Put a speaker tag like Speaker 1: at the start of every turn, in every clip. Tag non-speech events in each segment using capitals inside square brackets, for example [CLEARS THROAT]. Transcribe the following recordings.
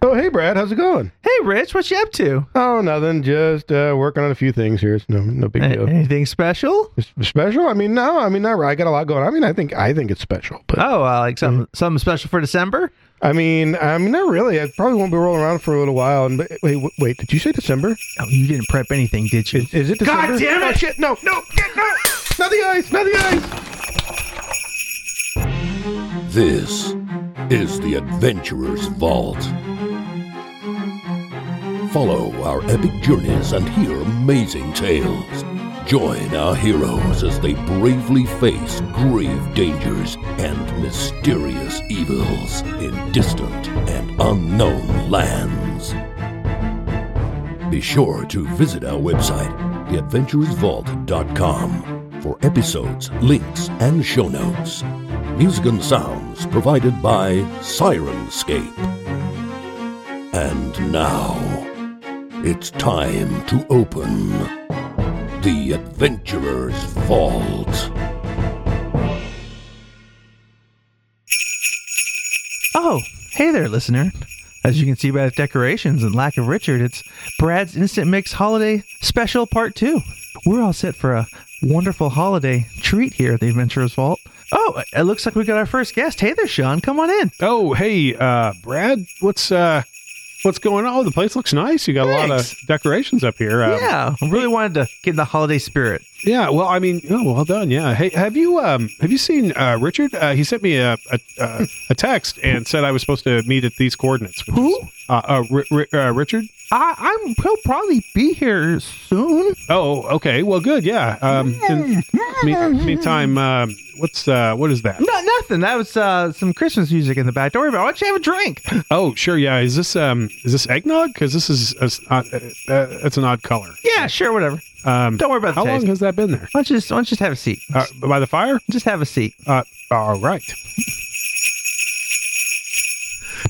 Speaker 1: Oh, hey, Brad. How's it going?
Speaker 2: Hey, Rich, what you up to?
Speaker 1: Oh, nothing. Just uh, working on a few things here. It's no, no big
Speaker 2: A-
Speaker 1: deal.
Speaker 2: Anything special?
Speaker 1: It's special? I mean, no. I mean, not. really. I got a lot going. I mean, I think I think it's special, but
Speaker 2: Oh, uh, like something something special for December?
Speaker 1: I mean, I mean, not really. I probably won't be rolling around for a little while. And but, wait, wait, wait, did you say December?
Speaker 2: Oh, you didn't prep anything, did you?
Speaker 1: Is, is it December?
Speaker 2: God damn
Speaker 1: Oh,
Speaker 2: it!
Speaker 1: shit! No, no, get- no! Not the ice! Not the ice!
Speaker 3: This is the Adventurer's Vault. Follow our epic journeys and hear amazing tales. Join our heroes as they bravely face grave dangers and mysterious evils in distant and unknown lands. Be sure to visit our website, theadventurousvault.com, for episodes, links, and show notes. Music and sounds provided by Sirenscape. And now, it's time to open the Adventurer's Vault.
Speaker 2: Oh, hey there, listener. As you can see by the decorations and lack of Richard, it's Brad's Instant Mix Holiday Special Part 2. We're all set for a wonderful holiday treat here at the Adventurer's Vault. Oh, it looks like we got our first guest. Hey there, Sean. Come on in.
Speaker 4: Oh, hey, uh, Brad, what's uh, what's going on? Oh, the place looks nice. You got a lot of
Speaker 2: Thanks.
Speaker 4: decorations up here. Um,
Speaker 2: yeah, I really wanted to get in the holiday spirit.
Speaker 4: yeah, Well, I mean, oh, well done. Yeah. Hey, have you um, have you seen uh, Richard? Uh, he sent me a a, uh, a text and said I was supposed to meet at these coordinates. which
Speaker 2: Who?
Speaker 4: is, uh, uh, Ri Ri- uh, Richard.
Speaker 2: I, I'm, he'll probably be here soon.
Speaker 4: Oh, okay. Well, good. Yeah. Um, in me- meantime, um, what's uh, what is that?
Speaker 2: No, nothing. That was uh, some Christmas music in the back. Don't worry about it. Why don't you have a [LAUGHS] drink?
Speaker 4: Oh, sure. Yeah. Is this um, is this eggnog? Because this is a s- uh, uh, uh, it's an odd color.
Speaker 2: Yeah, sure, whatever.
Speaker 4: Um,
Speaker 2: Don't worry about the
Speaker 4: how long
Speaker 2: taste.
Speaker 4: has that been there?
Speaker 2: Why don't you just, why don't you just have a seat?
Speaker 4: Uh, by the fire?
Speaker 2: Just have a seat.
Speaker 4: Uh, all right.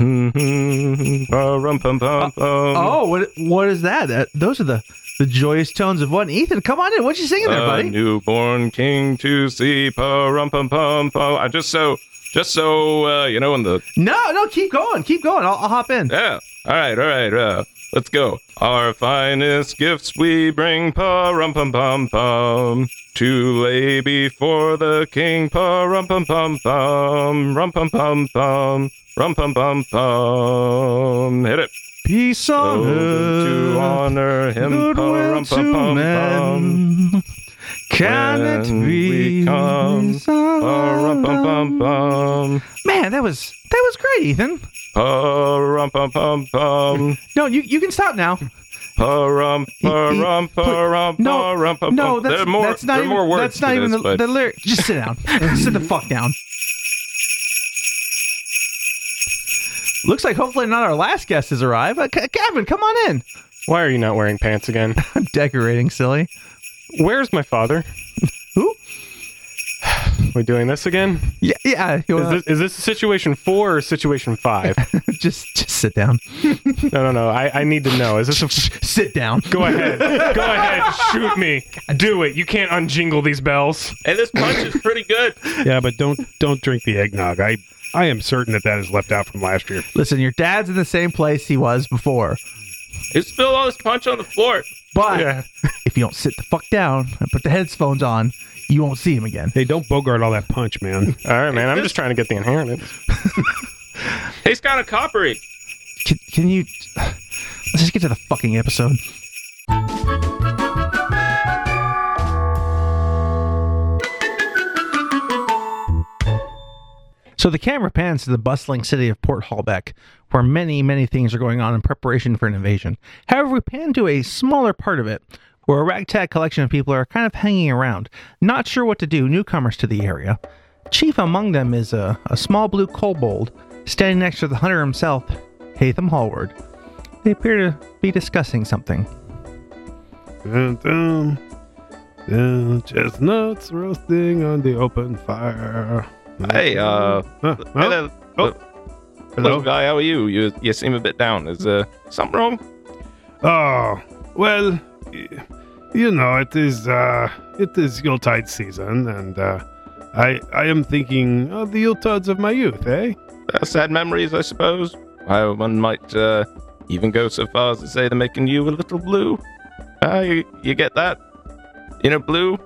Speaker 5: Rum pum pum pum.
Speaker 2: oh, what what is that? Uh, those are the the joyous tones of one. Ethan, come on in. What you singing there,
Speaker 5: A
Speaker 2: buddy?
Speaker 5: newborn king to see. Rum pum pum pum. I just so, just so, uh, you know, in the
Speaker 2: no, no, keep going, keep going. I'll, I'll hop in.
Speaker 5: yeah. All right, all right. Uh, let's go. Our finest gifts we bring. Rum pum pum pum. To lay before the king. Rum pum pum pum. Rum pum pum pum. Rum pum pum pum. Hit it.
Speaker 2: Peace on
Speaker 5: Oh, to
Speaker 2: earth,
Speaker 5: honor him.
Speaker 2: goodwill
Speaker 5: Rum
Speaker 2: to
Speaker 5: pum pum pum.
Speaker 2: men. Can it
Speaker 5: When
Speaker 2: be?
Speaker 5: we come,
Speaker 2: peace on earth?
Speaker 5: Pa-rum-pum-pum-pum.
Speaker 2: Man, that was that was great, Ethan.
Speaker 5: Pa-rum-pum-pum-pum.
Speaker 2: No, you you can stop now.
Speaker 5: Pa-rum, pa-rum, pa-rum,
Speaker 2: No,
Speaker 5: pa-rum-pum-pum.
Speaker 2: no, that's,
Speaker 5: There are more,
Speaker 2: that's not
Speaker 5: there are
Speaker 2: even,
Speaker 5: more words
Speaker 2: that's not
Speaker 5: to
Speaker 2: even
Speaker 5: this,
Speaker 2: the,
Speaker 5: but-
Speaker 2: the lyric. Just sit down. sit the fuck down. Looks like hopefully not our last guest has arrived. Uh, C- Gavin, come on in.
Speaker 6: Why are you not wearing pants again?
Speaker 2: I'm decorating, silly.
Speaker 6: Where's my father?
Speaker 2: Who?
Speaker 6: We're doing this again?
Speaker 2: Yeah, yeah. You
Speaker 6: Is
Speaker 2: wanna-
Speaker 6: this, is this situation four or situation
Speaker 2: [LAUGHS]
Speaker 6: five?
Speaker 2: just, just sit down. [LAUGHS]
Speaker 6: No, no, no. I, I need to know. Is this a. F-
Speaker 2: Sit down.
Speaker 6: Go ahead. Go ahead. Shoot me. Do it. You can't unjingle these bells.
Speaker 5: Hey, this punch is pretty good.
Speaker 4: Yeah, but don't don't drink the eggnog. I I am certain that that is left out from last year.
Speaker 2: Listen, your dad's in the same place he was before,
Speaker 5: He spilled all this punch on the floor.
Speaker 2: but
Speaker 6: Yeah.
Speaker 2: [LAUGHS] if you don't sit the fuck down and put the headphones on, you won't see him again.
Speaker 4: Hey, don't bogart all that punch, man.
Speaker 6: All right, man. I'm just trying to get the inheritance.
Speaker 5: He's kind of coppery.
Speaker 2: Can, can you? [SIGHS] Let's just get to the fucking episode. So the camera pans to the bustling city of Port Hallbeck, where many, many things are going on in preparation for an invasion. However, we pan to a smaller part of it, where a ragtag collection of people are kind of hanging around, not sure what to do, newcomers to the area. Chief among them is a, a small blue kobold, standing next to the hunter himself, Hatham Hallward. They appear to be discussing something.
Speaker 4: Dun, dun. Dun, chestnuts roasting on the open fire.
Speaker 5: Hey, uh,
Speaker 4: Huh,
Speaker 5: hey
Speaker 4: well,
Speaker 5: there,
Speaker 4: oh,
Speaker 5: little
Speaker 4: hello.
Speaker 5: guy, how are you? You you seem a bit down. Is uh, something wrong?
Speaker 4: Oh, well, y- you know, it is uh, it is Yuletide season, and uh, I I am thinking of the Yuletides of my youth, eh?
Speaker 5: Uh, sad memories, I suppose. I, one might uh, even go so far as to say they're making you a little blue. Ah, you, you get that? You know, blue?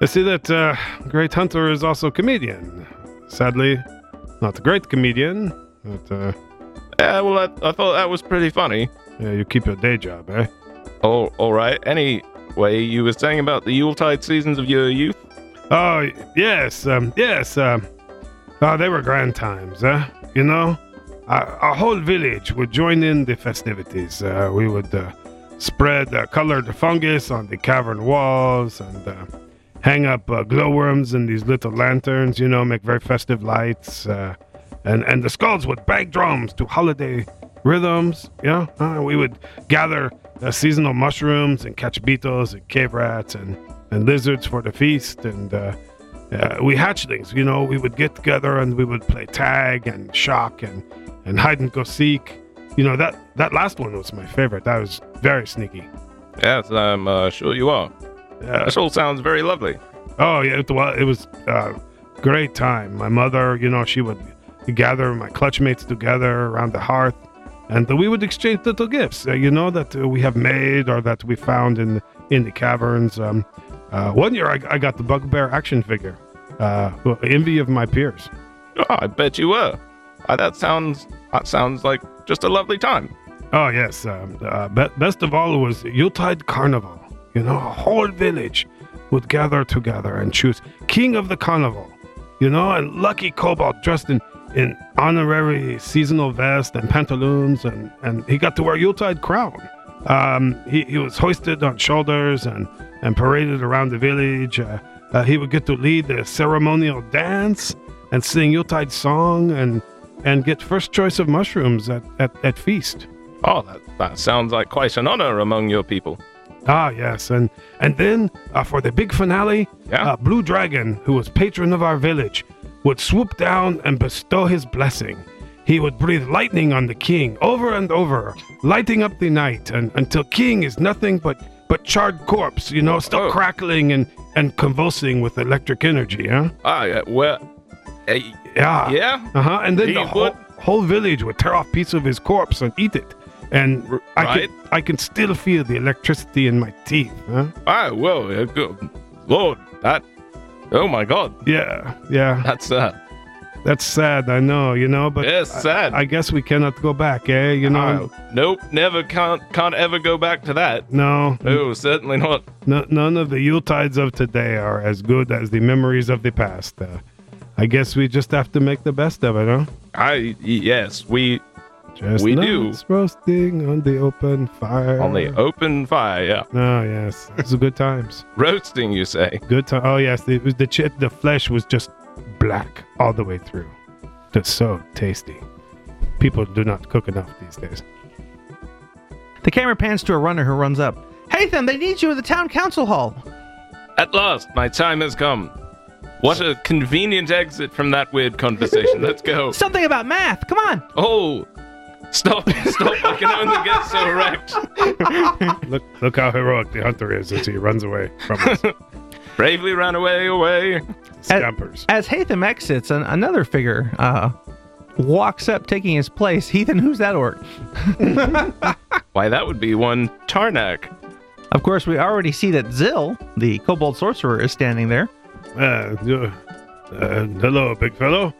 Speaker 4: I see that uh, Great Hunter is also a comedian. Sadly, not a great comedian, but uh,
Speaker 5: Yeah, Ah, well, I, I thought that was pretty funny.
Speaker 4: yeah, you keep your day job, eh?
Speaker 5: Oh, all right. Anyway, you were saying about the Yuletide seasons of your youth.
Speaker 4: Oh, yes, um, yes. Um, oh, they were grand times, eh? You know, our, our whole village would join in the festivities. Uh, we would uh, spread uh, colored fungus on the cavern walls and uh, hang up uh, glowworms in these little lanterns, you know, make very festive lights. Uh, and, and the skulls would bang drums to holiday rhythms, yeah? Uh, we would gather uh, seasonal mushrooms and catch beetles and cave rats and and lizards for the feast and uh, uh, we hatchlings you know we would get together and we would play tag and shock and and hide and go seek you know that that last one was my favorite that was very sneaky
Speaker 5: Yes, I'm uh, sure you are.
Speaker 4: uh,
Speaker 5: This all sounds very lovely.
Speaker 4: oh yeah it was, it was uh, great time my mother you know she would gather my clutch mates together around the hearth and we would exchange little gifts uh, you know that uh, we have made or that we found in in the caverns um, uh, one year I, I got the bugbear action figure uh, well, envy of my peers
Speaker 5: Oh, I bet you were. Ah, that sounds that sounds like just a lovely time.
Speaker 4: oh yes um, uh, be- best of all was yuletide carnival you know a whole village would gather together and choose king of the carnival you know and lucky cobalt dressed in in honorary seasonal vest and pantaloons and and he got to wear yuletide crown Um, he, he was hoisted on shoulders and, and paraded around the village. Uh, uh, he would get to lead the ceremonial dance and sing Yuletide song and, and get first choice of mushrooms at, at, at feast.
Speaker 5: Oh, that, that sounds like quite an honor among your people.
Speaker 4: Ah, yes. And, and then uh, for the big finale,
Speaker 5: Yeah.
Speaker 4: uh, Blue Dragon, who was patron of our village, would swoop down and bestow his blessing. He would breathe lightning on the king over and over, lighting up the night and, until king is nothing but, but charred corpse, you know, still
Speaker 5: Oh.
Speaker 4: crackling and, and convulsing with electric energy, huh?
Speaker 5: Ah, yeah, well, eh,
Speaker 4: Yeah.
Speaker 5: yeah.
Speaker 4: Uh huh. And then
Speaker 5: He
Speaker 4: the whole,
Speaker 5: would-
Speaker 4: whole village would tear off piece of his corpse and eat it. And
Speaker 5: R-
Speaker 4: I,
Speaker 5: right.
Speaker 4: can, I can still feel the electricity in my teeth, huh?
Speaker 5: Ah, well, eh, good lord, that. Oh my God, [LAUGHS]
Speaker 4: Yeah, yeah.
Speaker 5: that's uh,
Speaker 4: That's sad, I know, you know, but
Speaker 5: yes, sad.
Speaker 4: I guess we cannot go back, eh? You know,
Speaker 5: Oh, nope, never can't can't ever go back to that.
Speaker 4: no,
Speaker 5: Oh, certainly not.
Speaker 4: no, none of the Yuletides of today are as good as the memories of the past. Uh, I guess we just have to make the best of it, huh?
Speaker 5: I yes, we
Speaker 4: Just
Speaker 5: We do.
Speaker 4: roasting on the open fire.
Speaker 5: on the open fire, yeah.
Speaker 4: Oh yes, it's good times.
Speaker 5: roasting. You say?
Speaker 4: Good time. Oh yes, the the ch- the flesh was just black all the way through. Just so tasty. People do not cook enough these days.
Speaker 2: The camera pans to a runner who runs up. Haytham, they need you at the town council hall.
Speaker 5: At last, my time has come. What a convenient exit from that weird conversation. Let's
Speaker 4: [LAUGHS]
Speaker 5: go.
Speaker 2: Something about math. Come on.
Speaker 5: Oh, stop! Stop! I can only get so wrecked.
Speaker 4: Look, look how heroic the hunter is as he runs away from us.
Speaker 5: Bravely ran away, away.
Speaker 4: Scampers.
Speaker 2: As Haytham exits, an, another figure uh, walks up, taking his place. Heathen, who's that orc?
Speaker 5: Why, that would be one Tarnak.
Speaker 2: Of course, we already see that Zill, the kobold sorcerer, is standing there.
Speaker 4: Uh, uh, uh, hello, big fellow.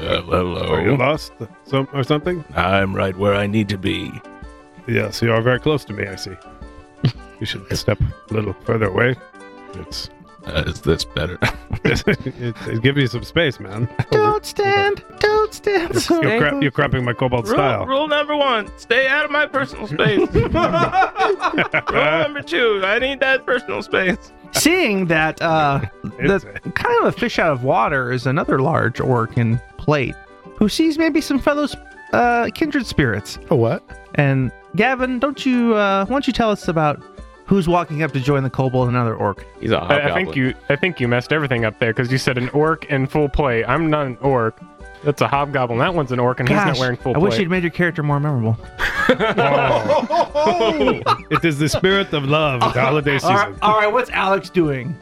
Speaker 4: Are
Speaker 5: hello.
Speaker 4: you lost some, or something?
Speaker 5: I'm right where I need to be.
Speaker 4: Yes, you are very close to me, I see. You should step a little further away. It's,
Speaker 5: is this uh, better?
Speaker 4: it's, [LAUGHS] it gives you some space, man.
Speaker 7: Oh,
Speaker 2: Don't stand. Don't stand. so
Speaker 4: You're, cra-
Speaker 2: close.
Speaker 4: you're cramping my cobalt
Speaker 8: Oh.
Speaker 5: Rule,
Speaker 4: style.
Speaker 5: rule number one: stay out of my personal space.
Speaker 8: [LAUGHS]
Speaker 5: rule
Speaker 4: Uh,
Speaker 5: number two: I need that personal space.
Speaker 2: Seeing
Speaker 7: [LAUGHS]
Speaker 2: that uh,
Speaker 4: It's-
Speaker 2: the kind of a fish out of water is another large orc in plate who sees maybe some fellow uh, kindred spirits.
Speaker 9: Oh,
Speaker 1: A what?
Speaker 2: And Gavin, don't you? Uh, why don't you tell us about who's walking up to join the kobold and another orc?
Speaker 5: He's a
Speaker 7: I,
Speaker 5: hobgoblin.
Speaker 7: I think you I think you messed everything up there because you said an orc in full plate. I'm not an orc. That's a hobgoblin. That one's an orc, and he's not wearing full
Speaker 2: I
Speaker 7: plate. [LAUGHS]
Speaker 2: wish you'd made your character more memorable.
Speaker 4: Oh, it is the spirit of love of the holiday
Speaker 2: [LAUGHS] All right,
Speaker 4: season.
Speaker 2: all right, what's Alex doing?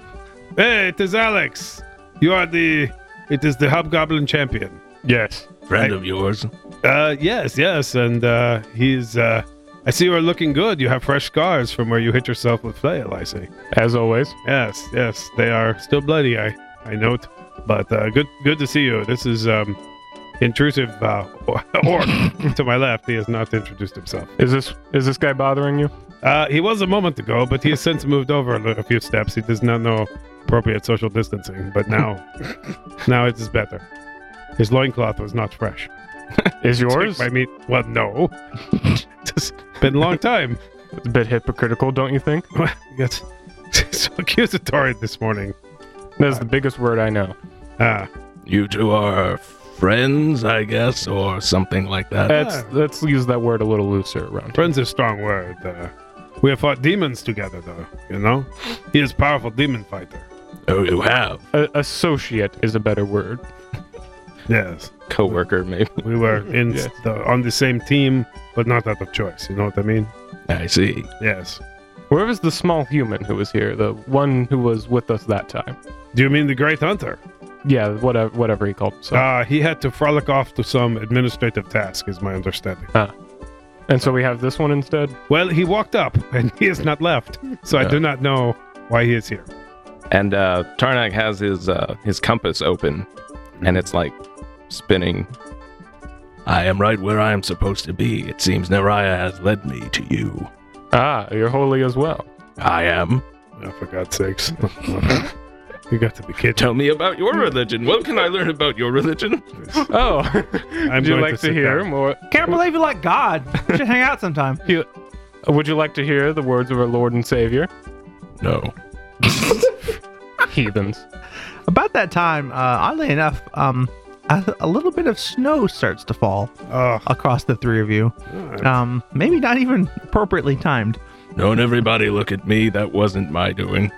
Speaker 4: Hey, it is Alex. You are the. It is the hobgoblin champion.
Speaker 7: yes.
Speaker 5: friend of yours.
Speaker 4: Uh, yes, yes, and uh, he's. Uh, I see you are looking good. You have fresh scars from where you hit yourself with flail. I see.
Speaker 8: As always,
Speaker 4: Yes, yes, they are still bloody. I, I note, but uh, good, good to see you. This is um, intrusive uh, [LAUGHS] orc to my left. He has not introduced himself.
Speaker 8: is this is this guy bothering you?
Speaker 4: Uh, he was a moment ago, but he has since moved over a, little- a few steps. He does not know appropriate social distancing, but now, now it is better. His loincloth was not fresh.
Speaker 8: Is
Speaker 4: Take
Speaker 8: yours?
Speaker 4: my meat. Well,
Speaker 8: [LAUGHS]
Speaker 4: no. it's been a long time.
Speaker 8: It's a bit hypocritical, don't you think?
Speaker 4: Yes. [LAUGHS] so accusatory this morning.
Speaker 8: That's the biggest word I know.
Speaker 4: Ah,
Speaker 10: You two are friends, I guess, or something like that.
Speaker 8: That's let's use that word a little looser around. here.
Speaker 4: friends is a strong word. Uh, we have fought demons together, though. You know, he is a powerful demon fighter.
Speaker 10: oh, you have
Speaker 8: A- associate is a better word.
Speaker 4: Yes,
Speaker 10: coworker, maybe.
Speaker 4: we
Speaker 8: [LAUGHS]
Speaker 4: were in
Speaker 10: Yes.
Speaker 4: the, on the same team, but not out of choice. You know what I mean?
Speaker 10: I see.
Speaker 4: Yes.
Speaker 8: Where was the small human who was here? The one who was with us that time?
Speaker 4: Do you mean the Great Hunter?
Speaker 8: Yeah, whatever, whatever he called himself.
Speaker 4: Uh, he had to frolic off to some administrative task, is my understanding. Uh,
Speaker 8: and so we have this one instead.
Speaker 4: Well, he walked up and he has not left, so I do not know why he is here.
Speaker 10: And uh, Tarnak has his uh, his compass open, and it's like spinning. I am right where I am supposed to be. It seems Neriah has led me to you.
Speaker 8: Ah, you're holy as
Speaker 4: [LAUGHS]
Speaker 8: well.
Speaker 10: I am.
Speaker 4: Oh, for God's sakes. [LAUGHS] you got to be kidding.
Speaker 10: Tell me about your religion. What can I learn about your religion?
Speaker 8: Oh,
Speaker 4: I'm
Speaker 8: [LAUGHS] would you
Speaker 4: going
Speaker 8: like
Speaker 4: to
Speaker 8: to,
Speaker 4: sit
Speaker 8: hear
Speaker 4: down.
Speaker 8: more?
Speaker 2: Can't believe you like
Speaker 4: [LAUGHS]
Speaker 2: God. Should hang out sometime.
Speaker 8: You- would you like to hear the words of our Lord and Savior?
Speaker 10: No.
Speaker 8: Heathens.
Speaker 2: About that time, uh, oddly enough, um, a, a little bit of snow starts to fall
Speaker 4: Oh,
Speaker 2: across the three of you. Um, maybe not even appropriately timed.
Speaker 10: Don't everybody look at me. That wasn't my doing.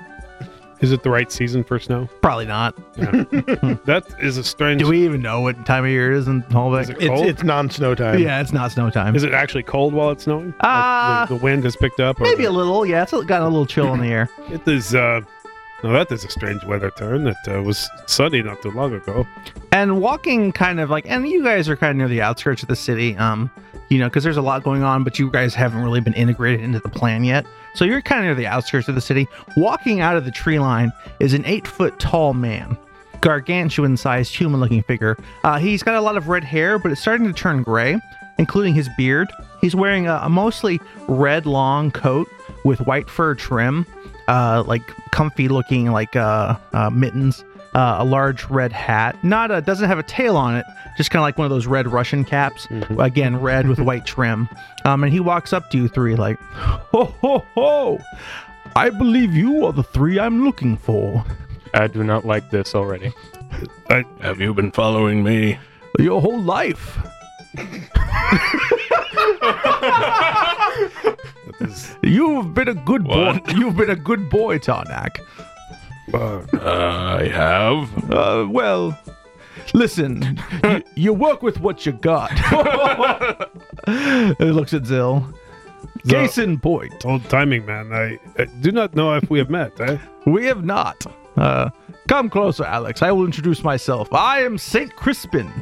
Speaker 4: is it the right season for snow?
Speaker 2: Probably not.
Speaker 4: That is a strange.
Speaker 2: Do we even know what time of year it is in Holbeck?
Speaker 4: Is it
Speaker 9: It's,
Speaker 4: cold?
Speaker 9: it's non-snow time.
Speaker 2: yeah, it's not snow time.
Speaker 4: is it actually cold while it's snowing? Like,
Speaker 2: Uh,
Speaker 4: the, the wind has picked up. Or
Speaker 2: Maybe a
Speaker 4: the,
Speaker 2: little. Yeah, it's gotten a little chill in the air.
Speaker 4: it is. Uh, no, that is a strange weather turn. It uh, was sunny not too long ago.
Speaker 2: and walking kind of like and you guys are kind of near the outskirts of the city um you know because there's a lot going on but you guys haven't really been integrated into the plan yet so you're kind of near the outskirts of the city walking out of the tree line is an eight foot tall man gargantuan sized human looking figure uh, he's got a lot of red hair but it's starting to turn gray including his beard he's wearing a, a mostly red long coat with white fur trim uh, like comfy looking like uh, uh, mittens uh, a large red hat. Not a doesn't have a tail on it. Just kind of like one of those red Russian caps. Again, red with white trim. Um, and he walks up to you three like, ho ho ho! I believe you are the three I'm looking for.
Speaker 8: I do not like this already.
Speaker 10: Have you been following me?
Speaker 2: Your whole
Speaker 10: [LAUGHS]
Speaker 2: life. You've been a good boy.
Speaker 10: What?
Speaker 2: You've been a good boy, Tarnak.
Speaker 4: Uh,
Speaker 10: I have.
Speaker 2: Uh, well, listen, you, you work with what you
Speaker 10: [LAUGHS]
Speaker 2: got. it looks at Zill. Case in point,
Speaker 4: old timing, man. I, I do not know if we have met. Eh?
Speaker 2: we have not. Uh, come closer, Alex. I will introduce myself. I am Saint Crispin.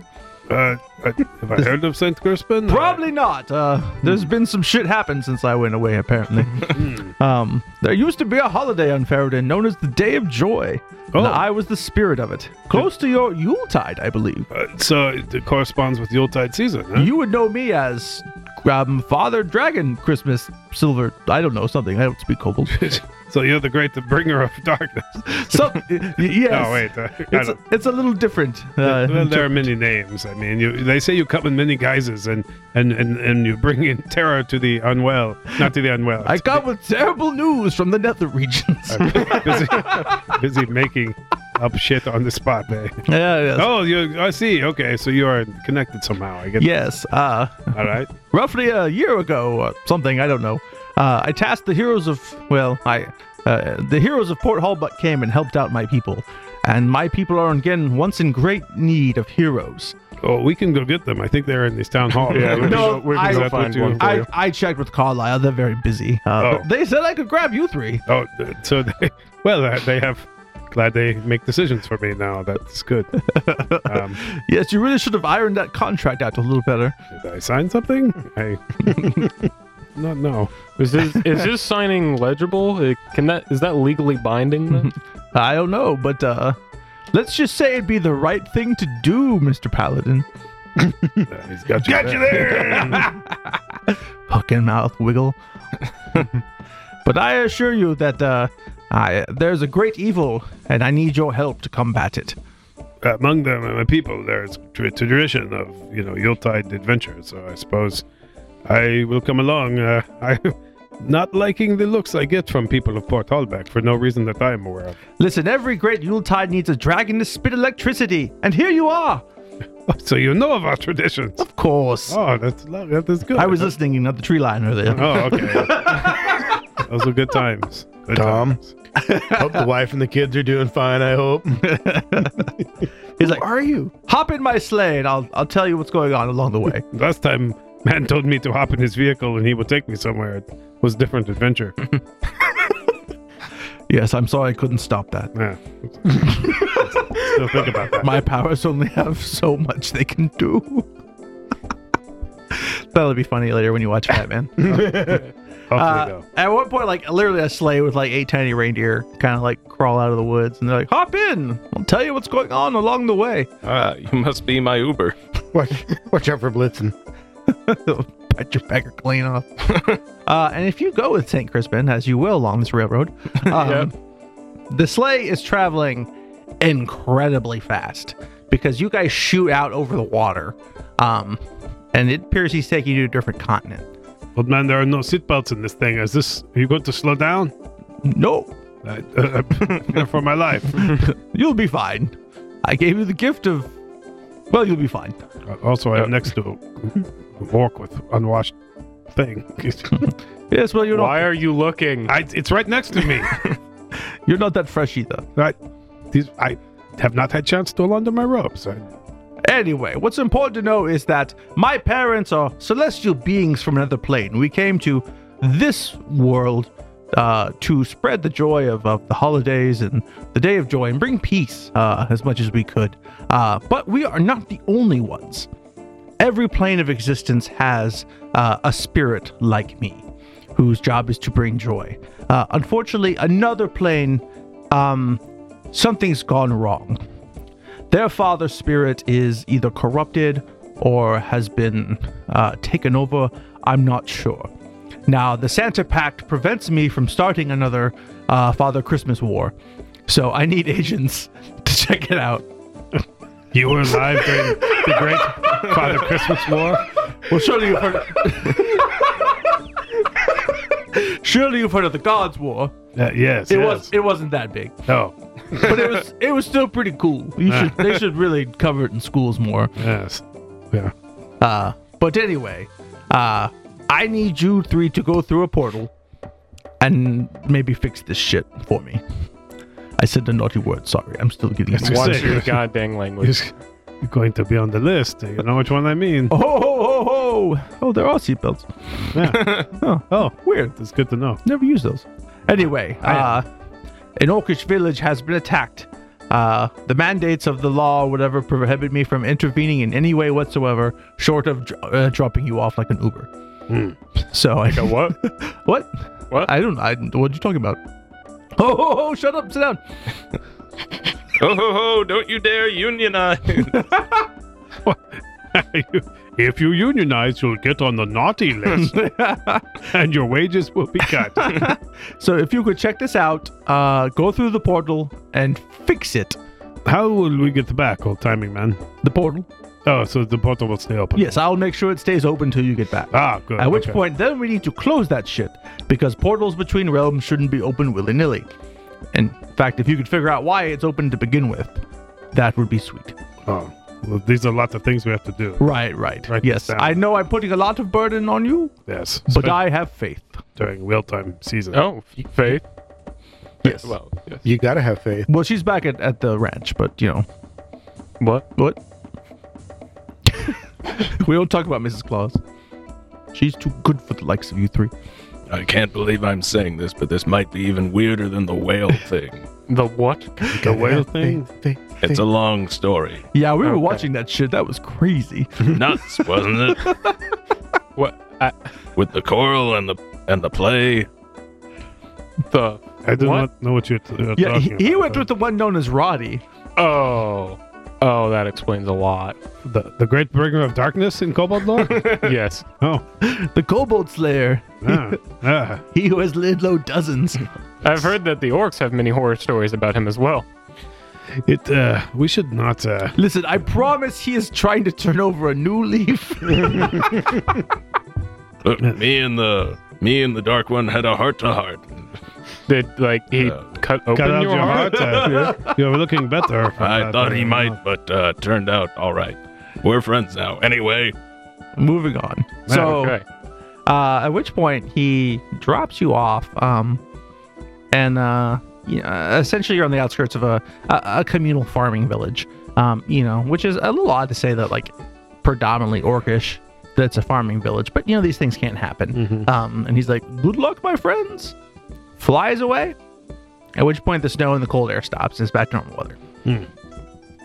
Speaker 4: Uh, I, have
Speaker 2: [LAUGHS]
Speaker 4: I heard of Saint Crispin?
Speaker 2: Probably not. Uh, there's been some shit happened since I went away,
Speaker 4: [LAUGHS]
Speaker 2: apparently.
Speaker 4: Hmm.
Speaker 2: um, there used to be a holiday on Faraday known as the Day of Joy.
Speaker 4: Oh.
Speaker 2: And I was the spirit of it. Close to your Yuletide, I believe.
Speaker 4: Uh, so it, it corresponds with Yuletide season. eh? Huh?
Speaker 2: You would know me as um, Father Dragon Christmas Silver. I don't know something. I don't speak
Speaker 4: [LAUGHS]
Speaker 2: kobold.
Speaker 4: so you're the great bringer of [LAUGHS] darkness.
Speaker 2: so, y- yes,
Speaker 4: Oh wait, uh, I
Speaker 2: it's
Speaker 4: don't.
Speaker 2: a, it's a little different. Uh,
Speaker 4: well, there are many names. I mean, you, they say you come in many guises, and and and and you bring in [LAUGHS] terror to the unwell, not to the unwell.
Speaker 2: I come with terrible news from the nether regions.
Speaker 4: [LAUGHS] busy, busy making up shit on the spot. Eh?
Speaker 2: [LAUGHS] Yeah, yes.
Speaker 4: Oh, you. I see. Okay, so you are connected somehow. I get.
Speaker 2: Yes, uh,
Speaker 4: All right.
Speaker 2: roughly a year ago or something, I don't know. Uh, I tasked the heroes of, well, I, uh, the heroes of Port Halbut came and helped out my people. And my people are again once in great need of heroes.
Speaker 4: Oh, we can go get them. I think they're in this town hall.
Speaker 8: [LAUGHS] Yeah, we can
Speaker 2: No,
Speaker 8: go, we can
Speaker 2: I-
Speaker 8: go
Speaker 4: That's what
Speaker 8: find
Speaker 4: you-
Speaker 8: one for
Speaker 2: I,
Speaker 8: you.
Speaker 2: I checked with Carlisle. They're very busy. Uh,
Speaker 4: Oh.
Speaker 2: They said I could grab you three.
Speaker 4: [LAUGHS] Oh, th- so they, well, uh, they have glad they make decisions for me now. That's good. Um,
Speaker 2: Yes, you really should have ironed that contract out a little better.
Speaker 4: did I sign something? [LAUGHS] I not [LAUGHS] know.
Speaker 8: Is this is this signing legible? Uh, Can that is that legally binding?
Speaker 4: [LAUGHS]
Speaker 8: Then?
Speaker 2: I don't know, but uh, let's just say it'd be the right thing to do, Mr. Paladin.
Speaker 4: Uh, he's got you. Got you there.
Speaker 2: Hook and mouth wiggle. but I assure you that uh, I, there's a great evil, and I need your help to combat it.
Speaker 4: Uh, Among them, and my people, there's tr- tradition of you know Yuletide adventure. So I suppose I will come along. Uh, [LAUGHS] I. Not liking the looks I get from people of Port Hallback for no reason that I am aware of.
Speaker 2: Listen, every great Yuletide needs a dragon to spit electricity, and here you are.
Speaker 4: [LAUGHS] So you know of our traditions.
Speaker 2: Of course.
Speaker 4: Oh, that's lo- that is good.
Speaker 2: I was listening to the tree line earlier.
Speaker 4: Oh, okay.
Speaker 2: [LAUGHS]
Speaker 4: Those were good times. Good
Speaker 9: Tom.
Speaker 4: times.
Speaker 9: hope the wife and the kids are doing fine. I hope.
Speaker 2: He's like,
Speaker 9: are you?
Speaker 2: hop in my sleigh, and I'll, I'll tell you what's going on along the way.
Speaker 4: Last time, man told me to hop in his vehicle and he would take me somewhere. It was a different adventure.
Speaker 2: yes, I'm sorry I couldn't stop that.
Speaker 4: Yeah. Still think about that.
Speaker 2: My powers only have so much they can do. [LAUGHS] That'll be funny later when you watch Batman.
Speaker 4: Hopefully,
Speaker 2: uh,
Speaker 4: though.
Speaker 2: at one point, like literally a sleigh with like eight tiny reindeer kind of like crawl out of the woods and they're like, hop in. I'll tell you what's going on along the way. [LAUGHS]
Speaker 10: Ah, you must be my Uber.
Speaker 9: Watch, [LAUGHS] watch out for Blitzen.
Speaker 2: Pat your pecker clean off. uh, and if you go with St. Crispin, as you will along this railroad, um, the sleigh is traveling incredibly fast because you guys shoot out over the water. Um, and it appears he's taking you to a different continent.
Speaker 4: Old man, there are no seatbelts in this thing. Is this. Are you going to slow down?
Speaker 2: No,
Speaker 4: I, uh, [LAUGHS] I fear for
Speaker 2: [LAUGHS]
Speaker 4: my life.
Speaker 2: you'll be fine. I gave you the gift of. Well, you'll be fine.
Speaker 4: Also, I'm next to a walk with unwashed thing.
Speaker 2: Yes, well, you're
Speaker 8: Why are you looking?
Speaker 4: I, it's right next to me.
Speaker 2: not. You're not that fresh either.
Speaker 4: I, these, I have not had chance to launder my robes. I,
Speaker 2: Anyway, what's important to know is that my parents are celestial beings from another plane. We came to this world uh, to spread the joy of, of the holidays and the day of joy and bring peace uh, as much as we could. Uh, but we are not the only ones. Every plane of existence has uh, a spirit like me, whose job is to bring joy. Uh, unfortunately, another plane, um, something's gone wrong their father's spirit is either corrupted or has been uh, taken over. I'm not sure. Now, the Santa Pact prevents me from starting another uh, Father Christmas war, so I need [LAUGHS] agents to check it out.
Speaker 4: You were alive during the Great Father Christmas War.
Speaker 2: Well, surely you've heard. [LAUGHS] surely you've heard of the Gods War.
Speaker 4: Uh, yes,
Speaker 2: It
Speaker 4: yes.
Speaker 2: was. It wasn't that big,
Speaker 4: oh,
Speaker 2: but it was. It was still pretty cool. You should. They should really cover it in schools more.
Speaker 4: yes, yeah.
Speaker 2: Uh, but anyway, uh, I need you three to go through a portal and maybe fix this shit for me. I said the naughty word. Sorry, I'm still getting
Speaker 4: Yes,
Speaker 2: used to
Speaker 4: you
Speaker 2: it.
Speaker 8: [LAUGHS] Watch
Speaker 4: say-
Speaker 8: your
Speaker 4: [LAUGHS]
Speaker 8: goddamn language.
Speaker 4: He's going to be on the list. You know which one I mean.
Speaker 2: Oh, ho, ho, ho. oh, there are seatbelts.
Speaker 4: Oh,
Speaker 2: Weird.
Speaker 4: it's good to know.
Speaker 2: Never use those. Anyway, uh, an orcish village has been attacked. Uh, the mandates of the law, or whatever, prohibit me from intervening in any way whatsoever, short of dr- uh, dropping you off like an Uber. So I
Speaker 8: A what?
Speaker 2: What?
Speaker 8: What?
Speaker 2: I don't. I. What are you talking about? Oh, ho, ho, shut up! Sit down.
Speaker 10: Ho ho ho! Don't you dare unionize.
Speaker 4: [LAUGHS] if you unionize, you'll get on the
Speaker 2: [LAUGHS]
Speaker 4: naughty list, and your wages will be cut.
Speaker 2: So if you could check this out, uh, go through the portal and fix it.
Speaker 4: How will we get back, old timing man?
Speaker 2: The portal.
Speaker 4: Oh, so the portal will stay open.
Speaker 2: Yes, I'll make sure it stays open till you get back.
Speaker 4: Ah, good.
Speaker 2: At which
Speaker 4: okay.
Speaker 2: point, then we need to close that shit because portals between realms shouldn't be open willy nilly. In fact, if you could figure out why it's open to begin with, that would be sweet.
Speaker 4: Oh, well, these are a lot of things we have to do.
Speaker 2: Right, right.
Speaker 4: Write this
Speaker 2: yes,
Speaker 4: down.
Speaker 2: I know I'm putting a lot of burden on you,
Speaker 4: Yes,
Speaker 2: but
Speaker 4: especially
Speaker 2: I have faith.
Speaker 4: during real time season.
Speaker 8: Oh, faith.
Speaker 2: Yes. Well,
Speaker 10: well, yes.
Speaker 9: You gotta have faith.
Speaker 2: she's back at, at the ranch, but you know,
Speaker 8: What?
Speaker 2: What? [LAUGHS] we don't talk about Mrs. Claus. She's too good for the likes of you three.
Speaker 10: I can't believe I'm saying this, but this might be even weirder than the [LAUGHS] whale thing.
Speaker 8: The what?
Speaker 4: The whale [LAUGHS] thing?
Speaker 10: It's a long story.
Speaker 2: Yeah, we were
Speaker 8: Okay.
Speaker 2: watching that shit. That was crazy.
Speaker 10: Nuts, wasn't it?
Speaker 8: [LAUGHS] What? I,
Speaker 10: With the coral and the and the play.
Speaker 8: the.
Speaker 4: I do
Speaker 8: What?
Speaker 4: not know what you're t- you're talking
Speaker 2: yeah, he, he
Speaker 4: about.
Speaker 2: went with the one known as Roddy.
Speaker 8: Oh. Oh, that explains a lot.
Speaker 4: the, the Great Bringer of Darkness in
Speaker 2: [LAUGHS]
Speaker 4: Cobalt Lord?
Speaker 8: yes.
Speaker 4: oh.
Speaker 2: The Kobold Slayer. [LAUGHS]
Speaker 4: Ah, ah.
Speaker 2: He who has laid low dozens.
Speaker 8: I've heard that the orcs have many horror stories about him as well.
Speaker 4: It, uh, we should not, uh,
Speaker 2: Listen, I promise he is trying to turn over a new leaf.
Speaker 10: Look, me and the me and the dark one had a heart to heart.
Speaker 8: Did like he
Speaker 10: Uh,
Speaker 8: cut open
Speaker 4: cut out
Speaker 8: your, heart?
Speaker 4: uh,
Speaker 10: [LAUGHS]
Speaker 4: you're looking better. for
Speaker 10: I
Speaker 4: that,
Speaker 10: thought
Speaker 4: uh,
Speaker 10: he might, but uh, turned out all right. We're friends now. Anyway,
Speaker 2: Moving on. So,
Speaker 8: okay.
Speaker 2: uh, at which point he drops you off, um, and uh, you know, essentially you're on the outskirts of a, a, a communal farming village. Um, you know, which is a little odd to say that like predominantly orcish that it's a farming village, but you know these things can't happen. Um, and he's like, "Good luck, my friends." Flies away. At which point the snow and the cold air stops. And it's back to normal weather.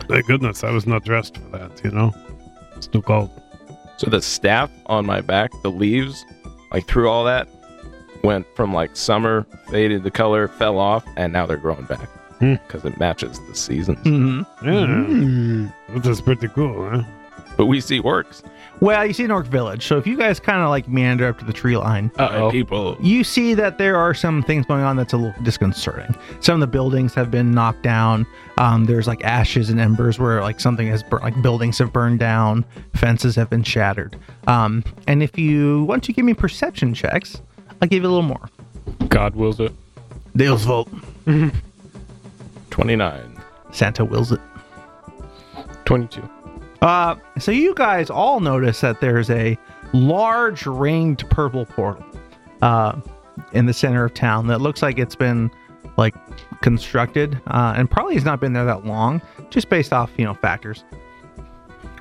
Speaker 4: Thank goodness I was not dressed for that, you know? It's too cold.
Speaker 10: so the staff on my back, the leaves, like through all that, went from like summer faded the color, fell off, and now they're growing back
Speaker 4: Hmm.
Speaker 10: because it matches the seasons.
Speaker 2: Mm-hmm.
Speaker 4: Yeah. That is pretty cool, huh?
Speaker 10: But we see works.
Speaker 2: Well, you see an orc village. So if you guys kind of like meander up to the tree line,
Speaker 8: Oh.
Speaker 10: Uh, people
Speaker 2: you see that there are some things going on that's a little disconcerting. Some of the buildings have been knocked down. Um, there's like ashes and embers where like something has burnt, like buildings have burned down, fences have been shattered. Um, and if you want to give me perception checks, I'll give you a little more.
Speaker 8: God wills it.
Speaker 2: Dale's vote.
Speaker 10: twenty nine.
Speaker 2: Santa wills it.
Speaker 8: 22.
Speaker 2: Uh, so you guys all notice that there's a large ringed purple portal uh, in the center of town that looks like it's been like constructed uh, and probably has not been there that long, just based off you know factors.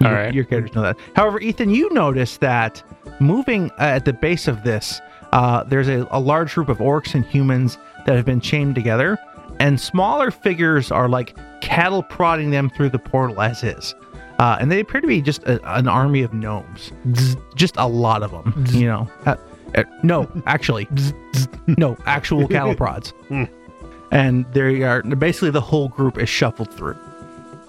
Speaker 8: All
Speaker 2: Your-
Speaker 8: right.
Speaker 2: your characters know that. However, Ethan, you notice that moving uh, at the base of this, uh, there's a, a large group of orcs and humans that have been chained together, and smaller figures are like cattle prodding them through the portal as is. Uh, and they appear to be just a, an army of gnomes, Zzz, just a lot of them. You know, Uh, uh, no, actually, Zzz, zzz, Hmm. no [LAUGHS] actual cattle prods, and they are basically the whole group is shuffled through.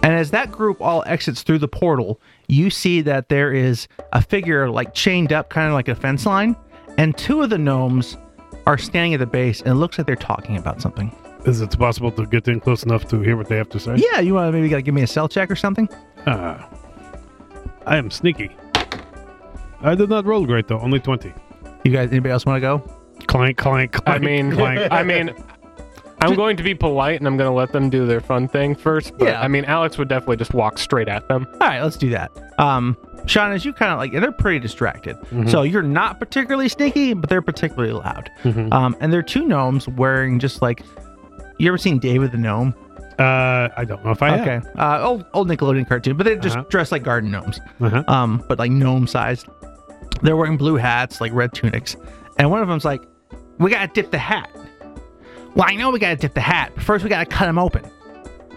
Speaker 2: And as that group all exits through the portal, you see that there is a figure like chained up, kind of like a fence line, and two of the gnomes are standing at the base, and it looks like they're talking about something.
Speaker 4: Is it possible to get in close enough to hear what they have to say?
Speaker 2: Yeah, you want to maybe gotta give me a cell check or something?
Speaker 4: Ah. I am sneaky. I did not roll great though, only 20.
Speaker 2: You guys, anybody else want to go?
Speaker 4: Clank, clank,
Speaker 8: I
Speaker 4: clank.
Speaker 8: mean,
Speaker 4: clank.
Speaker 8: I mean, I'm going to be polite and I'm going to let them do their fun thing first. But
Speaker 2: Yeah.
Speaker 8: I mean, Alex would definitely just walk straight at them.
Speaker 2: All right, let's do that. Um, Sean, as you kind of like, they're pretty distracted. So you're not particularly sneaky, but they're particularly loud. Um, and they're two gnomes wearing just like, you ever seen David the Gnome?
Speaker 4: uh, I don't know if I
Speaker 2: Okay. Uh, old, old Nickelodeon cartoon, but they're just
Speaker 4: Uh-huh.
Speaker 2: dressed like garden gnomes.
Speaker 4: have. Uh-huh.
Speaker 2: um, but like gnome sized. They're wearing blue hats, like red tunics, and one of them's like, "We gotta dip the hat." Well, I know we gotta dip the hat, but first we gotta cut him open.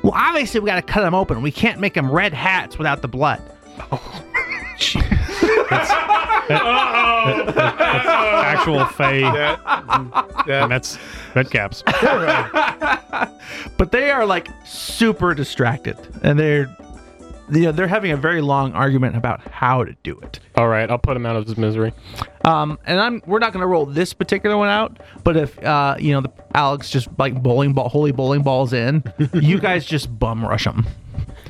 Speaker 2: Well, obviously we gotta cut him open. We can't make him red hats without the blood.
Speaker 4: Actual Faye.
Speaker 10: yeah.
Speaker 4: And that's red caps.
Speaker 2: But they are like super distracted, and they're, you know, they're having a very long argument about how to do it.
Speaker 8: All right, I'll put him out of his misery.
Speaker 2: Um, and I'm we're not gonna roll this particular one out, but if uh, you know, the, Alex just like bowling ball, holy bowling balls [LAUGHS] in, you guys just bum rush them,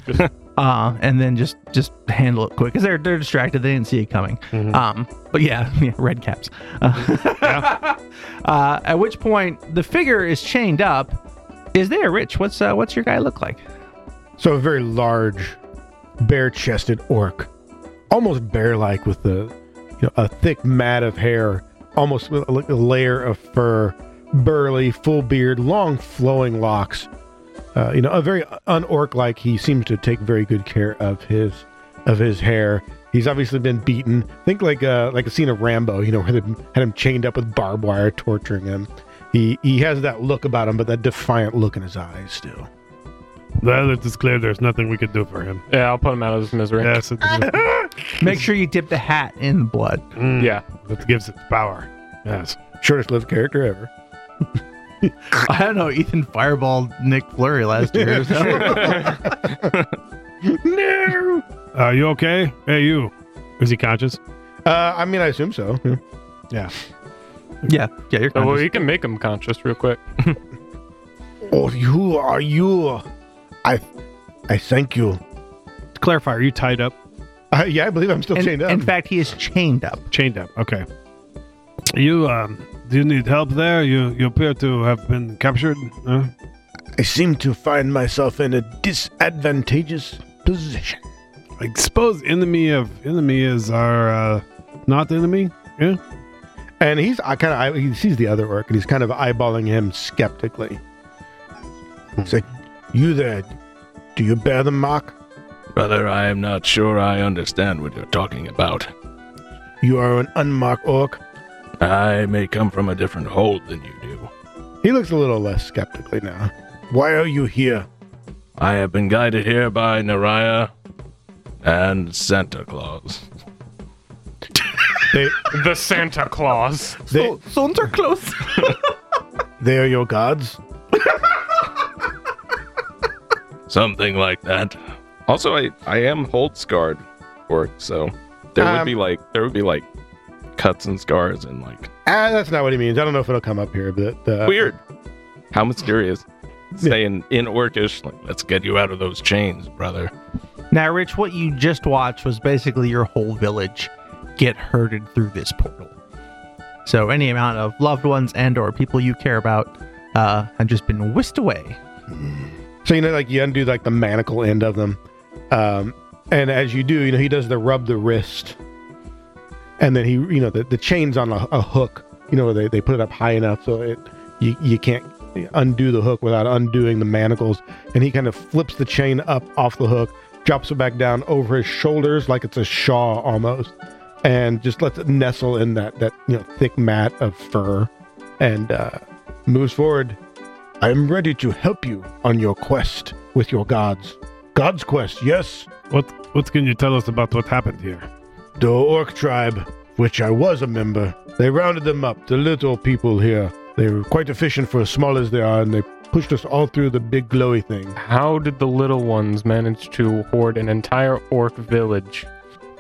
Speaker 2: [LAUGHS] uh, and then just just handle it quick because they're they're distracted, they didn't see it coming. Um, but yeah, [LAUGHS] yeah, red caps. Uh, [LAUGHS] uh, at which point the figure is chained up. Is there Rich? What's uh, what's your guy look like?
Speaker 1: So a very large, bare-chested orc, almost bear-like, with the you know, a thick mat of hair, almost with like a layer of fur, burly, full beard, long flowing locks. Uh, you know, a very un-orc-like. He seems to take very good care of his of his hair. He's obviously been beaten. Think like uh like a scene of Rambo, you know, where they had him chained up with barbed wire, torturing him. He he has that look about him, but that defiant look in his eyes still.
Speaker 4: Well, it is clear there's nothing we could do for him.
Speaker 8: Yeah, I'll put him out of his misery.
Speaker 4: Yes, it,
Speaker 2: Make sure you dip the hat in blood.
Speaker 4: mm,
Speaker 8: Yeah.
Speaker 4: that gives it power. [LAUGHS] Yes.
Speaker 1: Shortest lived character ever.
Speaker 2: [LAUGHS] I don't know. Ethan fireballed Nick Flurry last [LAUGHS] year. So.
Speaker 1: No.
Speaker 4: Are Uh, you okay? Hey, you. Is he conscious?
Speaker 1: Uh, I mean, I assume so. Yeah.
Speaker 2: yeah, yeah, you're
Speaker 8: So, Oh, well,
Speaker 2: conscious.
Speaker 8: you can make him conscious real quick.
Speaker 1: Oh, who are you? I I thank you.
Speaker 4: To clarify, are you tied up?
Speaker 1: Uh, yeah, I believe I'm still
Speaker 2: In-
Speaker 1: chained up.
Speaker 2: in fact, he is chained up.
Speaker 4: Chained up. Okay. You um do you need help there? You you appear to have been captured. Huh?
Speaker 1: I seem to find myself in a disadvantageous position.
Speaker 4: I suppose enemy of enemy is our uh, not enemy. Yeah.
Speaker 1: And he's I kind of he sees the other orc and he's kind of eyeballing him skeptically. He's like, "You there? Do you bear the mark?
Speaker 10: Brother, I am not sure I understand what you're talking about.
Speaker 1: You are an unmarked orc."
Speaker 10: I may come from a different hold than you do.
Speaker 1: He looks a little less skeptically now. Why are you here?
Speaker 10: I have been guided here by Naraya and Santa Claus.
Speaker 1: They
Speaker 8: [LAUGHS] The Santa Claus.
Speaker 1: they
Speaker 2: Sons are close.
Speaker 1: they are your gods.
Speaker 10: Something like that. Also, I, I am hold scarred for it, so there would
Speaker 1: Um,
Speaker 10: be like there would be like cuts and scars and like
Speaker 1: Ah, that's not what he means. I don't know if it'll come up here, but uh,
Speaker 10: weird. How mysterious. Saying in Orcish, like, let's get you out of those chains, brother.
Speaker 2: [LAUGHS] now, Rich, what you just watched was basically your whole village get herded through this portal. So any amount of loved ones and or people you care about uh, have just been whisked away.
Speaker 1: So you know, like you undo like the manacle end of them, um, and as you do, you know he does the rub the wrist, and then he, you know, the, the chain's on a, a hook. You know, they, they put it up high enough so it you you can't undo the hook without undoing the manacles. And he kind of flips the chain up off the hook, drops it back down over his shoulders like it's a shawl almost, and just lets it nestle in that that you know thick mat of fur, and uh, moves forward. I am ready to help you on your quest with your gods. God's quest, yes.
Speaker 4: What what can you tell us about what happened here?
Speaker 1: The orc tribe, which I was a member, they rounded them up, the little people here. They were quite efficient for as small as they are, and they pushed us all through the big glowy thing.
Speaker 8: How did the little ones manage to hoard an entire orc village?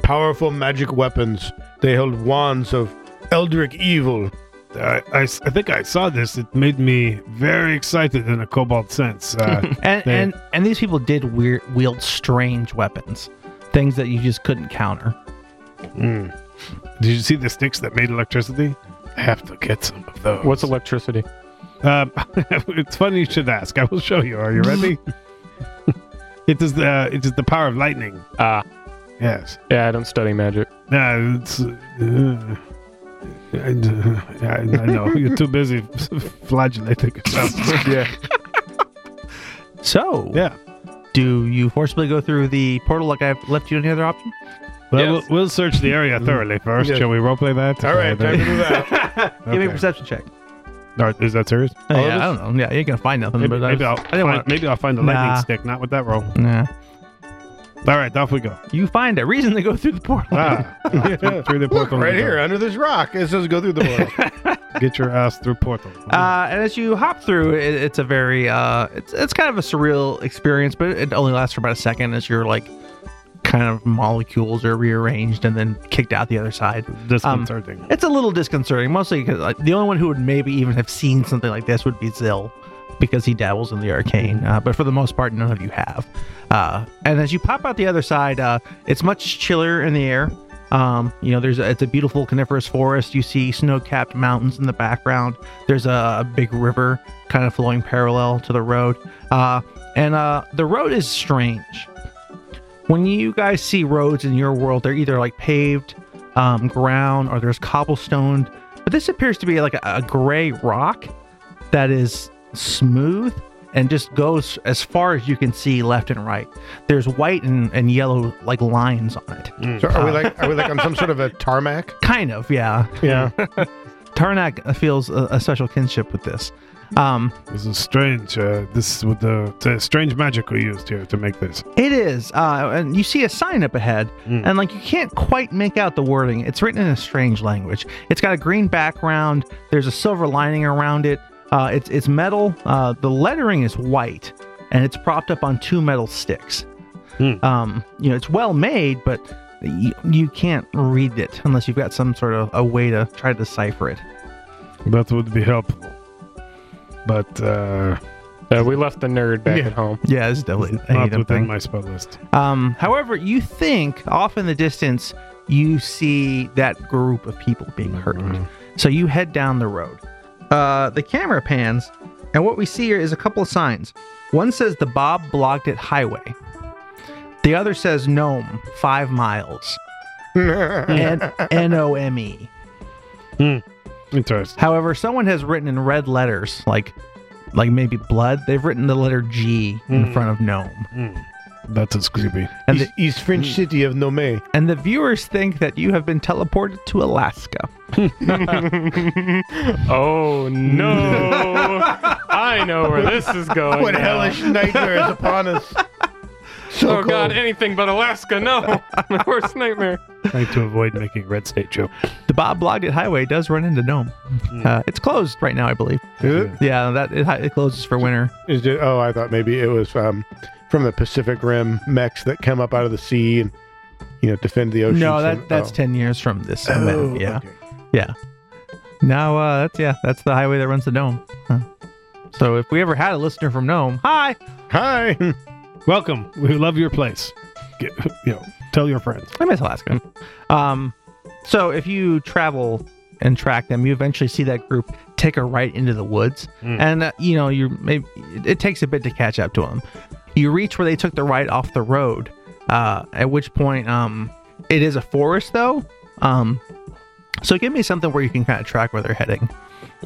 Speaker 1: Powerful magic weapons. They held wands of eldritch evil.
Speaker 4: I, I s- I think I saw this. It made me very excited in a cobalt sense. Uh,
Speaker 2: And
Speaker 4: They-
Speaker 2: and and these people did weir wield strange weapons, things that you just couldn't counter.
Speaker 4: did you see the sticks that made electricity? I have to get some of those.
Speaker 8: What's electricity?
Speaker 4: Um, [LAUGHS] it's funny you should ask. I will show you. Are you
Speaker 1: [LAUGHS]
Speaker 4: ready? it is the it is the power of lightning.
Speaker 8: Ah,
Speaker 4: Yes.
Speaker 8: yeah, I don't study magic.
Speaker 4: No, it's. Uh, I, I, I know you're too busy flagellating
Speaker 1: [LAUGHS]
Speaker 4: yourself. yeah.
Speaker 2: So
Speaker 4: Yeah.
Speaker 2: do you forcibly go through the portal like I've left you any other option?
Speaker 4: Well,
Speaker 10: Yes.
Speaker 4: we'll, we'll search the area thoroughly first.
Speaker 1: Yes.
Speaker 4: Shall we roleplay that?
Speaker 1: All right,
Speaker 4: Okay,
Speaker 1: time to move out.
Speaker 2: Give me a
Speaker 4: [LAUGHS] Okay.
Speaker 2: perception check.
Speaker 4: All right, Is that serious?
Speaker 2: Oh,
Speaker 1: All
Speaker 2: yeah,
Speaker 1: of
Speaker 2: I don't know. Yeah, you ain't gonna find nothing.
Speaker 4: Maybe,
Speaker 2: but I,
Speaker 4: maybe I'll
Speaker 2: was- I didn't
Speaker 4: find,
Speaker 2: want.
Speaker 4: maybe I'll find the
Speaker 2: Nah.
Speaker 4: lightning stick. Not with that roll.
Speaker 2: Nah.
Speaker 4: All right, off we go.
Speaker 2: You find a reason to go through the
Speaker 4: [LAUGHS]
Speaker 1: [LAUGHS]
Speaker 2: portal.
Speaker 4: Ah, through, through the
Speaker 1: Look,
Speaker 4: portal.
Speaker 1: right
Speaker 4: we go.
Speaker 1: here, under this rock. It says go through the
Speaker 8: [LAUGHS]
Speaker 1: portal.
Speaker 4: Get your ass through portal.
Speaker 2: Uh, and as you hop through, it, it's a very uh, it's it's kind of a surreal experience, but it only lasts for about a second as you're like, kind of molecules are rearranged and then kicked out the other side.
Speaker 4: Disconcerting.
Speaker 2: It's a little disconcerting, mostly because like, the only one who would maybe even have seen something like this would be Zill, because he dabbles in the arcane. Uh, but for the most part, none of you have. Uh, and as you pop out the other side, uh, it's much chiller in the air. Um, you know, there's a, it's a beautiful coniferous forest. You see snow-capped mountains in the background. There's a, big river kind of flowing parallel to the road, uh, and uh, the road is strange when you guys see roads in your world, they're either like paved um, ground or there's cobblestone. But this appears to be like a, a gray rock that is smooth and just goes as far as you can see left and right. There's white and, and yellow like lines on it.
Speaker 1: So are we like are we like on some sort of a tarmac?
Speaker 2: Kind of, yeah. [LAUGHS]
Speaker 1: Yeah.
Speaker 2: Tarnak feels a, a special kinship with this. Um,
Speaker 4: This is strange. Uh, this with the, the strange magic we used here to make this.
Speaker 2: It is, uh, and you see a sign up ahead, and like you can't quite make out the wording. It's written in a strange language. It's got a green background. There's a silver lining around it. Uh, it's it's metal. Uh, the lettering is white, and it's propped up on two metal sticks. Um, you know, it's well made, but you, you can't read it unless you've got some sort of a way to try to decipher it.
Speaker 4: That would be helpful. But uh,
Speaker 8: Uh, we left the nerd back at home.
Speaker 2: Yeah, it's definitely a
Speaker 4: not
Speaker 2: heathen
Speaker 4: within
Speaker 2: thing.
Speaker 4: my spell list.
Speaker 2: Um, however, you think off in the distance you see that group of people being hurt. So you head down the road. Uh, the camera pans, and what we see here is a couple of signs. One says the Bob blocked it highway. The other says Nome five miles. N N O M E.
Speaker 4: Interesting.
Speaker 2: However, someone has written in red letters, like like maybe blood. They've written the letter G in front of Nome.
Speaker 4: That is creepy.
Speaker 2: And the,
Speaker 1: East, East French city of Nome.
Speaker 2: and the viewers think that you have been teleported to Alaska.
Speaker 8: Oh no! I know where this is going.
Speaker 1: What
Speaker 8: now.
Speaker 1: hellish nightmare is upon us? So
Speaker 8: [LAUGHS] Oh god,
Speaker 1: cold.
Speaker 8: anything but Alaska. No, my worst nightmare.
Speaker 4: Trying to avoid making red state joke.
Speaker 2: The Bob Bloggett Highway does run into Nome. Uh, it's closed right now, I believe.
Speaker 1: Mm-hmm. Is it?
Speaker 2: Yeah, that it, hi- it closes for winter.
Speaker 1: Is it? Oh, I thought maybe it was um, from the Pacific Rim mechs that come up out of the sea and you know defend the ocean.
Speaker 2: No,
Speaker 1: from-
Speaker 2: that that's
Speaker 1: oh.
Speaker 2: ten years from this.
Speaker 1: Oh,
Speaker 2: event. Yeah,
Speaker 1: okay.
Speaker 2: yeah. Now, uh, that's yeah, that's the highway that runs to Nome. Huh. So if we ever had a listener from Nome, hi.
Speaker 1: Hi. [LAUGHS]
Speaker 4: Welcome. We love your place. Get, you know, tell your friends.
Speaker 2: I miss Alaska. Um, so if you travel and track them, you eventually see that group take a right into the woods, and uh, you know you maybe it, it takes a bit to catch up to them. You reach where they took the right off the road. Uh, at which point, um, it is a forest though. Um, so give me something where you can kind of track where they're heading.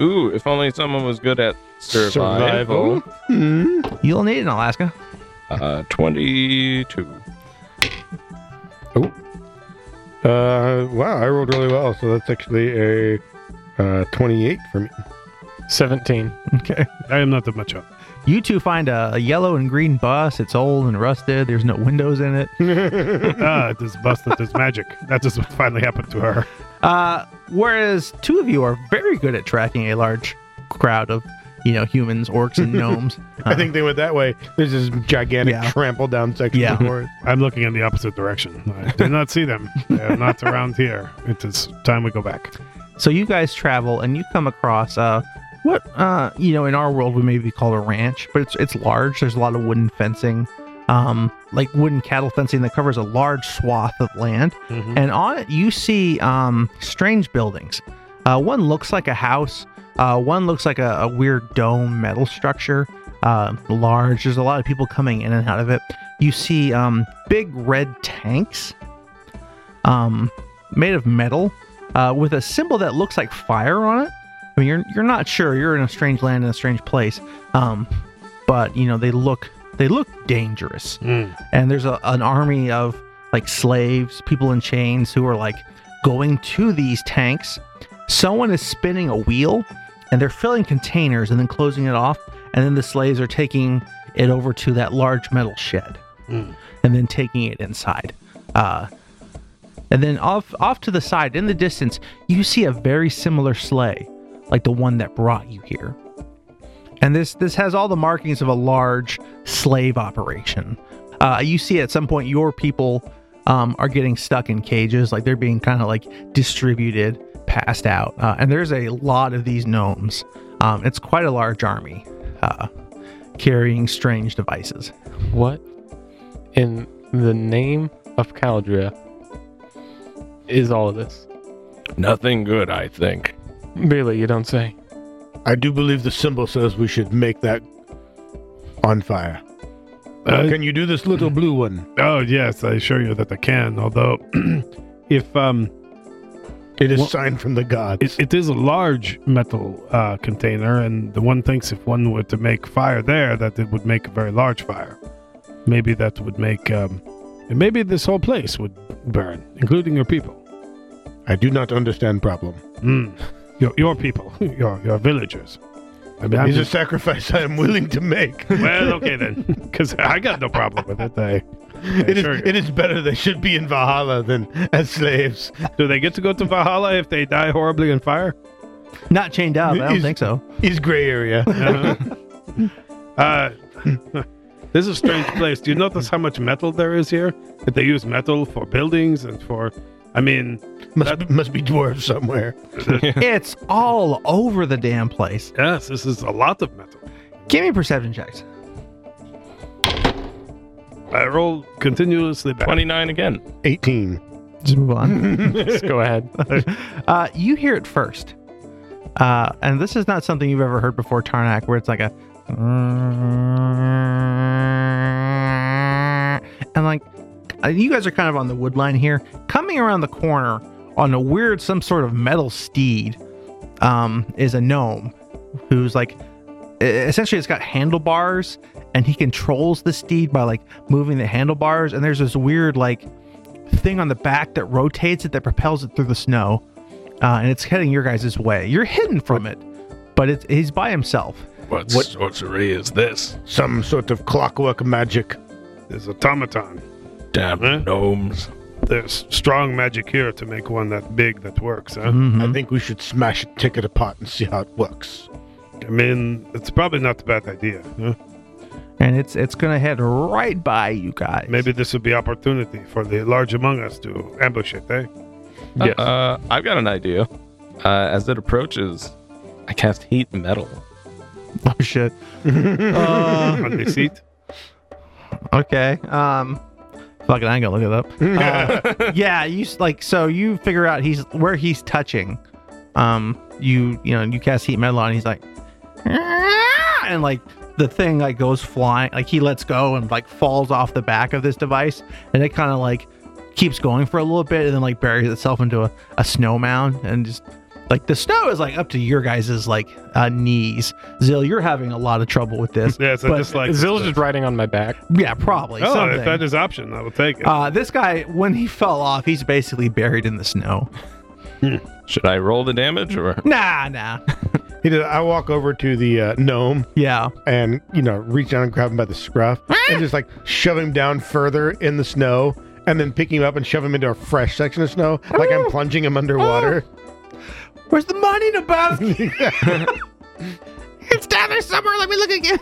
Speaker 10: Ooh, if only someone was good at survival.
Speaker 2: You'll need it in Alaska. [LAUGHS]
Speaker 10: Uh, 22.
Speaker 1: Uh, wow, I rolled really well, so that's actually a uh, twenty-eight for me.
Speaker 8: Seventeen.
Speaker 2: Okay.
Speaker 4: I am not that much up.
Speaker 2: You two find a, a yellow and green bus. It's old and rusted. There's no windows in it.
Speaker 4: ah, this bus that is magic. That is what finally happened to her.
Speaker 2: Uh, whereas two of you are very good at tracking a large crowd of, you know, humans, orcs, and gnomes.
Speaker 1: I think they went that way. There's this gigantic
Speaker 2: Yeah.
Speaker 1: trample down section
Speaker 2: Yeah.
Speaker 1: of forest.
Speaker 4: I'm looking in the opposite direction. I do not see them. They are not around here. It is time we go back.
Speaker 2: So you guys travel and you come across uh, what uh, you know, in our world would maybe call a ranch, but it's it's large. There's a lot of wooden fencing, um, like wooden cattle fencing that covers a large swath of land, and on it you see um, strange buildings. Uh, one looks like a house. Uh, one looks like a, a weird dome metal structure. Uh, large. There's a lot of people coming in and out of it. You see um, big red tanks um, made of metal uh, with a symbol that looks like fire on it. I mean, you're you're not sure. You're in a strange land in a strange place, um, but you know they look they look dangerous. And there's a, an army of like slaves, people in chains who are like going to these tanks. Someone is spinning a wheel, and they're filling containers and then closing it off. And then the slaves are taking it over to that large metal shed, and then taking it inside. Uh, and then off off to the side in the distance, you see a very similar sleigh, like the one that brought you here. And this this has all the markings of a large slave operation. Uh, you see at some point your people um, are getting stuck in cages, like they're being kind of like distributed, passed out. Uh, and there's a lot of these gnomes. Um, it's quite a large army uh, carrying strange devices.
Speaker 8: What in the name of Caldria is all of this?
Speaker 10: Nothing good, I think.
Speaker 8: Really, you don't [LAUGHS] say.
Speaker 1: I do believe the symbol says we should make that on fire.
Speaker 4: Uh,
Speaker 1: Can you do this little blue one?
Speaker 4: [CLEARS THROAT] Oh yes, I assure you that I can. Although, if um,
Speaker 1: It is
Speaker 4: Well-
Speaker 1: sign from the gods.
Speaker 4: It, it is a large metal uh, container, and the one thinks if one were to make fire there, that it would make a very large fire. Maybe that would make, um, and maybe this whole place would burn, including your people.
Speaker 1: I do not understand problem.
Speaker 4: Mm. [LAUGHS] Your, your people, [LAUGHS] your your villagers. I mean, I'm
Speaker 1: It's a
Speaker 4: just, [LAUGHS]
Speaker 1: sacrifice I am willing to make.
Speaker 4: well,
Speaker 1: [LAUGHS]
Speaker 4: okay then, because I got no problem with it. I, I
Speaker 1: it is
Speaker 4: assure you.
Speaker 1: it is better they should be in Valhalla than as slaves.
Speaker 4: Do they get to go to Valhalla if they die horribly in fire?
Speaker 2: Not chained up. I don't
Speaker 1: Is-
Speaker 2: think so.
Speaker 1: Is gray
Speaker 4: [LAUGHS]
Speaker 1: area.
Speaker 4: Uh, [LAUGHS] this is a strange place. Do you notice how much metal there is here? That they use metal for buildings and for. I mean,
Speaker 1: must be, must be dwarves somewhere.
Speaker 2: it's all over the damn place.
Speaker 4: yes, this is a lot of metal.
Speaker 2: Give me perception checks.
Speaker 4: I roll continuously back.
Speaker 10: 29 again.
Speaker 1: 18.
Speaker 2: Just move on.
Speaker 8: Just go ahead.
Speaker 2: uh, you hear it first. Uh, and this is not something you've ever heard before, Tarnak, where it's like a. And like, uh, you guys are kind of on the wood line here. Coming around the corner on a weird, some sort of metal steed um, is a gnome who's like e- essentially it's got handlebars and he controls the steed by like moving the handlebars and there's this weird like thing on the back that rotates it that propels it through the snow uh, and it's heading your guys' way you're hidden from it but it's, he's by himself
Speaker 10: What, sorcery is this?
Speaker 1: Some sort of clockwork magic.
Speaker 4: There's automaton.
Speaker 10: Damn
Speaker 4: Huh?
Speaker 10: gnomes.
Speaker 4: There's strong magic here to make one that big that works, huh?
Speaker 1: I think we should smash it, take it apart, and see how it works.
Speaker 10: Mm-hmm.
Speaker 4: I mean, it's probably not a bad idea. Huh?
Speaker 2: and it's it's gonna head right by you guys
Speaker 4: Maybe this would be opportunity for the large among us to ambush
Speaker 2: [LAUGHS]
Speaker 4: it, eh?
Speaker 8: Yes.
Speaker 10: Uh, I've got an idea. Uh, as it approaches, I cast heat metal.
Speaker 2: oh shit
Speaker 4: On the seat.
Speaker 2: Okay. Um, fuck it, I ain't gonna look
Speaker 4: [LAUGHS]
Speaker 2: it up. Uh, yeah, you s- like so you figure out he's where he's touching. Um, you you know you cast heat metal on. He's like, "Ah!" and like the thing like goes flying. Like he lets go and like falls off the back of this device, and it kind of like keeps going for a little bit, and then like buries itself into a, a snow mound, and just like the snow is like up to your guys' like uh, knees. Zill, you're having a lot of trouble with
Speaker 4: [LAUGHS]
Speaker 2: this.
Speaker 4: Yes, I
Speaker 2: But-
Speaker 4: just like.
Speaker 8: Zill's just riding on my back.
Speaker 2: Yeah, probably.
Speaker 4: Oh,
Speaker 2: something.
Speaker 4: if that is option, I will take it.
Speaker 2: Uh, this guy, when he fell off, he's basically buried in the snow.
Speaker 10: Should I roll the damage or?
Speaker 2: Nah, nah.
Speaker 1: He did, I walk over to the uh, gnome
Speaker 2: Yeah.
Speaker 1: and, you know, reach down and grab him by the scruff and just like shove him down further in the snow and then pick him up and shove him into a fresh section of snow like I'm plunging him underwater.
Speaker 2: Where's the money, Naboth? it's down there somewhere. Let me look again.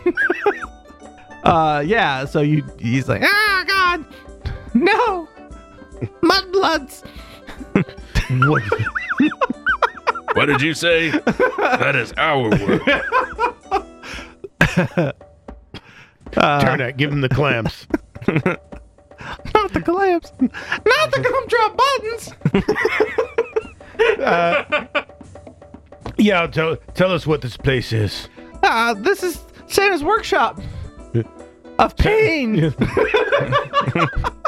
Speaker 2: [LAUGHS] uh, yeah. So you, he's like, ah, God, no, mudbloods.
Speaker 10: What did you say? that is our
Speaker 8: [LAUGHS]
Speaker 10: word.
Speaker 4: Uh,
Speaker 1: Turn it, give him the
Speaker 4: [LAUGHS]
Speaker 1: clamps.
Speaker 2: Not the clamps. Not the gumdrop buttons.
Speaker 1: yeah, tell, tell us what this place is.
Speaker 2: Uh, this is Santa's workshop of pain.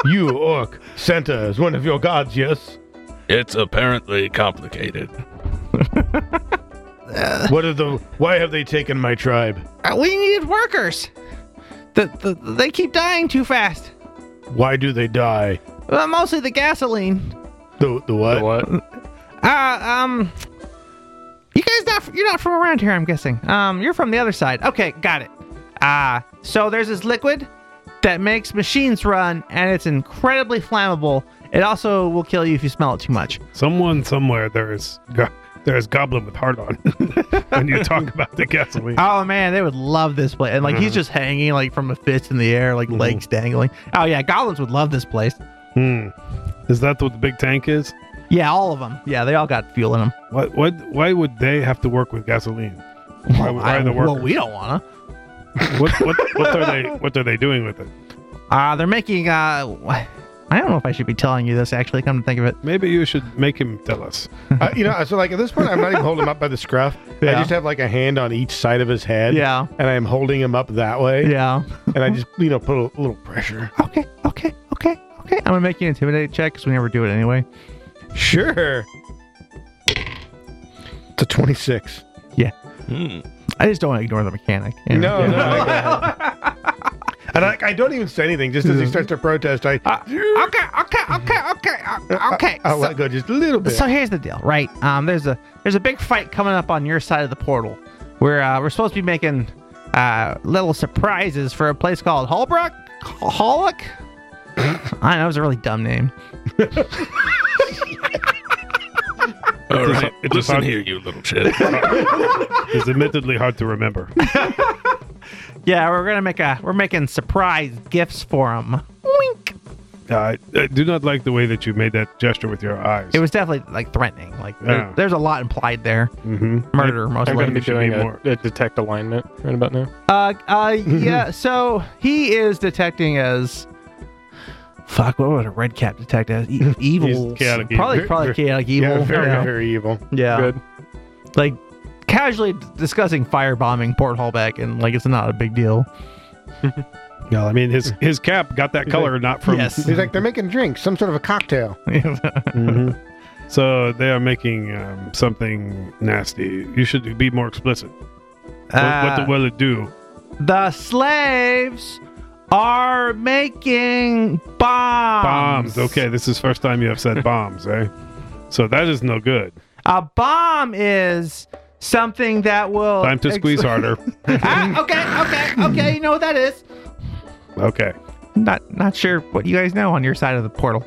Speaker 1: You, Orc, Santa is one of your gods, yes?
Speaker 10: It's apparently
Speaker 1: [LAUGHS]
Speaker 10: complicated.
Speaker 1: What are the? Why have they taken my tribe?
Speaker 2: Uh, we needed workers. The, the, they keep dying too fast.
Speaker 1: Why do they die?
Speaker 2: Well, Uh, mostly the gasoline.
Speaker 1: The the what?
Speaker 8: What?
Speaker 2: Uh, um, you guys not you're not from around here, I'm guessing. Um, you're from the other side. Okay, got it. Uh, so there's this liquid that makes machines run, and it's incredibly flammable. It also will kill you if you smell it too much.
Speaker 4: Someone somewhere there is go- there is goblin with heart
Speaker 10: [LAUGHS]
Speaker 4: on. when you talk about the gasoline,
Speaker 2: Oh man, they would love this place. And like he's just hanging like from a fist in the air, like legs dangling. Oh yeah, goblins would love this place.
Speaker 4: Hmm. is that what the big tank is?
Speaker 2: Yeah, all of them. Yeah, they all got fuel in them.
Speaker 4: What? What? Why would they have to work with gasoline? Why, why are the
Speaker 2: well,
Speaker 4: workers?
Speaker 2: we don't wanna.
Speaker 4: what, what, what are they? What are they doing with it?
Speaker 2: Uh, they're making. Uh, wh- I don't know if I should be telling you this. Actually, come to think of it,
Speaker 4: Maybe you should make him tell us.
Speaker 1: Uh, you know, so like at this point, I'm not even holding him up by the scruff. I
Speaker 2: Yeah.
Speaker 1: just have like a hand on each side of his head.
Speaker 2: Yeah.
Speaker 1: And I'm holding him up that way.
Speaker 2: yeah.
Speaker 1: And I just you know put a little pressure. [LAUGHS]
Speaker 2: Okay, okay, okay, okay. I'm gonna make you an intimidate check because we never do it anyway.
Speaker 1: Sure. It's a 26.
Speaker 2: I just don't want to ignore the mechanic. you know?
Speaker 10: No, no,
Speaker 1: [LAUGHS] And I, I don't even say anything. Just as he starts to protest, I,
Speaker 2: Okay, okay, okay, okay, uh, okay.
Speaker 1: I'll
Speaker 2: so,
Speaker 1: let go just a little bit.
Speaker 2: so here's the deal, right? Um, there's a there's a big fight coming up on your side of the portal. We're uh, we're supposed to be making uh, little surprises for a place called Holbrook, Hollock. [COUGHS] I know it was a really dumb name.
Speaker 10: all right.
Speaker 4: it's a
Speaker 10: Listen
Speaker 4: pod-
Speaker 10: here, you little shit.
Speaker 4: It's admittedly hard to remember.
Speaker 2: Yeah, we're gonna make a we're making surprise gifts for him. Wink.
Speaker 4: Uh, I, I do not like the way that you made that gesture with your eyes.
Speaker 2: It was definitely like threatening. Like there-
Speaker 4: Yeah.
Speaker 2: there's a lot implied there.
Speaker 4: hmm
Speaker 2: Murder, most
Speaker 8: I'm
Speaker 2: likely.
Speaker 8: going to be
Speaker 4: should be
Speaker 8: doing a,
Speaker 4: more-
Speaker 8: a detect alignment right about now.
Speaker 2: Uh, uh,
Speaker 4: [LAUGHS]
Speaker 2: yeah. So he is detecting as fuck. What would a red cap detect as? E- evil.
Speaker 4: chaotic evil.
Speaker 2: probably, probably chaotic evil.
Speaker 1: yeah, very,
Speaker 2: yeah.
Speaker 1: very evil.
Speaker 2: Yeah.
Speaker 8: Good.
Speaker 2: Like casually d- discussing firebombing Port Hallback, and like it's not a big deal.
Speaker 4: No, I mean his his cap got that color not
Speaker 2: [LAUGHS]
Speaker 4: from.
Speaker 2: yes.
Speaker 1: He's like, they're making drinks, some sort of a cocktail.
Speaker 4: So they are making um, something nasty. You should be more explicit. what, what
Speaker 2: Uh,
Speaker 4: the- will it do?
Speaker 2: the slaves are making bombs.
Speaker 4: Bombs. Okay, this is first time you have said bombs, eh? So that is no good.
Speaker 2: A bomb is something that will
Speaker 4: Time to
Speaker 2: ex-
Speaker 4: squeeze harder.
Speaker 2: [LAUGHS] ah, okay, okay, okay. You know what that is.
Speaker 4: Okay.
Speaker 2: Not not sure what you guys know on your side of the portal.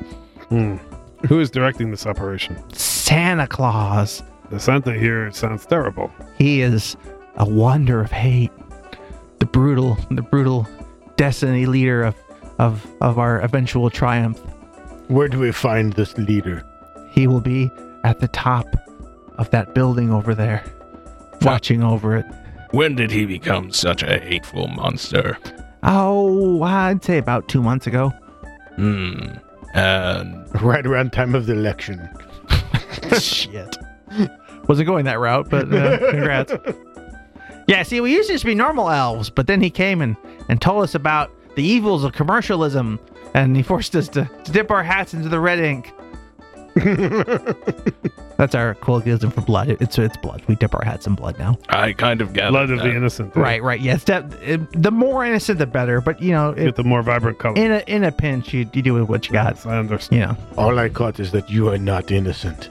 Speaker 4: Who is directing this operation?
Speaker 2: Santa Claus.
Speaker 4: The Santa here sounds terrible.
Speaker 2: He is a wonder of hate. The brutal, the brutal destiny leader of of of our eventual triumph.
Speaker 1: Where do we find this leader?
Speaker 2: He will be at the top of that building over there, watching over it.
Speaker 10: [LAUGHS] When did he become such a hateful monster?
Speaker 2: Oh, I'd say about two months ago.
Speaker 10: Hmm. And
Speaker 1: Right around time of the election.
Speaker 2: Shit. Wasn't going that route, but
Speaker 4: [LAUGHS]
Speaker 2: uh, congrats. yeah, see, we used to just be normal elves, but then he came and, and told us about the evils of commercialism, and he forced us to, to dip our hats into the red
Speaker 4: [LAUGHS]
Speaker 2: ink. That's our colloquialism for blood. It- It's it's blood. We dip our hats in blood now.
Speaker 10: I kind of gathered
Speaker 4: Blood of the
Speaker 10: that.
Speaker 4: innocent. eh?
Speaker 2: Right, right. Yes, that it- the more innocent, the better. But you know,
Speaker 4: Get
Speaker 2: it,
Speaker 4: the more vibrant color.
Speaker 2: in a in a pinch, you, you do with what you got.
Speaker 4: I understand.
Speaker 2: You know,
Speaker 1: All I caught is that you are not innocent.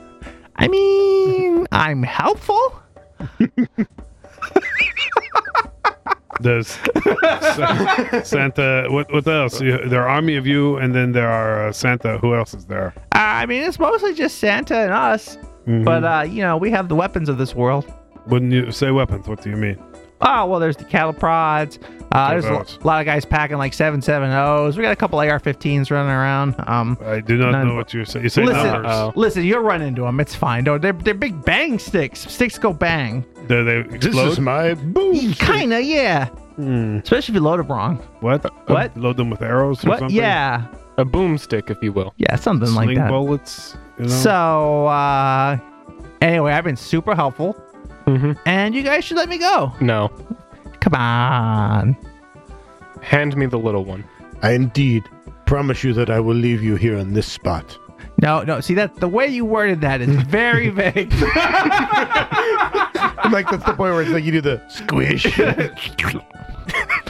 Speaker 2: I mean, I'm helpful.
Speaker 4: There's
Speaker 2: [LAUGHS]
Speaker 4: Sa- Santa. What what else? You- There are army of you, and then there are uh, Santa. Who else is there?
Speaker 2: Uh, I mean, it's mostly just Santa and us,
Speaker 4: Mm-hmm.
Speaker 2: but uh, you know, we have the weapons of this world.
Speaker 4: When you say weapons, what do you mean?
Speaker 2: Oh well, there's the cattle prods. Uh, there's a lo-
Speaker 4: those.
Speaker 2: lot of guys packing like seven seven O's. We got a couple AR-15s running around. Um,
Speaker 4: I do not
Speaker 2: None.
Speaker 4: know what you're saying. You say
Speaker 2: listen, uh,
Speaker 4: numbers.
Speaker 2: listen, you'll run into them. It's fine. Don't they're, they're big bang sticks. Sticks go bang.
Speaker 4: Do they explode?
Speaker 1: my boom.
Speaker 2: Kinda, yeah.
Speaker 4: Hmm.
Speaker 2: Especially if you load them wrong.
Speaker 4: what?
Speaker 2: What?
Speaker 4: Load them with arrows or
Speaker 2: What?
Speaker 4: something?
Speaker 2: Yeah,
Speaker 8: A boomstick, if you will.
Speaker 2: yeah, something
Speaker 4: Sling
Speaker 2: like that.
Speaker 4: bullets. You know?
Speaker 2: So, uh, anyway, I've been super helpful,
Speaker 4: Mm-hmm.
Speaker 8: Mhm.
Speaker 2: and you guys should let me go.
Speaker 8: No.
Speaker 2: Come on.
Speaker 8: Hand me the little one.
Speaker 1: I indeed promise you that I will leave you here on this spot.
Speaker 2: No, no. See that the way you worded that
Speaker 1: [LAUGHS]
Speaker 2: is very vague.
Speaker 1: like that's the point where it's like you do the squish.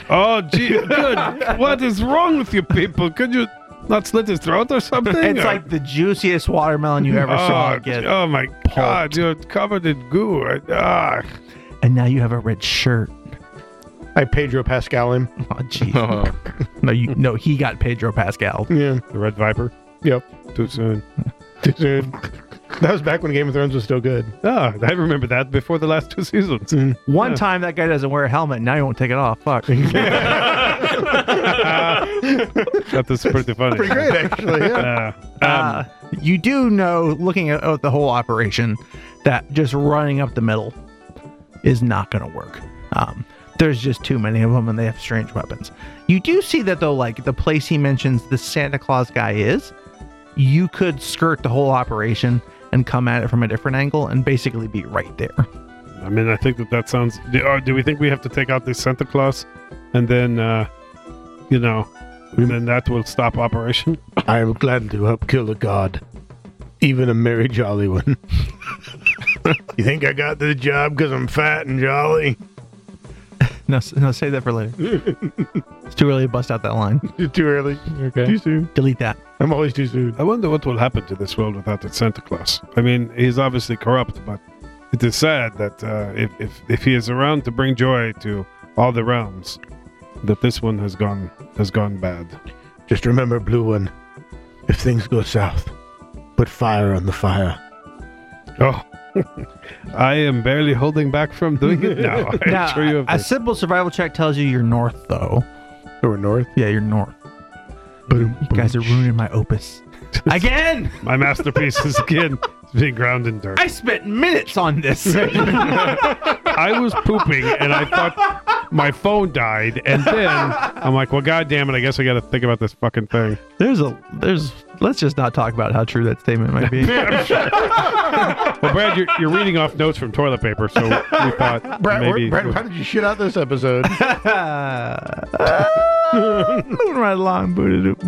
Speaker 4: Oh, gee, good. what is wrong with you people? Could you not slit his throat or something?
Speaker 2: it's
Speaker 4: Or-
Speaker 2: like the juiciest watermelon you ever saw
Speaker 4: Oh,
Speaker 2: get.
Speaker 4: oh my God! You're covered in goo. Ah,
Speaker 2: And now you have a red shirt.
Speaker 1: I oh. Pedro Pascal him.
Speaker 2: Oh jeez.
Speaker 10: Oh,
Speaker 2: no, you no. He got Pedro Pascal.
Speaker 1: Yeah.
Speaker 4: the red viper.
Speaker 1: Yep.
Speaker 4: Too soon.
Speaker 1: [LAUGHS] Too soon. That was back when Game of Thrones was still good.
Speaker 4: Ah, I remember that before the last two seasons.
Speaker 1: [LAUGHS]
Speaker 2: One time that guy doesn't wear a helmet. Now he won't take it off. Fuck.
Speaker 4: That is pretty funny.
Speaker 1: Pretty great, eh? actually. Yeah.
Speaker 4: Yeah.
Speaker 2: uh, you do know, looking at, at the whole operation, that just running up the middle is not going to work. Um, there's just too many of them, and they have strange weapons. You do see that though, like the place he mentions the Santa Claus guy is, you could skirt the whole operation and come at it from a different angle and basically be right there. [LAUGHS]
Speaker 4: I mean, I think that that sounds. Do, or do we think we have to take out this Santa Claus, and then, uh, you know, and then that will stop operation?
Speaker 1: I am glad to help kill a god. Even a merry jolly one. [LAUGHS] You think I got this job because I'm fat and jolly?
Speaker 2: No, s- no, save that for later. it's too early to bust out that line.
Speaker 1: Too early.
Speaker 8: Okay.
Speaker 1: Too soon.
Speaker 2: Delete that.
Speaker 1: I'm always too soon.
Speaker 4: I wonder what will happen to this world without its Santa Claus. I mean, he's obviously corrupt, but it is sad that uh, if, if if he is around to bring joy to all the realms, that this one has gone has gone bad.
Speaker 1: Just remember, Blue One, if things go south, put fire on the fire.
Speaker 4: Oh, [LAUGHS] I am barely holding back from doing it now. I'm
Speaker 2: Now,
Speaker 4: sure you have.
Speaker 2: a simple survival check tells you you're north, though.
Speaker 1: Or north.
Speaker 2: Yeah, you're north.
Speaker 1: But
Speaker 2: You guys are ruining my
Speaker 4: [LAUGHS]
Speaker 2: opus. Again!
Speaker 4: My masterpiece is again being ground in dirt.
Speaker 2: I spent minutes on
Speaker 4: [LAUGHS]
Speaker 2: this.
Speaker 4: I was pooping and I thought my phone died, and then I'm like, well, god damn it, I guess I got to think about this fucking thing.
Speaker 2: there's a there's let's just not talk about how true that statement might
Speaker 4: [LAUGHS]
Speaker 2: be.
Speaker 4: Well, Brad, you're, you're reading off notes from toilet paper, so we thought
Speaker 1: Brad, where-
Speaker 4: maybe.
Speaker 1: Brad, why did you shit out this episode?
Speaker 2: Moving right along, booty-doop,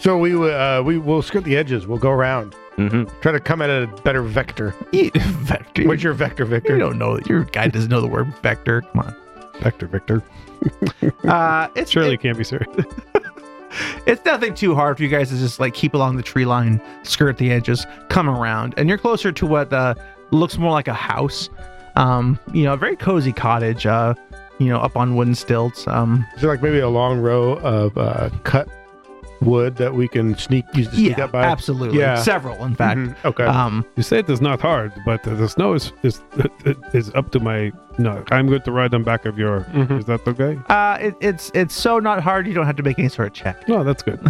Speaker 1: [LAUGHS] so we uh, we will skirt the edges. We'll go around.
Speaker 10: Mhm.
Speaker 1: Try to come at a better vector.
Speaker 2: Eat vector.
Speaker 1: What's your vector, Victor?
Speaker 2: you don't know your guy doesn't know the word vector. Come on.
Speaker 4: Vector, Victor.
Speaker 2: [LAUGHS] Uh, it's
Speaker 4: Surely you can't be serious.
Speaker 2: it's nothing too hard for you guys to just like keep along the tree line, skirt the edges, come around, and you're closer to what uh, looks more like a house. Um, you know, a very cozy cottage. Uh, you know, up on wooden stilts. Um,
Speaker 1: Is there like maybe a long row of uh, cut wood that we can sneak use to sneak
Speaker 2: yeah,
Speaker 1: up by?
Speaker 2: absolutely.
Speaker 1: Yeah.
Speaker 2: Several, in fact.
Speaker 1: Mhm, Okay.
Speaker 2: Um,
Speaker 4: Uh, You say it is not hard, but the snow is is, is up to my. No, I'm good to ride on back of your. Is that okay?
Speaker 2: uh, it, it's it's so not hard. You don't have to make any sort of check.
Speaker 4: No, that's good.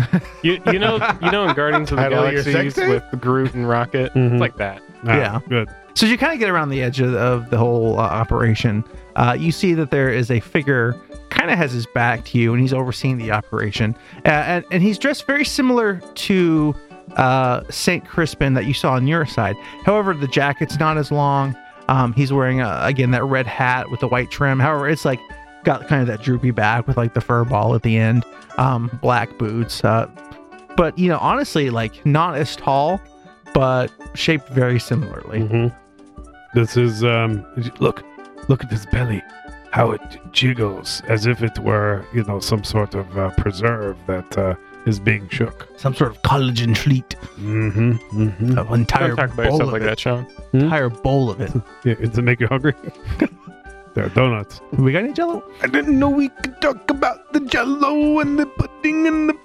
Speaker 8: You, you know you know in Guardians of the
Speaker 1: Title of your sex
Speaker 8: Galaxies
Speaker 1: tape?
Speaker 8: with Groot and Rocket,
Speaker 4: Mhm.
Speaker 8: it's like that.
Speaker 4: Ah,
Speaker 2: Yeah.
Speaker 4: Good.
Speaker 2: So as you kind of get around the edge of, of the whole uh, operation, uh, you see that there is a figure kind of has his back to you, and he's overseeing the operation, uh, and and he's dressed very similar to uh, Saint Crispin that you saw on your side. However, the jacket's not as long. Um, he's wearing uh again that red hat with the white trim. However, it's like got kind of that droopy back with like the fur ball at the end, um, black boots. Uh, but you know, honestly, like not as tall, but shaped very similarly.
Speaker 4: This is um. Look, look at this belly, how it jiggles as if it were you know some sort of uh, preserve that uh, is being shook.
Speaker 2: some sort of collagen fleet,
Speaker 4: Mm-hmm. Mm-hmm.
Speaker 2: an entire
Speaker 8: Don't talk about
Speaker 2: bowl
Speaker 8: yourself
Speaker 2: of
Speaker 8: like
Speaker 2: it. Hmm?
Speaker 8: that, Sean.
Speaker 2: Entire bowl of it.
Speaker 4: Yeah, does it make you hungry? They're donuts.
Speaker 2: we got any jello?
Speaker 1: I didn't know we could talk about the jello and the pudding and the.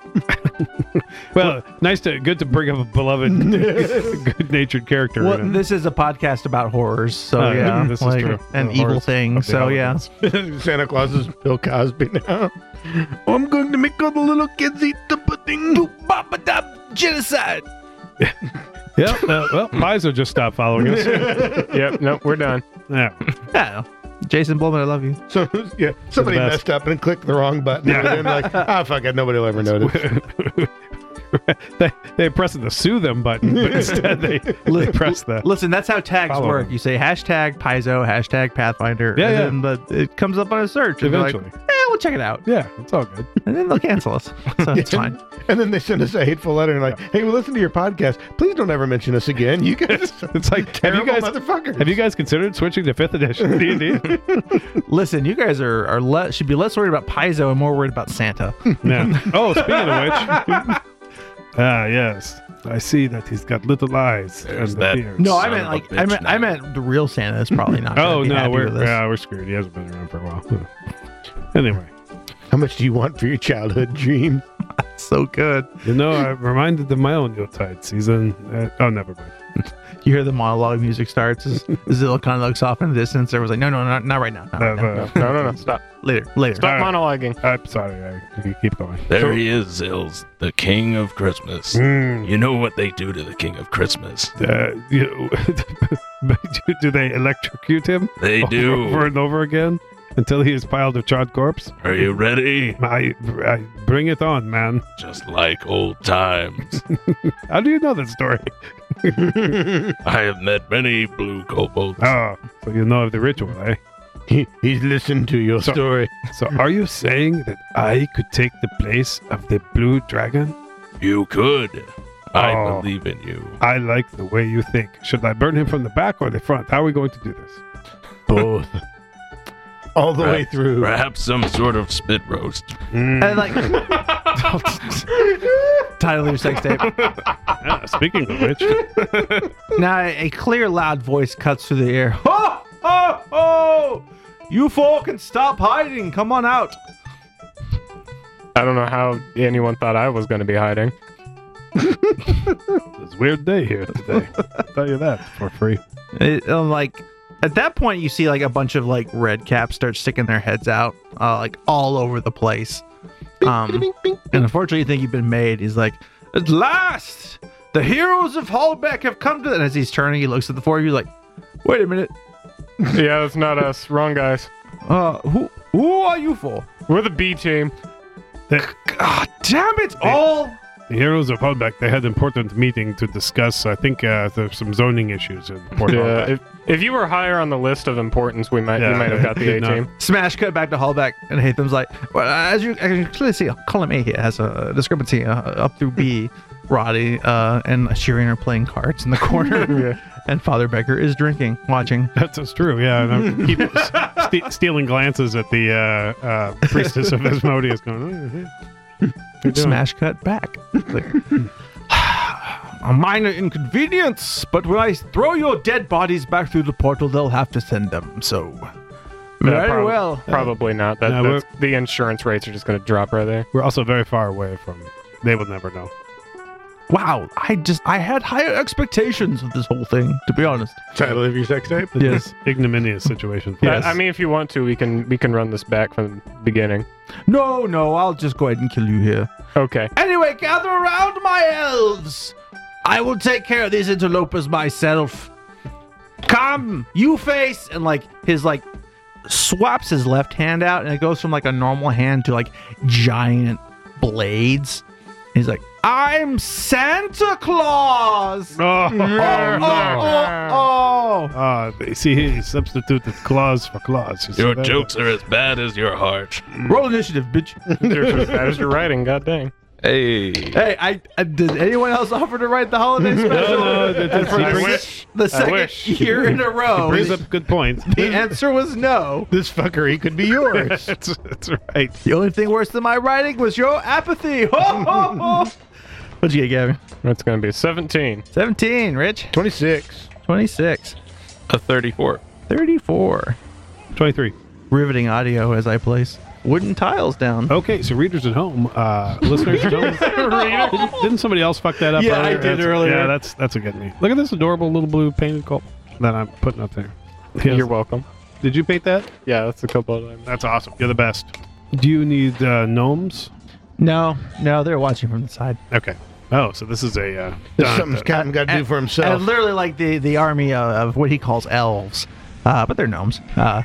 Speaker 4: Well, nice to good to bring up a beloved, good-natured character.
Speaker 2: Well,
Speaker 4: in it.
Speaker 2: this is a podcast about horrors, so
Speaker 4: Oh, yeah,
Speaker 2: yeah,
Speaker 4: this is
Speaker 2: like
Speaker 4: true.
Speaker 2: an
Speaker 4: Uh,
Speaker 2: evil
Speaker 4: horrors
Speaker 2: thing.
Speaker 4: of the
Speaker 2: So yeah,
Speaker 4: holidays.
Speaker 1: Santa Claus is Bill Cosby now. I'm going to make all the little kids eat the pudding.
Speaker 2: genocide.
Speaker 4: Yeah, uh, well, Pfizer just stopped following us.
Speaker 8: Yep, no, we're done.
Speaker 4: Yeah,
Speaker 2: Yeah. Jason Blowman, I love you.
Speaker 1: So yeah, somebody
Speaker 4: best.
Speaker 1: messed up and clicked the wrong button. And then [LAUGHS] like, ah, fuck it, nobody will ever notice.
Speaker 4: they they pressed the sue them button, but instead they, they pressed the.
Speaker 2: Listen, that's how tags
Speaker 4: Follow
Speaker 2: work.
Speaker 4: him.
Speaker 2: You say hashtag Paizo, hashtag Pathfinder,
Speaker 4: Yeah,
Speaker 2: and then the, it comes up on a search. and they're like,
Speaker 4: Eventually.
Speaker 2: eh, we'll check it out,
Speaker 4: Yeah, it's all good.
Speaker 2: and then they'll cancel
Speaker 4: [LAUGHS]
Speaker 2: us. So it's fine.
Speaker 1: [LAUGHS] And then they send us a hateful letter and like, hey, we listened to your podcast. Please don't ever mention us again. You guys,
Speaker 4: [LAUGHS] It's like have
Speaker 1: [LAUGHS] terrible
Speaker 4: you guys
Speaker 1: motherfuckers.
Speaker 4: have you guys considered switching to fifth edition D [LAUGHS] and
Speaker 2: Listen, you guys are are le- should be less worried about Paizo and more worried about
Speaker 4: [LAUGHS]
Speaker 2: Santa.
Speaker 4: Yeah. Oh, speaking of which, [LAUGHS] ah yes, I see that he's got little eyes
Speaker 10: There's
Speaker 4: and
Speaker 10: that.
Speaker 4: a beard.
Speaker 2: No, I
Speaker 10: Son
Speaker 2: meant
Speaker 10: of a
Speaker 2: like I
Speaker 10: bitch
Speaker 2: meant I
Speaker 10: now.
Speaker 2: meant the real Santa is probably not. gonna
Speaker 4: [LAUGHS] Oh
Speaker 2: be
Speaker 4: no,
Speaker 2: happy
Speaker 4: we're
Speaker 2: with us.
Speaker 4: yeah, we're screwed. He hasn't been around for a while. [LAUGHS] anyway,
Speaker 1: How much do you want for your childhood dream?
Speaker 2: so good.
Speaker 4: you know, I'm reminded of my own Yuletide season. Uh, oh, never mind.
Speaker 2: You hear the monologue music starts. as Zillow kind of looks off in the distance. There was like, no, no, not, not right now. Not [LAUGHS]
Speaker 4: Uh,
Speaker 2: right now.
Speaker 4: uh,
Speaker 8: No, no, no, stop.
Speaker 2: Later, later.
Speaker 8: Stop
Speaker 4: All right.
Speaker 8: monologuing.
Speaker 4: I'm sorry. I you keep going.
Speaker 10: There he is, Zills, the king of Christmas.
Speaker 4: Mm,
Speaker 10: You know what they do to the king of Christmas.
Speaker 4: uh, you- [LAUGHS] do- do they electrocute him [LAUGHS]
Speaker 10: They
Speaker 4: over
Speaker 1: [LAUGHS]
Speaker 10: do.
Speaker 4: and over again until he is piled of charred corpse?
Speaker 10: Are you ready?
Speaker 4: I, I bring it on, man.
Speaker 10: Just like old times.
Speaker 4: How do you know that
Speaker 10: [LAUGHS]
Speaker 4: story?
Speaker 10: I have met many blue kobolds.
Speaker 4: Oh, so you know of the ritual, eh?
Speaker 1: He, he's listened to your
Speaker 4: So-
Speaker 1: story.
Speaker 4: So are you saying that I could take the place of the blue dragon?
Speaker 10: You could.
Speaker 11: I
Speaker 4: Oh.
Speaker 11: believe in you.
Speaker 4: I like the way you think. Should I burn him from the back or the front? How are we going to do this?
Speaker 1: Both. All the way
Speaker 11: Right.
Speaker 1: through.
Speaker 11: Perhaps some sort of spit roast.
Speaker 2: And like title of your sex tape.
Speaker 4: Ah, speaking of which,
Speaker 2: Now a clear, loud voice cuts through the air. Ho ho ho! You four can stop hiding. Come on out.
Speaker 8: I don't know how anyone thought I was going to be hiding.
Speaker 4: it's a weird day here
Speaker 10: [LAUGHS]
Speaker 4: today. I'll tell you that for free.
Speaker 2: It, um, like at that point, you see like a bunch of like red caps start sticking their heads out, uh, like all over the place. Um, and unfortunately, you think you've been made. He's like, at last, the heroes of Hallbeck have come to. And as he's turning, he looks at the four of you like, wait a minute,
Speaker 8: yeah, that's not us. Wrong guys.
Speaker 2: uh, who who are you for?
Speaker 8: We're the B team.
Speaker 2: God damn it all!
Speaker 4: The heroes of Hallback, they had important meeting to discuss. I think uh, there's some zoning issues in Port
Speaker 8: Yeah,
Speaker 4: Hallback.
Speaker 8: if, if you were higher on the list of importance, we might
Speaker 4: Yeah,
Speaker 8: you might
Speaker 4: [LAUGHS]
Speaker 8: have got the A
Speaker 4: did not.
Speaker 8: team.
Speaker 2: Smash cut back to Hallback, and Hatham's like, well, as you, as you clearly see, column A here has a discrepancy uh, up through B. Roddy uh, and Shireen are playing cards in the corner, and Father Becker is drinking, watching.
Speaker 4: That's, that's true, yeah.
Speaker 2: [LAUGHS]
Speaker 4: And I'm keep s- ste- stealing glances at the uh, uh, priestess of Asmodeus going, "Oh, doing?
Speaker 2: Smash cut back. Like, [SIGHS] a minor inconvenience, but when I throw your dead bodies back through the portal, they'll have to send them. So, very
Speaker 8: prob-
Speaker 2: well.
Speaker 8: Probably not. That,
Speaker 4: No,
Speaker 8: that's, the insurance rates are just going to drop right there.
Speaker 4: We're also very far away from. They will never know.
Speaker 2: Wow, I just I had higher expectations of this whole thing, to be honest.
Speaker 1: Title of your sex tape.
Speaker 2: Yes.
Speaker 4: Ignominious situation. For
Speaker 8: I-
Speaker 4: us.
Speaker 8: I, mean, if you want to, we can we can run this back from the beginning.
Speaker 2: No, no, I'll just go ahead and kill you here.
Speaker 8: Okay.
Speaker 2: Anyway, gather around my elves. I will take care of these interlopers myself. Come, you face, and like his like swaps his left hand out, and it goes from like a normal hand to like giant blades. He's like, I'm Santa Claus. [LAUGHS]
Speaker 4: Oh,
Speaker 2: Oh, oh, oh.
Speaker 4: Ah, they see, he substituted claws for claws. You see
Speaker 11: Your
Speaker 4: that?
Speaker 11: jokes are as bad as your heart.
Speaker 2: oh. Roll initiative, bitch.
Speaker 8: [LAUGHS] You're- that is your writing. God dang.
Speaker 10: Hey.
Speaker 2: hey, I, I did anyone else offer to write the
Speaker 4: [LAUGHS]
Speaker 2: holiday special?
Speaker 4: no, Uh, that- that's-
Speaker 2: For
Speaker 4: he
Speaker 2: the
Speaker 4: brings-
Speaker 2: se- the second
Speaker 8: wish.
Speaker 2: year in a row.
Speaker 4: Brings up good points.
Speaker 2: The answer was no.
Speaker 1: This fuckery could
Speaker 4: [LAUGHS]
Speaker 1: be yours.
Speaker 4: that's, that's right.
Speaker 2: The only thing worse than my writing was your apathy. Ho, ho, ho. What'd you get, Gavin?
Speaker 8: That's going to be 17.
Speaker 2: 17, Rich.
Speaker 1: 26.
Speaker 2: 26.
Speaker 10: A 34.
Speaker 2: 34.
Speaker 4: 23.
Speaker 2: Riveting audio as I place wooden tiles down.
Speaker 4: Okay, so readers at home, uh, listeners at home. didn't, didn't somebody else fuck that up?
Speaker 2: Yeah, I did
Speaker 4: That's-
Speaker 2: earlier.
Speaker 4: Yeah, that's that's a good me. Look at this adorable little blue painted cult that I'm putting up there. Yes.
Speaker 8: You're welcome.
Speaker 4: Did you paint that?
Speaker 8: Yeah, that's a couple of them.
Speaker 4: That's awesome. You're the best. Do you need uh, gnomes?
Speaker 2: No, no, they're watching from the side.
Speaker 4: Okay. Oh, so this is a uh,
Speaker 1: There's
Speaker 4: dun-
Speaker 1: something Cotton got to do for himself.
Speaker 2: And literally like the, the army of, of what he calls elves. Uh, but they're gnomes. Uh,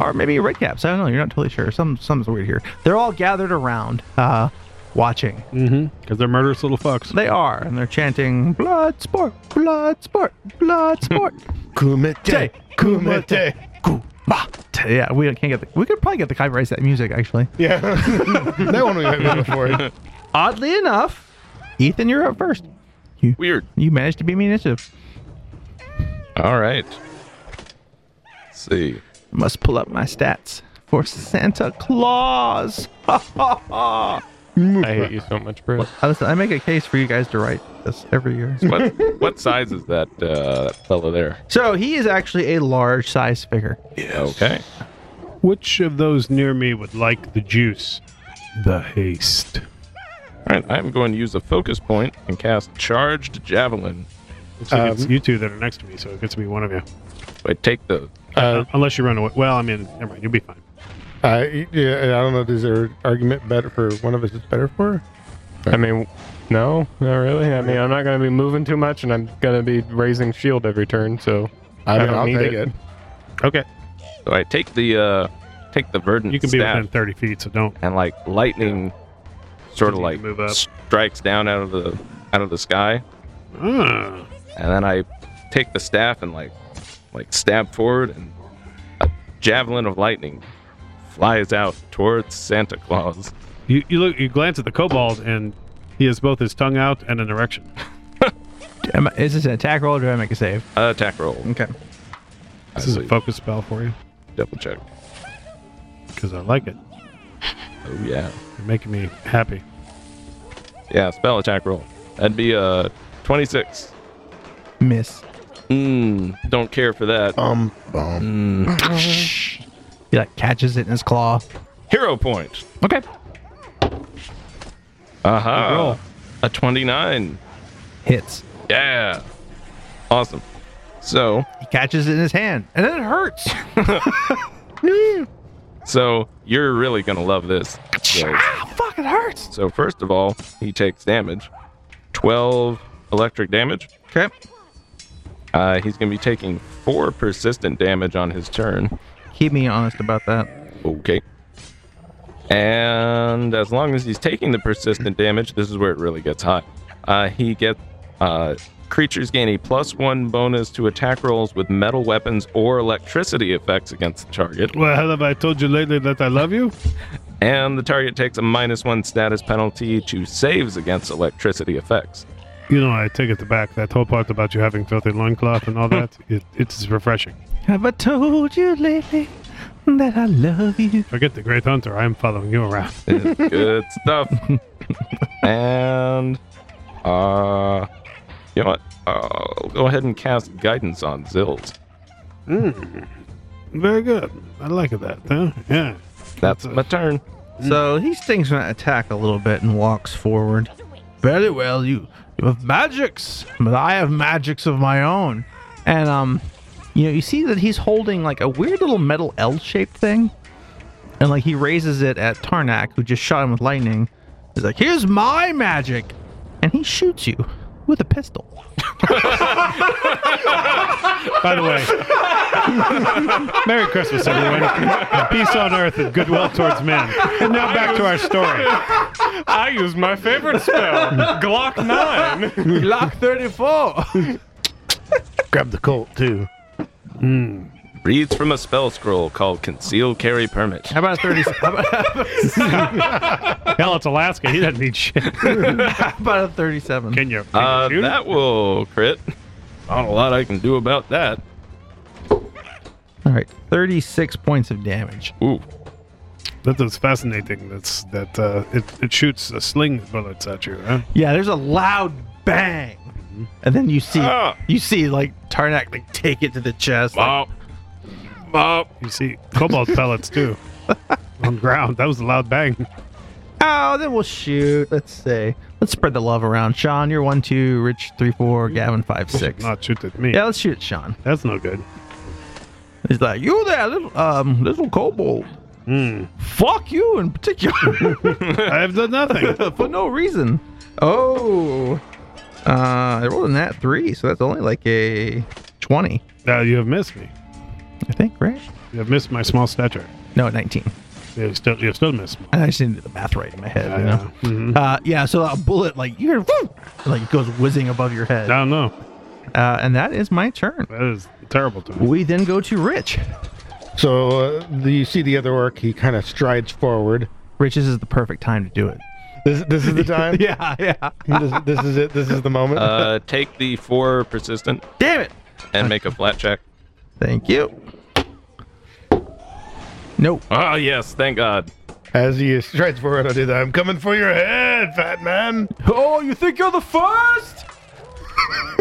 Speaker 2: Or maybe red caps. I don't know. You're not totally sure. Some, something's weird here. They're all gathered around, uh, watching.
Speaker 4: Because they're murderous little fucks.
Speaker 2: They are, and they're chanting blood sport, blood sport, blood sport.
Speaker 1: Kumite. Kumite.
Speaker 2: Kumate. Yeah, we can't get the, we could probably get the copyright that music actually.
Speaker 1: Yeah. that one we haven't before.
Speaker 2: Oddly enough, Ethan, you're up first.
Speaker 10: Weird.
Speaker 2: You managed to beat me in initiative.
Speaker 10: All right. Let's see.
Speaker 2: Must pull up my stats for Santa Claus. [LAUGHS] Ha, ha, ha.
Speaker 8: I hate you so much, Bruce.
Speaker 2: Uh, Listen, I make a case for you guys to write this every year.
Speaker 10: What what size is that uh, that fella there?
Speaker 2: So he is actually a large size figure.
Speaker 10: Okay.
Speaker 4: Which of those near me would like the juice? The haste.
Speaker 10: All right. I'm going to use a focus point and cast charged javelin.
Speaker 4: Looks like it's you two that are next to me, so it gets to be one of you.
Speaker 10: So I take the.
Speaker 4: Unless you run away. Well, I mean, never mind. You'll be fine.
Speaker 1: Uh, yeah, I don't know. Is there an argument better for one of us? It's better for.
Speaker 8: I mean, no, not really. I mean, I'm not going to be moving too much, and I'm going to be raising shield every turn, so I, don't need it.
Speaker 4: Okay.
Speaker 10: So I take the uh, take the verdant
Speaker 4: You can be
Speaker 10: staff
Speaker 4: within 30 feet, so don't.
Speaker 10: and like lightning,
Speaker 4: You
Speaker 10: sort of
Speaker 4: can
Speaker 10: like
Speaker 4: move up.
Speaker 10: strikes down out of the out of the sky,
Speaker 4: Ah,
Speaker 10: and then I take the staff and like like stab forward, and a javelin of lightning flies out towards Santa Claus.
Speaker 4: You, you look. You glance at the kobold, and he has both his tongue out and an erection.
Speaker 2: Am I- is this an attack roll or do I make a save?
Speaker 10: Uh, Attack roll.
Speaker 2: Okay.
Speaker 4: This is a focus spell for you
Speaker 10: Double check.
Speaker 4: because I like it.
Speaker 10: Oh yeah.
Speaker 4: You're making me happy.
Speaker 10: Yeah. Spell attack roll. That'd be uh 26.
Speaker 2: Miss.
Speaker 10: Mmm. Don't care for that.
Speaker 1: Um, um,
Speaker 2: He like catches it in his claw.
Speaker 10: Hero point.
Speaker 2: Okay.
Speaker 10: Aha.
Speaker 2: roll.
Speaker 10: A 29.
Speaker 2: Hits.
Speaker 10: Yeah. Awesome. So
Speaker 2: He catches it in his hand. And then it hurts.
Speaker 10: so you're really gonna love this. Yes.
Speaker 2: ah, fuck, it hurts.
Speaker 10: So first of all, he takes damage. 12 electric damage.
Speaker 2: Okay.
Speaker 10: Uh, he's going to be taking four persistent damage on his turn.
Speaker 2: Keep me honest about that.
Speaker 10: Okay. And as long as he's taking the persistent damage, this is where it really gets hot. Uh, he gets uh, creatures gain a plus one bonus to attack rolls with metal weapons or electricity effects against the target,
Speaker 4: Well, hell, have I told you lately that I love you?
Speaker 10: and the target takes a minus one status penalty to saves against electricity effects.
Speaker 4: You know, I take it to back. That whole part about you having filthy loincloth and all that, it, it's refreshing.
Speaker 2: Have I told you lately that I love you?
Speaker 4: Forget the great hunter. I'm following you around.
Speaker 10: It is good stuff. and uh you know what? I'll go ahead and cast guidance on Zills.
Speaker 4: Very good. I like that. Huh? Yeah.
Speaker 10: That's my turn.
Speaker 2: So he stings an attack a little bit and walks forward. Very well, you you have magics, but I have magics of my own. And um, you know, you see that he's holding like a weird little metal L-shaped thing, and like he raises it at Tarnak, who just shot him with lightning. He's like, "Here's my magic," and he shoots you with a pistol.
Speaker 4: By the [LAUGHS] way, Merry Christmas, everyone. Peace on earth and goodwill towards men. And now back to our story.
Speaker 8: I used my favorite spell, Glock 9.
Speaker 2: [LAUGHS] Glock 34.
Speaker 1: grab the Colt too.
Speaker 10: Reads from a spell scroll called Conceal Carry Permit.
Speaker 2: How about a 30? [LAUGHS] How about,
Speaker 4: Hell, it's Alaska. He doesn't need shit.
Speaker 2: how about a 37?
Speaker 4: Can you? Can
Speaker 10: Uh,
Speaker 4: you shoot?
Speaker 10: that will crit. Not a lot I can do about that.
Speaker 2: All right, 36 points of damage.
Speaker 10: Ooh.
Speaker 4: That is fascinating. That's that uh, it, it shoots a sling bullets at you. Huh?
Speaker 2: Yeah, there's a loud bang, and then you see
Speaker 10: Ah.
Speaker 2: you see like Tarnak like take it to the chest. like-
Speaker 4: Oh.
Speaker 11: Bop. Bop.
Speaker 4: You see cobalt pellets
Speaker 8: [LAUGHS]
Speaker 4: too on ground. That was a loud bang.
Speaker 2: oh, then we'll shoot. Let's see. Let's spread the love around. Sean, you're one two. Rich three four. Gavin five six.
Speaker 4: Not shoot at me.
Speaker 2: Yeah, let's shoot Sean.
Speaker 4: That's no good.
Speaker 2: He's like, you there, little um little kobold. Fuck you in particular [LAUGHS]
Speaker 4: I have done
Speaker 8: [LAUGHS]
Speaker 4: nothing.
Speaker 2: for no reason. Oh, uh, I rolled a nat three, so that's only like a twenty,
Speaker 4: Now you have missed me.
Speaker 2: I think, right?
Speaker 4: You have missed my small stature.
Speaker 2: No, nineteen.
Speaker 4: You have still you have still missed me.
Speaker 2: And I just didn't do the math right in my head,
Speaker 4: I
Speaker 2: you know. Uh, yeah, so a bullet like you hear, "Woo!" like goes whizzing above your head,
Speaker 4: I don't know.
Speaker 2: uh, and that is my turn.
Speaker 4: That is terrible to me.
Speaker 2: We then go to Rich.
Speaker 1: So uh, the, you see the other orc. He kind of strides forward.
Speaker 2: Rich, this is the perfect time to do it.
Speaker 1: This, this [LAUGHS] is the time.
Speaker 2: [LAUGHS] Yeah, yeah.
Speaker 1: this, this is it. This is the moment.
Speaker 10: Uh, take the four persistent
Speaker 2: Damn it!
Speaker 10: and make a flat
Speaker 4: [LAUGHS]
Speaker 10: check.
Speaker 2: Thank you. Nope.
Speaker 4: Ah,
Speaker 10: Oh, yes. Thank God.
Speaker 1: As he strides forward, I do that. I'm coming for your head, fat man.
Speaker 2: Oh, you think you're the first?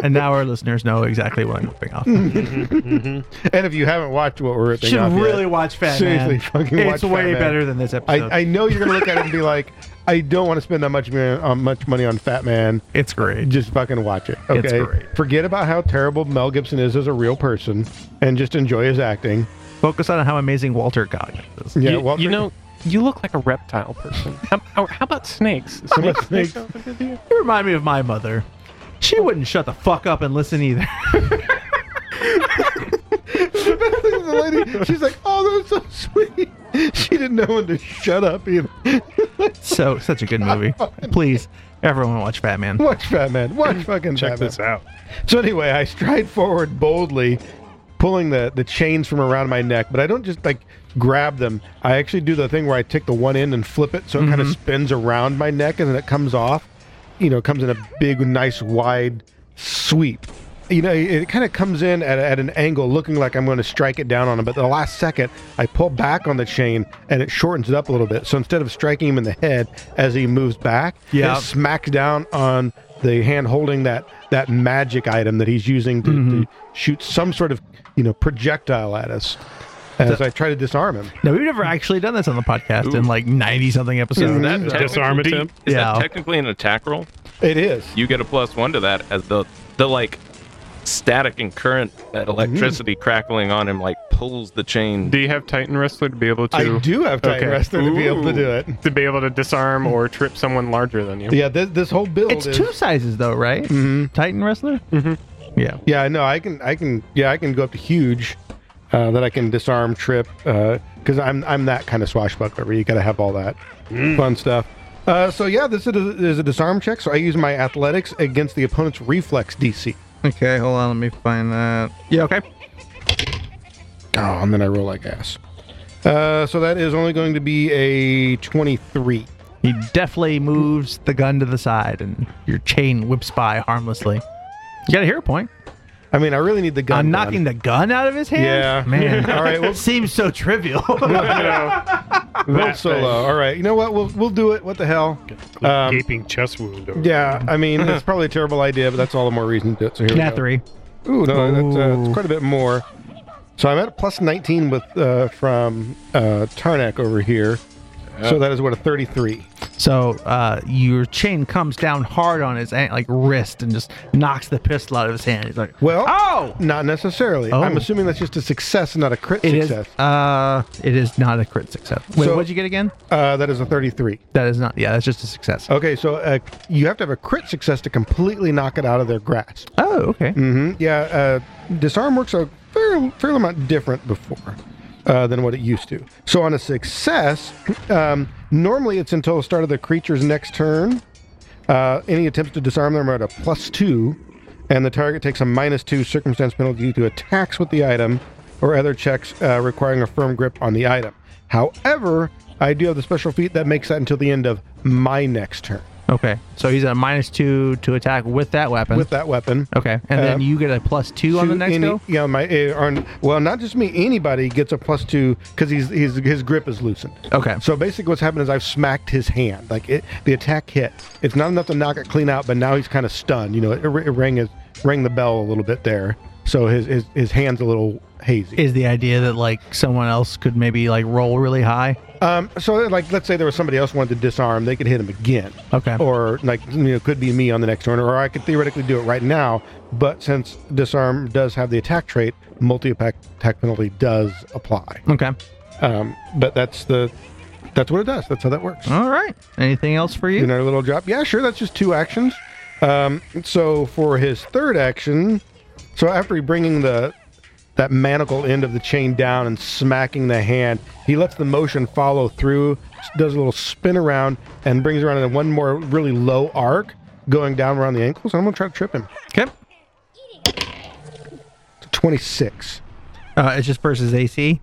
Speaker 2: and now our listeners know exactly what I'm ripping off.
Speaker 1: And if you haven't watched what we're ripping
Speaker 2: Mm, Should
Speaker 1: off yet,
Speaker 2: really watch Fat
Speaker 1: Seriously,
Speaker 2: Man.
Speaker 1: fucking watch
Speaker 2: it's
Speaker 1: Fat
Speaker 2: way
Speaker 1: Man.
Speaker 2: better than this episode.
Speaker 1: I, I know you're gonna look at it and be like, I don't want to spend that much money on much money on Fat Man.
Speaker 2: it's great.
Speaker 1: Just fucking watch it.
Speaker 2: It's
Speaker 1: Okay.
Speaker 2: great.
Speaker 1: Forget about how terrible Mel Gibson is as a real person, and just enjoy his acting.
Speaker 2: Focus on how amazing Walter Goggins is.
Speaker 1: Yeah.
Speaker 8: you,
Speaker 1: Walter-
Speaker 8: you know, you look like a reptile person. How, how, how about snakes? Snakes,
Speaker 1: snakes?
Speaker 8: make something with you?
Speaker 2: You remind me of my mother. She wouldn't shut the fuck up and listen either.
Speaker 1: [LAUGHS] the lady, she's like, "Oh, that was so [LAUGHS] sweet." She didn't know when to shut up either.
Speaker 2: so such a good [LAUGHS] movie. Please, everyone watch Batman.
Speaker 1: Watch Fat Man. Watch fucking
Speaker 4: Check
Speaker 1: Fat Man.
Speaker 4: this out.
Speaker 1: So anyway, I stride forward boldly, pulling the, the chains from around my neck, but I don't just like grab them. I actually do the thing where I take the one end and flip it so it kind of
Speaker 4: Mm-hmm.
Speaker 1: spins around my neck and then it comes off. You know, it comes in a big, nice, wide sweep. You know, it, it kind of comes in at, at an angle, looking like I'm going to strike it down on him. But the last second, I pull back on the chain and it shortens it up a little bit. So instead of striking him in the head as he moves back,
Speaker 2: Yeah.
Speaker 1: it smacks down on the hand holding that that magic item that he's using to, to shoot some sort of you know projectile at us. As I try to disarm him,
Speaker 2: Now we've never actually done this on the podcast in like ninety something episodes.
Speaker 10: That
Speaker 4: Disarm
Speaker 10: technically-
Speaker 4: attempt?
Speaker 10: Is
Speaker 2: Mm-hmm. Yeah.
Speaker 10: that technically an attack roll?
Speaker 1: it is.
Speaker 10: You get a plus one to that as the the like static and current
Speaker 2: Mm-hmm.
Speaker 10: that electricity crackling on him like pulls the chain.
Speaker 8: Do you have Titan Wrestler to be able to
Speaker 1: I do have Titan
Speaker 8: Okay.
Speaker 1: Wrestler to be able to
Speaker 10: Ooh.
Speaker 1: do it.
Speaker 8: to be able to disarm or trip someone larger than you?
Speaker 1: Yeah, this, this whole build
Speaker 2: It's
Speaker 1: is.
Speaker 2: two sizes though, right? Mm-hmm. Titan wrestler. Mm-hmm. Yeah.
Speaker 1: Yeah, no, I can, I can, yeah, I can go up to huge, uh, that I can disarm, trip, uh, because I'm, I'm that kind of swashbuckler where you gotta have all that fun stuff. Uh, so yeah, this is a, is a disarm check. So I use my athletics against the opponent's reflex DC.
Speaker 2: Okay, hold on. Let me find that. Yeah. Okay.
Speaker 1: Oh, and then I roll like ass. Uh, so that is only going to be a twenty-three.
Speaker 2: He definitely moves the gun to the side, and your chain whips by harmlessly. You got a hero point.
Speaker 1: I mean, I really need the gun. done.
Speaker 2: I'm knocking the gun out of his hand.
Speaker 1: Yeah.
Speaker 2: [LAUGHS] man.
Speaker 1: All right, well-
Speaker 2: seems so [LAUGHS] trivial.
Speaker 1: Roll solo. All right, you know what? We'll we'll do it. What the hell? Um,
Speaker 4: Gaping chest wound. Over.
Speaker 1: yeah, I mean, it's probably a terrible idea, but that's all the more reason to do it. So here we
Speaker 2: Nat
Speaker 1: go.
Speaker 2: three.
Speaker 1: Ooh, no, That's, uh,
Speaker 2: Ooh.
Speaker 1: that's quite a bit more. So I'm at a plus 19 with uh, from uh, Tarnak over here. So that is what a 33.
Speaker 2: So uh, your chain comes down hard on his an- like wrist and just knocks the pistol out of his hand. He's like,
Speaker 1: Well,
Speaker 2: "Oh,
Speaker 1: not necessarily.
Speaker 2: Oh.
Speaker 1: I'm assuming that's just a success, not a crit
Speaker 2: it is.
Speaker 1: success.
Speaker 2: Uh, it is not a crit success. Wait,
Speaker 1: So-
Speaker 2: what'd you get again?
Speaker 1: Uh, that is a 33.
Speaker 2: That is not. Yeah, that's just a success. Oh,
Speaker 1: Okay, so uh, you have to have a crit success to completely knock it out of their grasp.
Speaker 2: Oh, okay.
Speaker 1: hmm Yeah, uh, disarm works a fair, fair amount different before uh, than what it used to. So on a success, um, normally it's until the start of the creature's next turn. Uh, any attempts to disarm them are at a plus two, and the target takes a minus two circumstance penalty to attacks with the item or other checks uh, requiring a firm grip on the item. However, I do have the special feat that makes that until the end of my next turn
Speaker 2: Okay. So he's at a minus two to attack with that weapon.
Speaker 1: with that weapon.
Speaker 2: okay, and then
Speaker 1: um,
Speaker 2: you get a plus two on the
Speaker 1: to
Speaker 2: next
Speaker 1: any,
Speaker 2: go.
Speaker 1: Yeah, my eh, on, well, not just me. Anybody gets a plus two because he's, he's his grip is loosened.
Speaker 2: Okay.
Speaker 1: So basically, what's happened is I've smacked his hand. Like it, the attack hit. It's not enough to knock it clean out, but now he's kind of stunned. You know, it, it rang his rang the bell a little bit there. So his his, his hand's a little hazy.
Speaker 2: Is the idea that like someone else could maybe like roll really high?
Speaker 1: Um, so like, let's say there was somebody else wanted to disarm, they could hit him again.
Speaker 2: Okay.
Speaker 1: Or like, you know, it could be me on the next turn, or I could theoretically do it right now. But since disarm does have the attack trait, multi-attack attack penalty does apply.
Speaker 2: Okay.
Speaker 1: Um, but that's the that's what it does. That's how that works.
Speaker 2: All right. Anything else for you?
Speaker 1: Another little drop. Yeah, sure. That's just two actions. Um, so for his third action, so after he bringing the that manacle end of the chain down and smacking the hand, he lets the motion follow through, does a little spin around, and brings around in one more really low arc, going down around the ankles. And I'm gonna try to trip him.
Speaker 2: Okay.
Speaker 1: It's a 26
Speaker 2: Uh, it's just versus AC.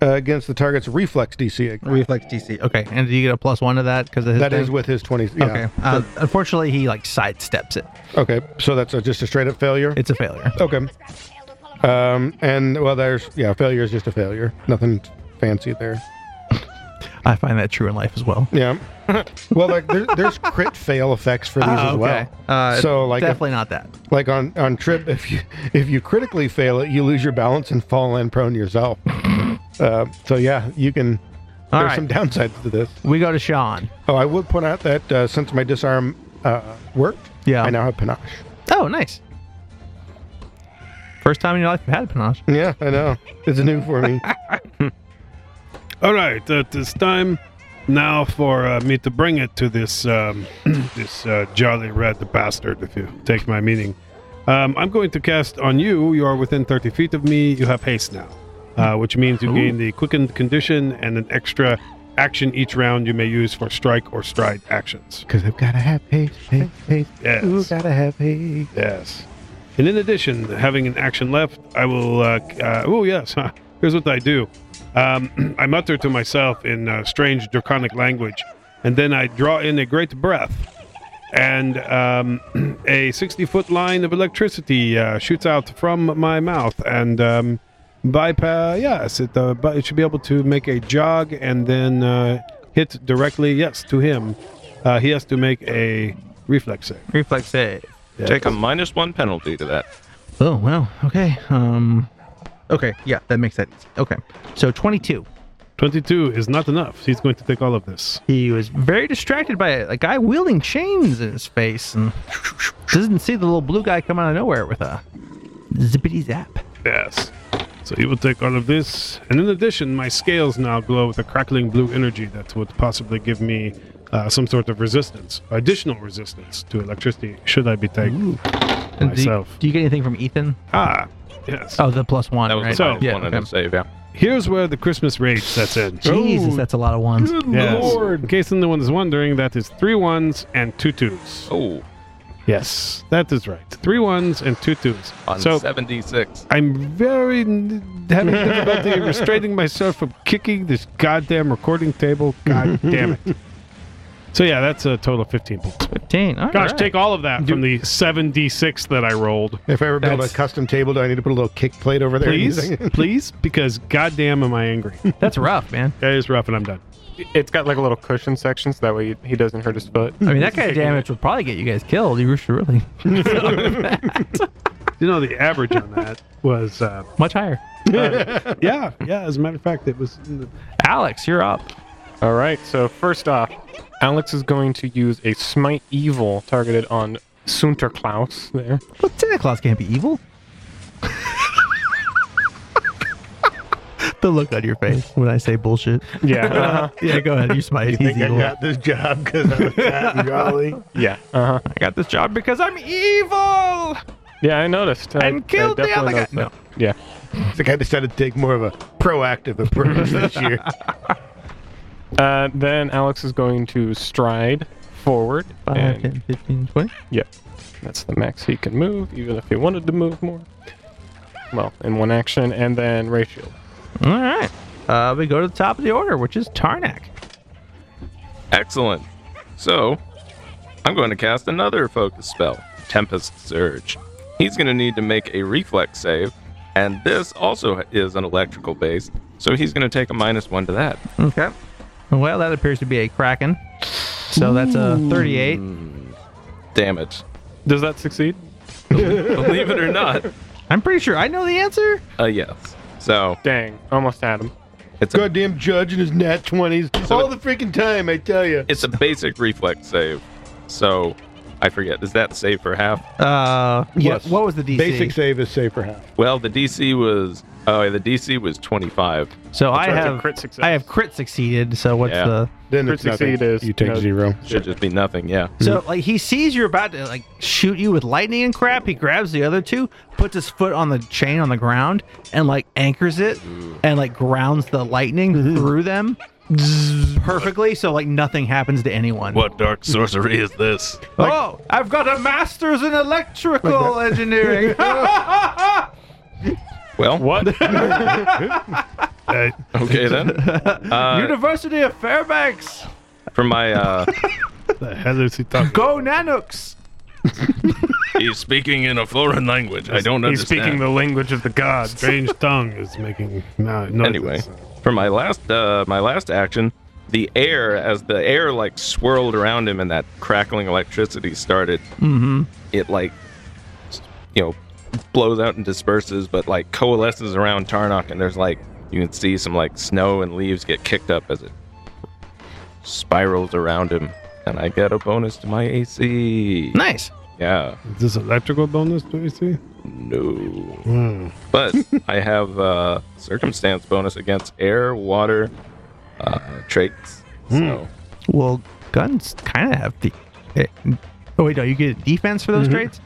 Speaker 1: uh, against the target's reflex DC.
Speaker 2: Reflex DC. Okay, and did you get a plus one to that because of his?
Speaker 1: That is
Speaker 2: thing?
Speaker 1: with his 20. Yeah.
Speaker 2: Okay. Uh, unfortunately, he like sidesteps it.
Speaker 1: Okay. So that's a, just a straight up failure.
Speaker 2: It's a failure.
Speaker 1: Okay. Um, and well, there's yeah, failure is just a failure. Nothing fancy there.
Speaker 2: I find that true in life as
Speaker 1: [LAUGHS]
Speaker 2: well.
Speaker 1: Yeah. well, like there, there's crit fail effects for these as well.
Speaker 2: Uh,
Speaker 1: so like if,
Speaker 2: definitely not that.
Speaker 1: like on on trip, if you if you critically fail it, you lose your balance and fall in prone yourself. uh, so yeah, you can.
Speaker 2: All
Speaker 1: there's
Speaker 2: right.
Speaker 1: some downsides to this.
Speaker 2: We go to Sean.
Speaker 1: Oh, I would point out that uh, since my disarm uh, worked,
Speaker 2: Yeah.
Speaker 1: I now have panache.
Speaker 2: Oh, nice. First time in your life you've had a panache.
Speaker 1: Yeah, I know. It's new for
Speaker 2: [LAUGHS]
Speaker 1: me.
Speaker 4: All right, uh, it's time now for uh, me to bring it to this um, [CLEARS THROAT] this uh, jolly red bastard. If you take my meaning, um, I'm going to cast on you. You are within 30 feet of me. You have haste now, uh, which means you gain the quickened condition and an extra action each round you may use for strike or stride actions.
Speaker 1: Because I've got to have haste, haste, haste.
Speaker 4: Yes.
Speaker 1: Ooh, gotta have haste.
Speaker 4: Yes. And in addition, having an action left, I will. Uh, uh, oh, yes. [LAUGHS] Huh. Here's what I do um, [CLEARS THROAT] I mutter to myself in uh, strange draconic language, and then I draw in a great breath. and um, [CLEARS THROAT] a 60 foot line of electricity uh, shoots out from my mouth and um, bypass. Yes, it, uh, but it should be able to make a jog and then uh, hit directly. Yes, to him. Uh, he has to make a reflex save.
Speaker 2: Reflex save.
Speaker 10: Take a minus one penalty to that.
Speaker 2: Oh wow. Okay. Um. Okay. Yeah, that makes sense. Okay. So twenty-two.
Speaker 4: 22 is not enough. He's going to take all of this.
Speaker 2: He was very distracted by a guy wielding chains in his face and doesn't see the little blue guy come out of nowhere with a zippity zap.
Speaker 4: Yes. So he will take all of this. And in addition, my scales now glow with a crackling blue energy that would possibly give me uh, some sort of resistance, additional resistance to electricity, should I be taking
Speaker 2: And do you-
Speaker 4: myself.
Speaker 2: Do you, get anything from Ethan?
Speaker 4: Ah, yes.
Speaker 2: Oh, the plus one.
Speaker 10: That was
Speaker 2: right?
Speaker 10: the
Speaker 4: So-
Speaker 10: minus
Speaker 2: yeah,
Speaker 10: one
Speaker 2: okay.
Speaker 10: in the save, yeah.
Speaker 4: Here's where the Christmas rage sets in.
Speaker 2: [LAUGHS]
Speaker 4: Oh.
Speaker 2: Jesus, that's a lot of ones.
Speaker 4: Yes. In case anyone is wondering, that is three ones and two twos.
Speaker 10: Oh,
Speaker 4: Yes, that is right. Three ones and two twos.
Speaker 10: on
Speaker 4: so
Speaker 10: 76.
Speaker 4: I'm very n- [LAUGHS] having difficulty restraining myself from kicking this goddamn recording table. [LAUGHS] God damn it. So yeah, that's a total of 15 points.
Speaker 2: Fifteen. all
Speaker 4: Gosh,
Speaker 2: right.
Speaker 4: take all of that from the 7d6 that I [LAUGHS] rolled.
Speaker 1: If I ever build a
Speaker 4: That's-
Speaker 1: custom table, do I need to put a little kick plate over there?
Speaker 4: Please, please, because goddamn am I [LAUGHS] angry.
Speaker 2: That's rough, man.
Speaker 4: That is rough and I'm done.
Speaker 8: It's got like a little cushion section, so that way he doesn't hurt his foot.
Speaker 2: I mean, that kind of damage would probably get you guys killed. You should really [LAUGHS]
Speaker 4: You know, the average on [LAUGHS] that was, uh,
Speaker 2: much higher.
Speaker 4: yeah, yeah, as a matter of fact, it was.
Speaker 2: Alex, you're up.
Speaker 8: All right. So first off, Alex is going to use a smite evil targeted on Sunterklaus. There.
Speaker 2: Well, Santa Claus can't be evil. [LAUGHS] the look on your face when I say bullshit.
Speaker 8: Yeah. uh-huh.
Speaker 2: Yeah, go ahead. You smite. He's evil.
Speaker 1: this job because I'm fat and jolly.
Speaker 8: Yeah. Uh huh.
Speaker 2: I got this job because I'm evil.
Speaker 8: Yeah, I noticed. I,
Speaker 2: And killed
Speaker 8: I
Speaker 2: the other
Speaker 8: definitely
Speaker 2: guy.
Speaker 8: noticed that.
Speaker 1: [LAUGHS]
Speaker 8: Yeah.
Speaker 1: It's like I decided to take more of a proactive
Speaker 8: [LAUGHS]
Speaker 1: approach this year.
Speaker 8: Uh, then Alex is going to stride forward.
Speaker 2: 5,
Speaker 1: Ah,
Speaker 8: and-
Speaker 2: 10, 15, 20.
Speaker 8: Yep. That's the max he can move, even if he wanted to move more. Well, in one action, and then Ray Shield.
Speaker 2: All right. Uh, we go to the top of the order, which is Tarnak.
Speaker 10: Excellent. So, I'm going to cast another focus spell, Tempest Surge. He's going to need to make a reflex save, and this also is an electrical base, so he's going to take a minus one to that.
Speaker 2: Okay. Well, that appears to be a Kraken. So that's a 38.
Speaker 10: Damn it.
Speaker 8: Does that succeed?
Speaker 10: Believe it or not,
Speaker 2: I'm pretty sure I know the answer.
Speaker 10: a yes. So,
Speaker 8: Dang, almost had him.
Speaker 10: it's a,
Speaker 1: Goddamn judge and his nat 20s all the freaking time, I tell you.
Speaker 10: it's a basic reflex save. So, I forget. Is that save for half?
Speaker 2: Uh,
Speaker 1: Yes.
Speaker 2: What, what was the DC?
Speaker 1: Basic save is safe for half.
Speaker 10: Well, the DC was oh, the DC was 25.
Speaker 2: So I
Speaker 8: right, it's a
Speaker 2: have
Speaker 8: crit success.
Speaker 2: I have crit succeeded. So what's
Speaker 10: Yeah.
Speaker 2: the
Speaker 1: Then
Speaker 8: Crit
Speaker 1: it's nothing.
Speaker 8: succeed is,
Speaker 1: you take
Speaker 8: you know,
Speaker 1: zero.
Speaker 10: Should just be nothing. Yeah.
Speaker 2: So like he sees you're about to like shoot you with lightning and crap. He grabs the other two, puts his foot on the chain on the ground, and like anchors it, and like grounds the lightning through them perfectly. So like nothing happens to anyone.
Speaker 11: What dark sorcery is this?
Speaker 2: oh, I've got a master's in electrical engineering.
Speaker 10: Well. [LAUGHS]
Speaker 8: What?
Speaker 4: Uh,
Speaker 10: Okay
Speaker 11: [LAUGHS]
Speaker 10: then. Uh,
Speaker 2: University of Fairbanks.
Speaker 10: for my uh,
Speaker 4: the hell is he talking
Speaker 2: Go Nanooks.
Speaker 11: [LAUGHS] He's speaking in a foreign language. I don't
Speaker 8: He's
Speaker 11: understand.
Speaker 8: speaking the language of the
Speaker 4: [LAUGHS]
Speaker 8: gods.
Speaker 4: Strange tongue is making no, no
Speaker 10: anyway for my last uh my last action the air as the air like swirled around him and that crackling electricity started mm-hmm. it like s- you know blows out and disperses but like coalesces around tarnok and there's like you can see some like snow and leaves get kicked up as it spirals around him and i get a bonus to my ac
Speaker 2: Nice.
Speaker 10: yeah
Speaker 4: Is this electrical bonus? Do we see?
Speaker 10: no. But I have uh, circumstance bonus against air, water, uh, traits.
Speaker 2: Hmm.
Speaker 10: So
Speaker 2: Well, guns kind of have the. eh, Oh wait, no, you get defense for those traits.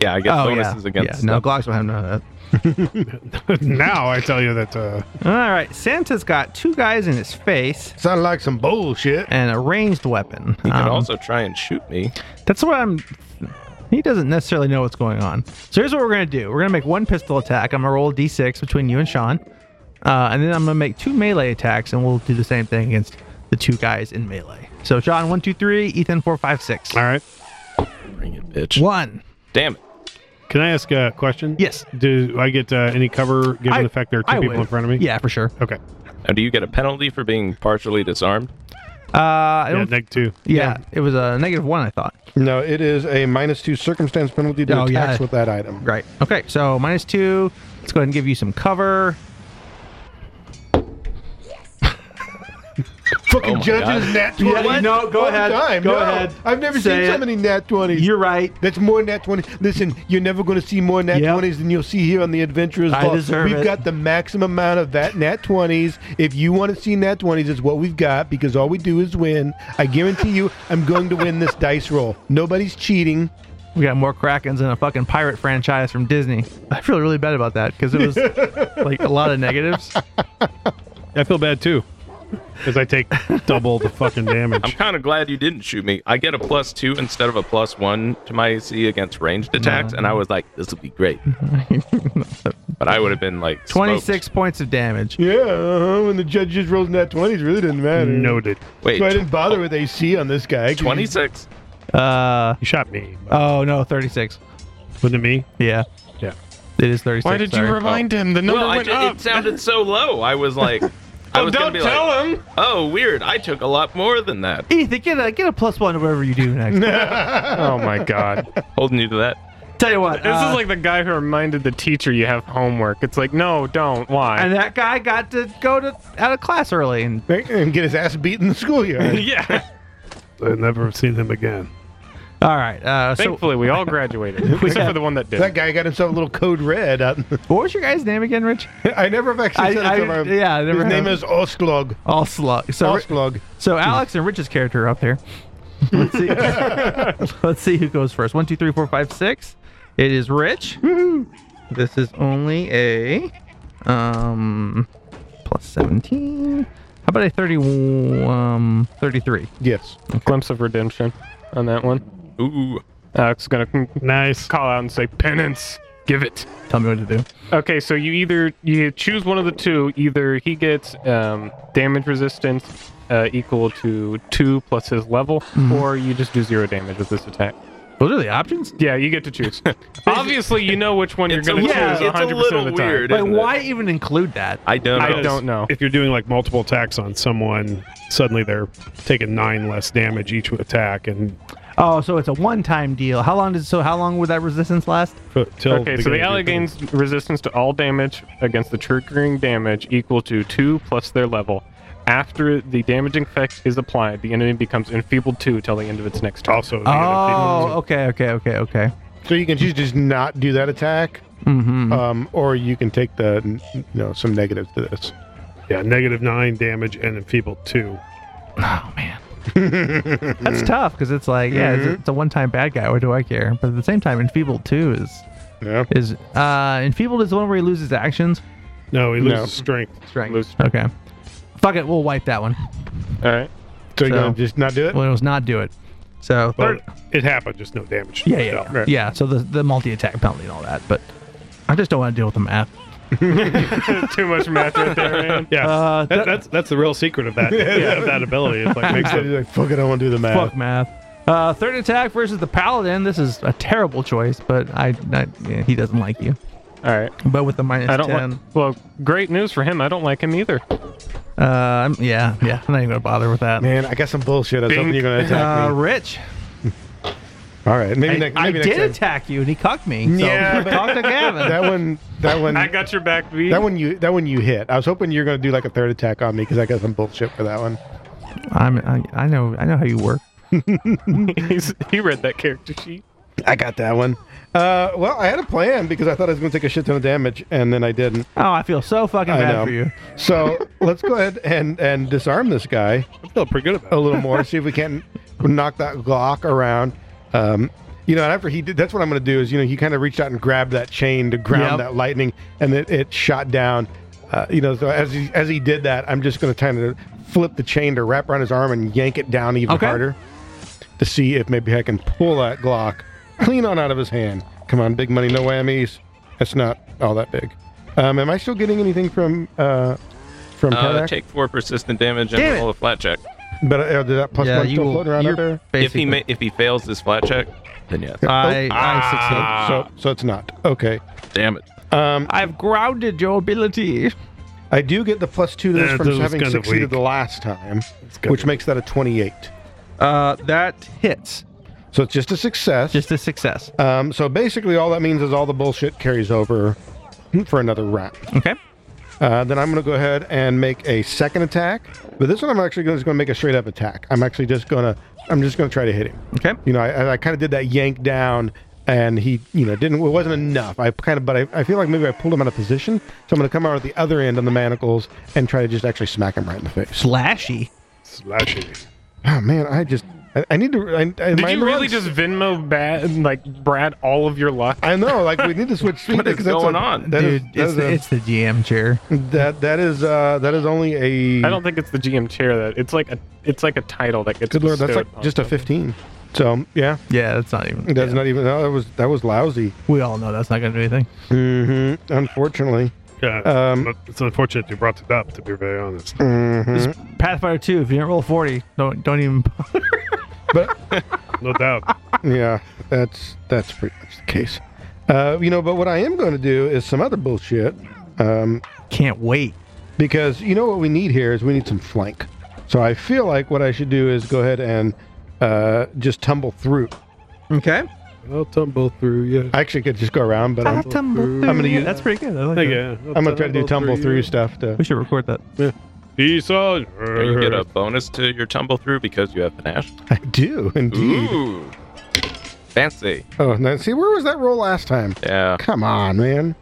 Speaker 10: yeah, I get
Speaker 2: oh
Speaker 10: bonuses
Speaker 2: yeah,
Speaker 10: against.
Speaker 2: yeah. No,
Speaker 10: stuff.
Speaker 2: Glocks don't have none of that.
Speaker 4: now I tell you that uh,
Speaker 2: All right, Santa's got two guys in his face
Speaker 1: Sounded like some bullshit.
Speaker 2: and a ranged weapon.
Speaker 10: You can
Speaker 2: Um,
Speaker 10: also try and shoot me.
Speaker 2: that's what I'm. He doesn't necessarily know what's going on. So here's what we're gonna do. We're gonna make one pistol attack. I'm gonna roll a d6 between you and Sean, uh, and then I'm gonna make two melee attacks, and we'll do the same thing against the two guys in melee. So Sean, one, two, three. Ethan, four, five, six.
Speaker 4: All right.
Speaker 11: Bring it, bitch.
Speaker 2: One.
Speaker 10: Damn it.
Speaker 4: Can I ask a question?
Speaker 2: Yes.
Speaker 4: Do I get uh, any cover given
Speaker 2: I-
Speaker 4: the fact there are two
Speaker 2: I
Speaker 4: people
Speaker 2: would.
Speaker 4: in front of me?
Speaker 2: Yeah, for sure.
Speaker 4: Okay.
Speaker 10: Now, do you get a penalty for being partially disarmed?
Speaker 2: Uh, I
Speaker 4: Yeah,
Speaker 2: don't.
Speaker 4: neg two.
Speaker 2: Yeah, it was a negative one. I thought.
Speaker 1: No, it is a minus two circumstance penalty to
Speaker 2: Oh, yeah.
Speaker 1: attacks with that item.
Speaker 2: Right. Okay. So minus two. Let's go ahead and give you some cover.
Speaker 1: Fucking
Speaker 10: Oh my
Speaker 1: judges,
Speaker 10: God.
Speaker 1: nat 20.
Speaker 2: Yeah, no,
Speaker 1: all
Speaker 2: go
Speaker 1: the
Speaker 2: ahead,
Speaker 1: time.
Speaker 2: go
Speaker 1: No,
Speaker 2: ahead.
Speaker 1: I've never
Speaker 2: Say
Speaker 1: seen
Speaker 2: it.
Speaker 1: so many nat 20s.
Speaker 2: You're right.
Speaker 1: That's more nat 20. Listen, you're never going to see more nat
Speaker 2: Yep.
Speaker 1: 20s than you'll see here on the Adventurers
Speaker 2: I
Speaker 1: Vault.
Speaker 2: deserve
Speaker 1: we've
Speaker 2: it.
Speaker 1: got the maximum amount of that nat 20s. If you want to see nat 20s, it's what we've got because all we do is win. I guarantee you, I'm going to win this dice roll. Nobody's cheating.
Speaker 2: We got more Krakens than a fucking pirate franchise from Disney. I feel really bad about that because it
Speaker 1: [LAUGHS]
Speaker 2: was like a lot of negatives.
Speaker 4: I feel bad too, because
Speaker 2: [LAUGHS]
Speaker 4: I take double the fucking
Speaker 10: I'm
Speaker 4: damage.
Speaker 10: kind of glad you didn't shoot me. I get a plus two instead of a plus one to my AC against ranged attacks, and I was like, this would be
Speaker 2: [LAUGHS]
Speaker 10: great. but I would have been like, smoked.
Speaker 2: Twenty-six points of damage.
Speaker 1: Yeah, uh-huh. when the judge just rolls nat 20s, it really doesn't matter.
Speaker 4: Noted.
Speaker 10: Wait,
Speaker 1: So I didn't bother with AC on this guy. 'cause he's
Speaker 10: 26?
Speaker 2: Uh
Speaker 4: You shot me.
Speaker 2: oh no, thirty-six.
Speaker 4: Wasn't it me?
Speaker 2: Yeah,
Speaker 4: Yeah.
Speaker 2: it is thirty-six.
Speaker 8: Why did you
Speaker 2: sorry.
Speaker 8: remind him? The number
Speaker 10: Well, I
Speaker 8: went
Speaker 10: ju-
Speaker 8: up.
Speaker 10: it sounded so low. Oh, I
Speaker 4: [LAUGHS]
Speaker 10: was like, I
Speaker 8: oh,
Speaker 10: was
Speaker 8: don't
Speaker 10: gonna be
Speaker 8: tell
Speaker 10: like,
Speaker 8: him.
Speaker 10: oh, weird. I took a lot more than that.
Speaker 2: Ethan, get a get a plus one to whatever you do
Speaker 1: [LAUGHS]
Speaker 2: next.
Speaker 8: Oh my
Speaker 2: [LAUGHS]
Speaker 8: god.
Speaker 10: Holding you to that.
Speaker 2: Tell you what,
Speaker 8: This
Speaker 2: uh,
Speaker 8: is like the guy who reminded the teacher you have homework. It's like, no, don't. Why? [LAUGHS]
Speaker 2: and that guy got to go to out of class early and
Speaker 1: Right, [LAUGHS] and get his ass beat in the
Speaker 8: [LAUGHS]
Speaker 1: schoolyard.
Speaker 2: [LAUGHS]
Speaker 8: yeah.
Speaker 4: I've never seen him again.
Speaker 2: all right. Uh, so
Speaker 8: Thankfully, we all graduated, except for the one that
Speaker 1: that
Speaker 8: did.
Speaker 1: guy got himself a little code red. Out in the,
Speaker 2: what was your guy's name
Speaker 1: [LAUGHS]
Speaker 2: again, Rich?
Speaker 1: I never have
Speaker 2: I-
Speaker 1: actually said it to
Speaker 2: I-
Speaker 1: him.
Speaker 2: yeah, I never
Speaker 1: His name
Speaker 2: have.
Speaker 1: is Osklog.
Speaker 2: All slug. So
Speaker 1: Osklog.
Speaker 2: so Alex and Rich's character are
Speaker 1: [LAUGHS]
Speaker 2: up there. Let's see. [LAUGHS] Let's see who goes first. One, two, three, four, five, six. It is Rich. This is only a um plus seventeen. How about a thirty um thirty-three?
Speaker 1: Yes.
Speaker 8: Glimpse of redemption on that one.
Speaker 10: Ooh.
Speaker 8: Alex is gonna
Speaker 4: Nice.
Speaker 8: call out and say, "Penance, give it."
Speaker 2: Tell me what to do.
Speaker 8: Okay, so you either you choose one of the two. Either he gets um, damage resistance uh, equal to two plus his level, or you just do zero damage with this attack.
Speaker 2: Those are the options.
Speaker 8: Yeah, you get to
Speaker 10: [LAUGHS]
Speaker 8: choose. Obviously, you know which one you're
Speaker 10: It's a,
Speaker 8: going to
Speaker 10: little,
Speaker 8: choose
Speaker 2: yeah,
Speaker 10: it's
Speaker 8: 100%
Speaker 10: a little
Speaker 8: of the time.
Speaker 10: weird.
Speaker 2: But
Speaker 10: isn't it?
Speaker 2: why even include that?
Speaker 10: I don't know.
Speaker 8: I don't
Speaker 2: Oh.
Speaker 8: know.
Speaker 4: If you're doing like multiple attacks on someone, suddenly they're taking nine less damage each attack, and
Speaker 2: Oh, so it's a one-time deal. How long does so? How long would that resistance last?
Speaker 4: till
Speaker 8: Okay, so the ally gains resistance to all damage against the triggering damage equal to 2 plus their level. After the damaging effect is applied, the enemy becomes enfeebled 2 till the end of its next turn.
Speaker 4: Also, the other
Speaker 2: Oh, okay, okay, okay, okay.
Speaker 1: So you can choose to just not do that attack,
Speaker 2: Mm-hmm.
Speaker 1: um, or you can take the n- you know some negatives to this.
Speaker 4: people- yeah, negative nine damage and enfeebled two.
Speaker 2: Oh man, [LAUGHS] that's tough because it's like, yeah, it's, it's a one-time bad guy. What do I care? But at the same time, enfeebled too is
Speaker 1: Yeah.
Speaker 2: is uh enfeebled is the one where he loses actions.
Speaker 4: No, he
Speaker 1: No.
Speaker 4: loses strength.
Speaker 2: Strength.
Speaker 8: Lose.
Speaker 2: Okay. Fuck it, we'll wipe that one.
Speaker 8: All right.
Speaker 1: So you're
Speaker 2: So-
Speaker 1: gonna just not do it.
Speaker 2: Well, it was not do it. So
Speaker 4: Well,
Speaker 2: third.
Speaker 4: it happened, just no damage.
Speaker 2: Yeah, yeah, yeah.
Speaker 4: Right.
Speaker 2: yeah. So the the multi-attack penalty and all that, but I just don't want to deal with the math.
Speaker 8: Too much math right there, man.
Speaker 4: [LAUGHS] Yeah,
Speaker 2: Uh,
Speaker 4: That-
Speaker 2: that-
Speaker 4: that's that's the real secret
Speaker 1: [LAUGHS]
Speaker 4: of that of that ability. It's like makes
Speaker 1: So [LAUGHS]
Speaker 4: it
Speaker 1: you're like, fuck it, I don't want to do the math.
Speaker 2: Fuck math. Uh, third attack versus the paladin. This is a terrible choice, but I, I yeah, he doesn't like you.
Speaker 8: All right.
Speaker 2: But with the minus
Speaker 8: I don't
Speaker 2: ten,
Speaker 8: like. Well, great news for him. I don't like him either.
Speaker 2: uh, I'm- yeah, yeah, I'm not even gonna bother with that.
Speaker 1: Man, I got some bullshit. I was hoping you're
Speaker 8: Bing.
Speaker 1: gonna attack
Speaker 2: Uh,
Speaker 1: me.
Speaker 2: Rich,
Speaker 1: All right, maybe
Speaker 2: Uh, I,
Speaker 1: next.
Speaker 2: I
Speaker 1: Maybe next
Speaker 2: did
Speaker 1: time.
Speaker 2: attack you, and he cucked me. So
Speaker 1: Yeah, but-
Speaker 2: [LAUGHS] talk to
Speaker 1: [LAUGHS]
Speaker 2: Gavin.
Speaker 1: That one. That
Speaker 2: [LAUGHS]
Speaker 1: one.
Speaker 8: I got your back, V.
Speaker 1: that one you. That one you hit. I was hoping you were gonna do like a third attack on me because I got some bullshit for that one.
Speaker 2: I'm, I, I know, I know how you work.
Speaker 8: He's, he read that character sheet.
Speaker 1: I got that one. Uh, well, I had a plan because I thought I was gonna take a shit ton of damage, and then I didn't.
Speaker 2: Oh, I feel so fucking
Speaker 1: I
Speaker 2: bad
Speaker 1: know. Oh.
Speaker 2: for you.
Speaker 1: So let's go ahead and and disarm this guy
Speaker 4: I feel pretty good about.
Speaker 1: a little more. see if we can knock that Glock around. Um, you know, and after he did, that's what I'm going to do is you know he kind of reached out and grabbed that chain to ground
Speaker 2: Yep.
Speaker 1: that lightning, and it, it shot down. Uh, you know, so as he, as he did that, I'm just going to kind of flip the chain to wrap around his arm and yank it down even
Speaker 2: Okay.
Speaker 1: harder to see if maybe I can pull that Glock clean on out of his hand. Come on, big money, no whammies. That's not all that big. Um, am I still getting anything from uh, from
Speaker 10: Uh,
Speaker 1: Kodak?
Speaker 10: take four persistent damage and
Speaker 2: Damn it.
Speaker 10: roll a flat check.
Speaker 1: But uh, did that plus
Speaker 2: yeah,
Speaker 1: one
Speaker 2: you
Speaker 1: still floating
Speaker 2: will.
Speaker 1: around
Speaker 2: You're
Speaker 1: up there?
Speaker 10: If
Speaker 2: basically-
Speaker 10: he ma- if he fails this flat check, Then yes.
Speaker 2: I, I succeed.
Speaker 1: So, so it's not. Okay.
Speaker 10: Damn it.
Speaker 1: Um,
Speaker 2: I've grounded your ability.
Speaker 1: I do get the plus two to this
Speaker 4: Yeah,
Speaker 1: from
Speaker 4: that was
Speaker 1: having
Speaker 4: kinda
Speaker 1: succeeded
Speaker 4: weak.
Speaker 1: the last time,
Speaker 4: kinda
Speaker 1: which makes that a 28.
Speaker 2: Uh, that hits.
Speaker 1: So it's just a success.
Speaker 2: Just a success.
Speaker 1: um, so basically, all that means is all the bullshit carries over for another round.
Speaker 2: Okay.
Speaker 1: Uh, then I'm going to go ahead and make a second attack, but this one I'm actually gonna, just going to make a straight up attack. I'm actually just going to I'm just going to try to hit him.
Speaker 2: Okay.
Speaker 1: You know, I, I kind of did that yank down, and he you know didn't it wasn't enough. I kind of but I, I feel like maybe I pulled him out of position, so I'm going to come out at the other end on the manacles and try to just actually smack him right in the face.
Speaker 2: Slashy.
Speaker 4: Slashing.
Speaker 1: Oh man, I just I, I need to. I, I,
Speaker 8: Did you really just Venmo bad like Brad all of your luck?
Speaker 1: I know, like we need to
Speaker 8: [LAUGHS]
Speaker 1: switch speed
Speaker 10: What is
Speaker 1: because that's
Speaker 10: going
Speaker 1: a-
Speaker 10: on?
Speaker 1: that is-
Speaker 2: Dude, it's,
Speaker 1: that is
Speaker 2: the,
Speaker 1: Mm.
Speaker 2: it's the GM chair.
Speaker 1: a- that that is uh, that is only a.
Speaker 8: I don't think it's the GM chair that it's like a it's like a title that gets.
Speaker 1: Good lord, that's
Speaker 8: bestowed
Speaker 1: like
Speaker 8: on
Speaker 1: just a
Speaker 8: something.
Speaker 1: fifteen. So yeah,
Speaker 2: Yeah, that's not even.
Speaker 1: that's
Speaker 2: yeah.
Speaker 1: not even. That was that was lousy.
Speaker 2: we all know that's not going to do anything.
Speaker 1: hmm Unfortunately,
Speaker 4: Yeah.
Speaker 1: Um, Mm.
Speaker 4: but it's unfortunate you brought it up, to be very honest.
Speaker 1: Mm-hmm.
Speaker 2: Pathfinder 2, if you don't roll 40, don't don't even [LAUGHS] bother.
Speaker 1: but [LAUGHS]
Speaker 4: No doubt.
Speaker 1: yeah, that's that's pretty much the case. Uh, you know, but what I am going to do is some other bullshit. Um,
Speaker 2: Can't wait.
Speaker 1: because you know what we need here is we need some flank. So I feel like what I should do is go ahead and uh, just tumble through.
Speaker 2: Okay.
Speaker 4: I'll tumble through, yeah.
Speaker 1: I actually could just go around, but I'm,
Speaker 2: [LAUGHS] I'm
Speaker 1: gonna use-
Speaker 2: That's pretty good. I like that.
Speaker 4: yeah.
Speaker 1: I'm gonna try to do tumble through stuff to.
Speaker 2: We should record that.
Speaker 4: Peace out.
Speaker 10: You get a bonus to your tumble through because you have panache.
Speaker 1: I do [LAUGHS] indeed.
Speaker 10: Ooh. Fancy.
Speaker 1: Oh, now see, where was that roll last time?
Speaker 10: Yeah.
Speaker 1: Come on, man.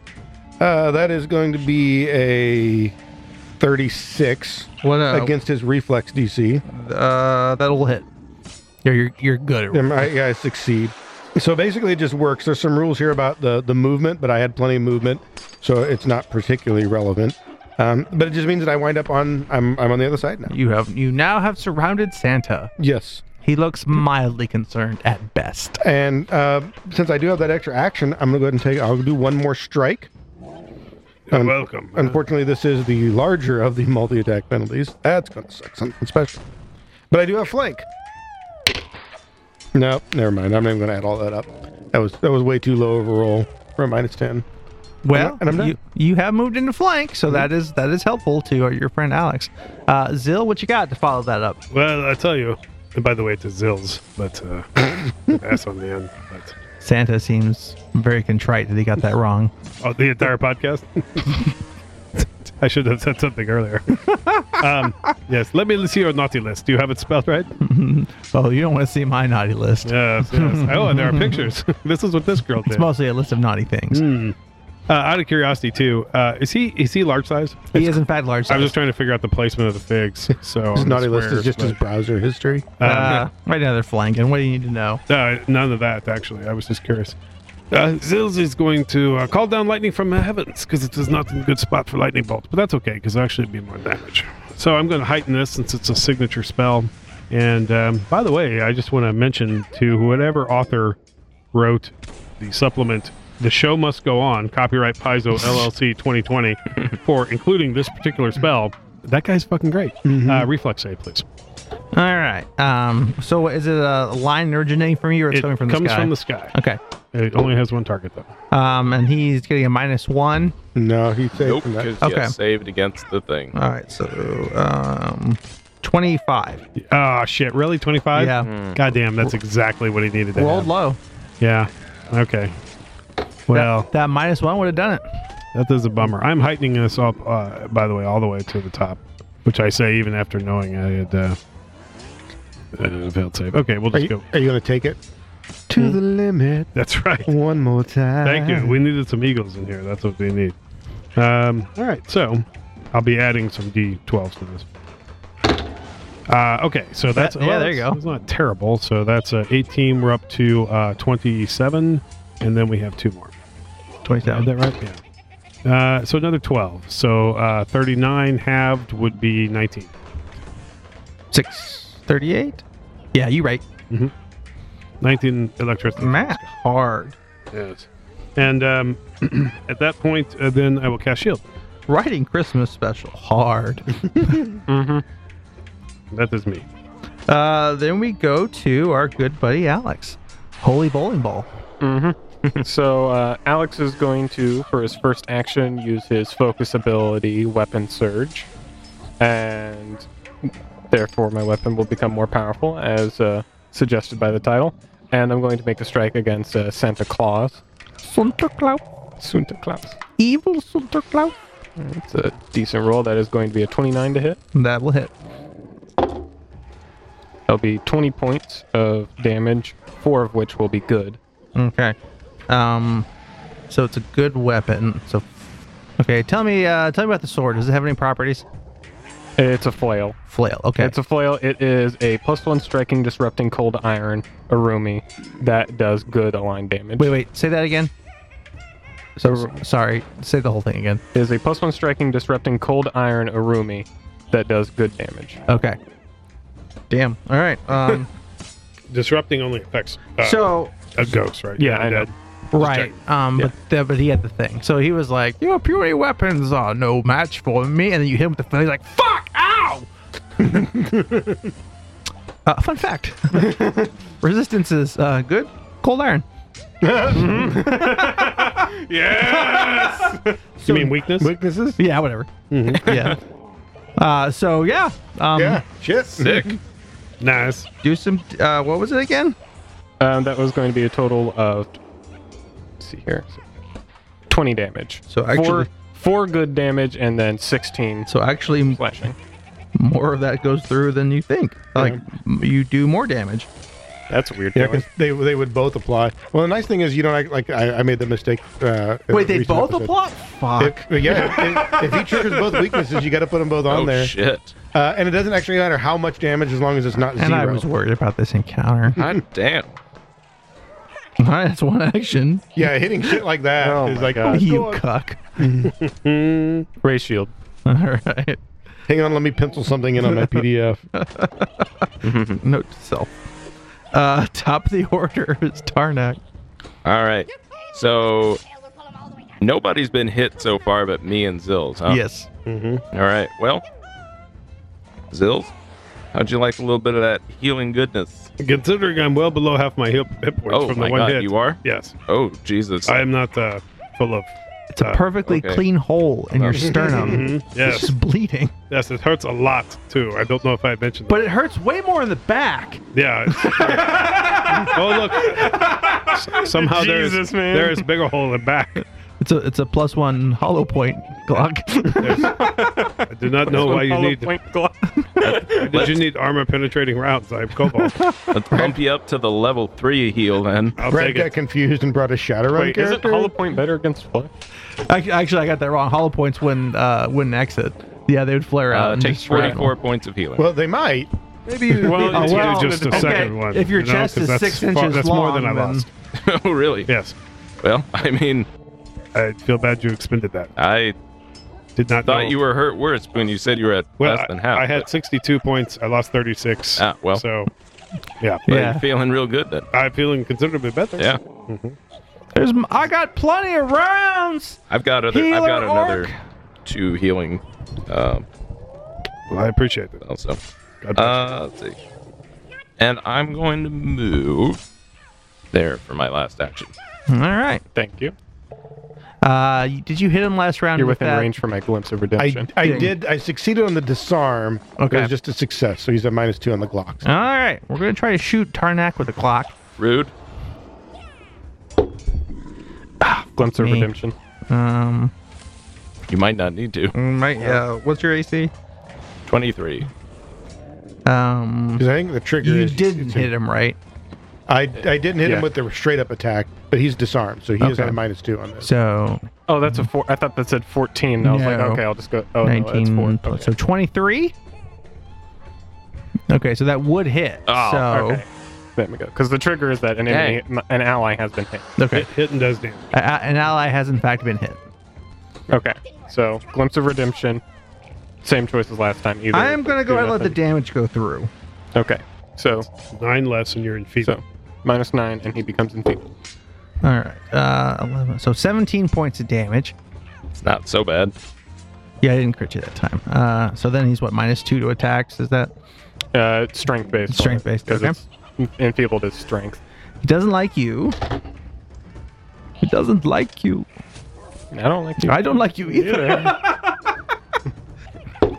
Speaker 1: Uh, that is going to be a 36
Speaker 2: What uh,
Speaker 1: against his reflex DC.
Speaker 2: uh that'll hit. You're you're, you're good. At,
Speaker 1: Am I, yeah, I succeed. So basically, it just works. There's some rules here about the the movement, but I had plenty of movement, so it's not particularly relevant. Um, but it just means that I wind up on I'm I'm on the other side now.
Speaker 2: you have you now have surrounded Santa.
Speaker 1: Yes.
Speaker 2: He looks mildly concerned at best.
Speaker 1: And uh, since I do have that extra action, I'm gonna go ahead and take. I'll do one more strike. Um,
Speaker 4: welcome.
Speaker 1: Unfortunately, this is the larger of the multi attack penalties. That's gonna suck something special. But I do have flank. Nope, never mind. I'm not even gonna add all that up. That was that was way too low of a roll for a minus ten.
Speaker 2: Well,
Speaker 1: and I'm done.
Speaker 2: you, you have moved into flank, so that is that is helpful to uh, your friend Alex. Uh, Zill, what you got to follow that up?
Speaker 4: Well, I tell you. And by the way, to Zills, but uh,
Speaker 1: [LAUGHS]
Speaker 4: S on the end. But
Speaker 2: Santa seems very contrite that he got that wrong.
Speaker 4: oh, the entire podcast. [LAUGHS] I should have said
Speaker 1: [LAUGHS]
Speaker 4: something earlier. um, yes, let me see your naughty list. Do you have it spelled right?
Speaker 2: Oh, you don't want to see my naughty list.
Speaker 4: Yes.
Speaker 1: [LAUGHS]
Speaker 4: yes. Oh, and there are pictures. [LAUGHS] this is what this girl did.
Speaker 2: It's mostly a list of naughty things.
Speaker 4: Uh, out of curiosity, too, uh, is he is he large size?
Speaker 2: He is in fact large.
Speaker 4: I
Speaker 2: size.
Speaker 4: was just trying to figure out the placement of the figs. So
Speaker 1: His
Speaker 4: on the
Speaker 1: naughty list is
Speaker 4: squares,
Speaker 1: just his browser history.
Speaker 4: but, um,
Speaker 2: uh, right now they're flanking. What do you need to know?
Speaker 4: Uh, none of that, actually. I was just curious. Uh, Zills is going to uh, call down lightning from the heavens because it is not a good spot for lightning bolts, but that's okay because actually it'd be more damage. So I'm going to heighten this since it's a signature spell. And um, by the way, I just want to mention to whatever author wrote the supplement, The Show Must Go On, copyright
Speaker 2: [LAUGHS]
Speaker 4: Paizo LLC 2020, for including this particular spell. That guy's fucking great.
Speaker 2: Mm-hmm.
Speaker 4: Uh, reflex save, please.
Speaker 2: All right. Um. So is it a line originating from you, or it's
Speaker 4: it
Speaker 2: coming from the
Speaker 4: comes
Speaker 2: sky?
Speaker 4: from the sky.
Speaker 2: Okay.
Speaker 4: It only has one target, though.
Speaker 2: Um. And he's getting a minus one.
Speaker 1: No, he saved
Speaker 10: Nope,
Speaker 1: from that.
Speaker 10: because
Speaker 2: Okay.
Speaker 10: you saved against the thing.
Speaker 2: All right. So um, twenty-five.
Speaker 4: Oh shit! Really? Twenty five?
Speaker 2: Yeah.
Speaker 4: God damn, that's exactly what he needed. To
Speaker 2: Rolled
Speaker 4: have.
Speaker 2: low.
Speaker 4: Yeah. Okay.
Speaker 2: that,
Speaker 4: Well,
Speaker 2: that minus one would have done it.
Speaker 4: that is a bummer. I'm heightening this up, uh, by the way, all the way to the top, which I say even after knowing I had uh, uh, failed save. Okay, we'll
Speaker 1: Are
Speaker 4: just
Speaker 1: you,
Speaker 4: go.
Speaker 1: are you going to take it Hmm. to the limit
Speaker 4: That's [LAUGHS] right.
Speaker 1: one more time?
Speaker 4: Thank you. We needed some eagles in here. That's what we need. Um, all right. So I'll be adding some D12s to this. Uh, okay. So that's.
Speaker 2: yeah, there you
Speaker 4: that's-
Speaker 2: go.
Speaker 4: It's not terrible. So that's uh, 18. We're up to uh, 27. And then we have two more. Is
Speaker 2: Twenty-seven.
Speaker 4: that right? Yeah. Uh, so another 12. So uh, 39 halved would be 19.
Speaker 2: Six. Thirty-eight. Yeah, you right.
Speaker 4: 19 electricity.
Speaker 2: Math hard.
Speaker 4: Yes. And um, [CLEARS THROAT] at that point, uh, then I will cast shield.
Speaker 2: Writing Christmas special
Speaker 4: [LAUGHS]
Speaker 2: hard.
Speaker 4: That is me.
Speaker 2: Uh, then we go to our good buddy Alex. Holy bowling ball.
Speaker 8: So uh, Alex is going to, for his first action, use his focus ability, Weapon Surge, and therefore my weapon will become more powerful, as uh, suggested by the title. And I'm going to make a strike against uh, Santa Claus.
Speaker 2: Santa Claus.
Speaker 8: Santa Claus.
Speaker 2: Evil Santa Claus.
Speaker 8: It's a decent roll. That is going to be a 29 to hit.
Speaker 2: That will hit.
Speaker 8: That'll be 20 points of damage, four of which will be good.
Speaker 2: Okay. Um, so it's a good weapon. So, okay, tell me, uh, tell me about the sword. Does it have any properties?
Speaker 8: It's a flail.
Speaker 2: Flail. Okay.
Speaker 8: It's a flail. It is a plus one striking, disrupting cold iron, Arumi, that does good align damage.
Speaker 2: wait, wait. Say that again. So sorry. Say the whole thing again.
Speaker 8: It is a plus one striking, disrupting cold iron, Arumi, that does good damage.
Speaker 2: Okay. Damn. All right. Um.
Speaker 4: Disrupting only affects uh,
Speaker 2: so
Speaker 4: a ghost, right?
Speaker 8: Yeah, I know.
Speaker 2: right. Um.
Speaker 8: Yeah.
Speaker 2: But the, but he had the thing. So he was like, "Your purity weapons are no match for me," and then you hit him with the flail. He's like, "Fuck! Ow!" uh, fun fact: resistance is uh, good. Cold iron.
Speaker 4: [LAUGHS]
Speaker 2: [LAUGHS]
Speaker 4: Yes. you mean weakness?
Speaker 1: Weaknesses?
Speaker 2: Yeah, whatever. [LAUGHS] yeah. Uh, so yeah, um,
Speaker 1: Shit.
Speaker 11: Sick.
Speaker 4: Nice.
Speaker 2: do some. Uh, what was it again?
Speaker 8: Um, that was going to be a total of, let's see here, 20 damage.
Speaker 2: So actually-
Speaker 8: four, four good damage and then 16
Speaker 2: So actually, m-
Speaker 8: slashing.
Speaker 2: more of that goes through than you think. Like m you do more damage.
Speaker 8: That's a weird.
Speaker 1: Yeah,
Speaker 8: feeling.
Speaker 1: 'cause they they would both apply. Well, the nice thing is you don't act like I, I made the mistake. Uh, in a recent episode.
Speaker 2: Fuck.
Speaker 1: If, yeah, if, if he triggers both weaknesses, you got to put them both on
Speaker 11: Oh
Speaker 1: there.
Speaker 11: shit.
Speaker 1: Uh, and it doesn't actually matter how much damage as long as it's not
Speaker 2: and
Speaker 1: zero.
Speaker 2: I was worried about this encounter. [LAUGHS]
Speaker 11: God damn.
Speaker 2: All right, that's one action.
Speaker 1: yeah, hitting shit like that is
Speaker 8: Oh my
Speaker 1: like,
Speaker 8: God.
Speaker 1: oh,
Speaker 2: you
Speaker 1: God.
Speaker 2: cuck. [LAUGHS]
Speaker 8: Ray shield.
Speaker 2: All right.
Speaker 1: hang on, let me pencil something in on my PDF.
Speaker 2: Note to self. Uh, top of the [LAUGHS] order is Tarnak.
Speaker 10: All right. So nobody's been hit so far but me and Zills, huh?
Speaker 2: Yes.
Speaker 10: All right. Well, Zills, how'd you like a little bit of that healing goodness?
Speaker 4: Considering I'm well below half my hip, hip points
Speaker 10: Oh
Speaker 4: from
Speaker 10: my
Speaker 4: the one
Speaker 10: God,
Speaker 4: hit.
Speaker 10: you are?
Speaker 4: Yes.
Speaker 10: Oh, Jesus.
Speaker 4: I am not uh, full of.
Speaker 2: It's a
Speaker 4: Uh,
Speaker 2: perfectly
Speaker 10: okay.
Speaker 2: clean hole in your sternum.
Speaker 4: Mhm.
Speaker 2: It's
Speaker 4: Yes.
Speaker 2: just bleeding,
Speaker 4: Yes. It hurts a lot too. I don't know if I mentioned.
Speaker 2: but it hurts way more in the back.
Speaker 4: that. yeah.
Speaker 8: [LAUGHS]
Speaker 4: it's- oh look. S- Somehow there is
Speaker 8: Jesus, man.
Speaker 4: there is bigger hole in back.
Speaker 2: It's a it's a plus one hollow point Glock. [LAUGHS]
Speaker 4: I do not know why you
Speaker 8: Hollow
Speaker 4: need.
Speaker 8: point glove.
Speaker 4: Did you need armor penetrating rounds? I'm
Speaker 8: [LAUGHS]
Speaker 4: cobalt.
Speaker 10: Let's bump you up to the level three
Speaker 4: [LAUGHS]
Speaker 10: heal then.
Speaker 4: I'll
Speaker 1: Brad
Speaker 4: take
Speaker 1: got
Speaker 4: it.
Speaker 1: confused and brought a Shadowrun
Speaker 8: Wait, isn't
Speaker 1: character.
Speaker 8: hollow point better against flail?
Speaker 2: Act- Actually, I got that wrong. Hollow points wouldn't uh, wouldn't exit. Yeah, they would flare out.
Speaker 10: Uh,
Speaker 2: and
Speaker 10: takes
Speaker 2: just rattle.
Speaker 10: 44 points of healing.
Speaker 1: well, they might.
Speaker 8: Well,
Speaker 4: It's
Speaker 8: it's-
Speaker 2: well,
Speaker 4: really just a
Speaker 2: okay,
Speaker 4: second one.
Speaker 2: if your
Speaker 4: you know,
Speaker 2: chest
Speaker 4: 'cause
Speaker 2: is
Speaker 4: that's
Speaker 2: six
Speaker 4: far-
Speaker 2: inches
Speaker 4: that's more than I
Speaker 2: long, then-
Speaker 4: lost.
Speaker 10: [LAUGHS] oh, really?
Speaker 4: Yes.
Speaker 10: Well, I mean,
Speaker 4: I feel bad you expended that.
Speaker 10: I
Speaker 4: Did not
Speaker 10: thought
Speaker 4: know.
Speaker 10: you were hurt worse when you said you were at
Speaker 4: well,
Speaker 10: less than
Speaker 4: I-
Speaker 10: half.
Speaker 4: I had
Speaker 10: but-
Speaker 4: 62 points. I lost 36.
Speaker 10: Ah, well.
Speaker 4: So, yeah.
Speaker 10: but
Speaker 2: Yeah.
Speaker 10: you're feeling real good then.
Speaker 4: I'm feeling considerably better.
Speaker 10: Yeah.
Speaker 2: There's m- I got plenty of rounds.
Speaker 10: I've got other. I've got
Speaker 2: Healer
Speaker 10: another
Speaker 2: orc.
Speaker 10: two healing. Um,
Speaker 4: Well, I appreciate it.
Speaker 10: also.
Speaker 4: God bless
Speaker 10: Uh, let's see. And I'm going to move there for my last action.
Speaker 2: All right.
Speaker 8: Thank you.
Speaker 2: Uh, y- did you hit him last round?
Speaker 8: You're
Speaker 2: with
Speaker 8: within
Speaker 2: that?
Speaker 8: range for my glimpse of
Speaker 1: I,
Speaker 8: redemption.
Speaker 1: I
Speaker 2: Ding.
Speaker 1: did. I succeeded on the disarm.
Speaker 2: Okay.
Speaker 1: It was just a success. So he's at minus two on the
Speaker 4: [LAUGHS]
Speaker 1: Glocks.
Speaker 2: All right. We're gonna try to shoot Tarnak with a Glock.
Speaker 10: Rude.
Speaker 8: glimpse of
Speaker 2: me.
Speaker 8: redemption.
Speaker 2: Um,
Speaker 10: You might not need
Speaker 4: Hmm.
Speaker 10: to.
Speaker 2: right. Uh, what's your AC?
Speaker 10: 23.
Speaker 2: Um,
Speaker 1: Because I think the trigger
Speaker 2: you
Speaker 1: is.
Speaker 2: didn't hit him right.
Speaker 1: I, I didn't hit
Speaker 8: Yeah.
Speaker 1: him with the straight up attack, but he's disarmed. So he is
Speaker 2: Okay.
Speaker 1: at a minus two on this.
Speaker 2: So
Speaker 8: Oh, that's a four. I thought that said 14. I was like,
Speaker 2: No.
Speaker 8: okay, I'll just go. Oh, no, that's
Speaker 2: 19
Speaker 8: four.
Speaker 2: plus-
Speaker 8: Okay.
Speaker 2: so 23 okay so that would hit
Speaker 10: Oh,
Speaker 2: so
Speaker 8: Okay. There we go. Because the trigger is that an enemy, an ally has been hit.
Speaker 2: okay,
Speaker 4: It hit and does damage.
Speaker 2: A- a- an ally has in fact been hit
Speaker 8: Okay. So, glimpse of redemption. Same choice as last time. Either.
Speaker 2: i am gonna go
Speaker 8: do
Speaker 2: ahead and let the
Speaker 8: nothing.
Speaker 2: damage go through
Speaker 8: Okay. So,
Speaker 4: Nine less and you're in feet.
Speaker 8: so minus nine, and he becomes enfeebled.
Speaker 2: all right uh 11 so 17 points of damage
Speaker 10: It's not so bad.
Speaker 2: yeah i didn't crit you that time uh so then he's what minus two to attacks is that
Speaker 8: Uh, strength based.
Speaker 2: Strength-based,
Speaker 8: Because
Speaker 2: okay.
Speaker 8: enfeebled is strength.
Speaker 2: He doesn't like you. He doesn't like you.
Speaker 8: I
Speaker 2: [LAUGHS]
Speaker 8: don't like you.
Speaker 2: I don't like you either. All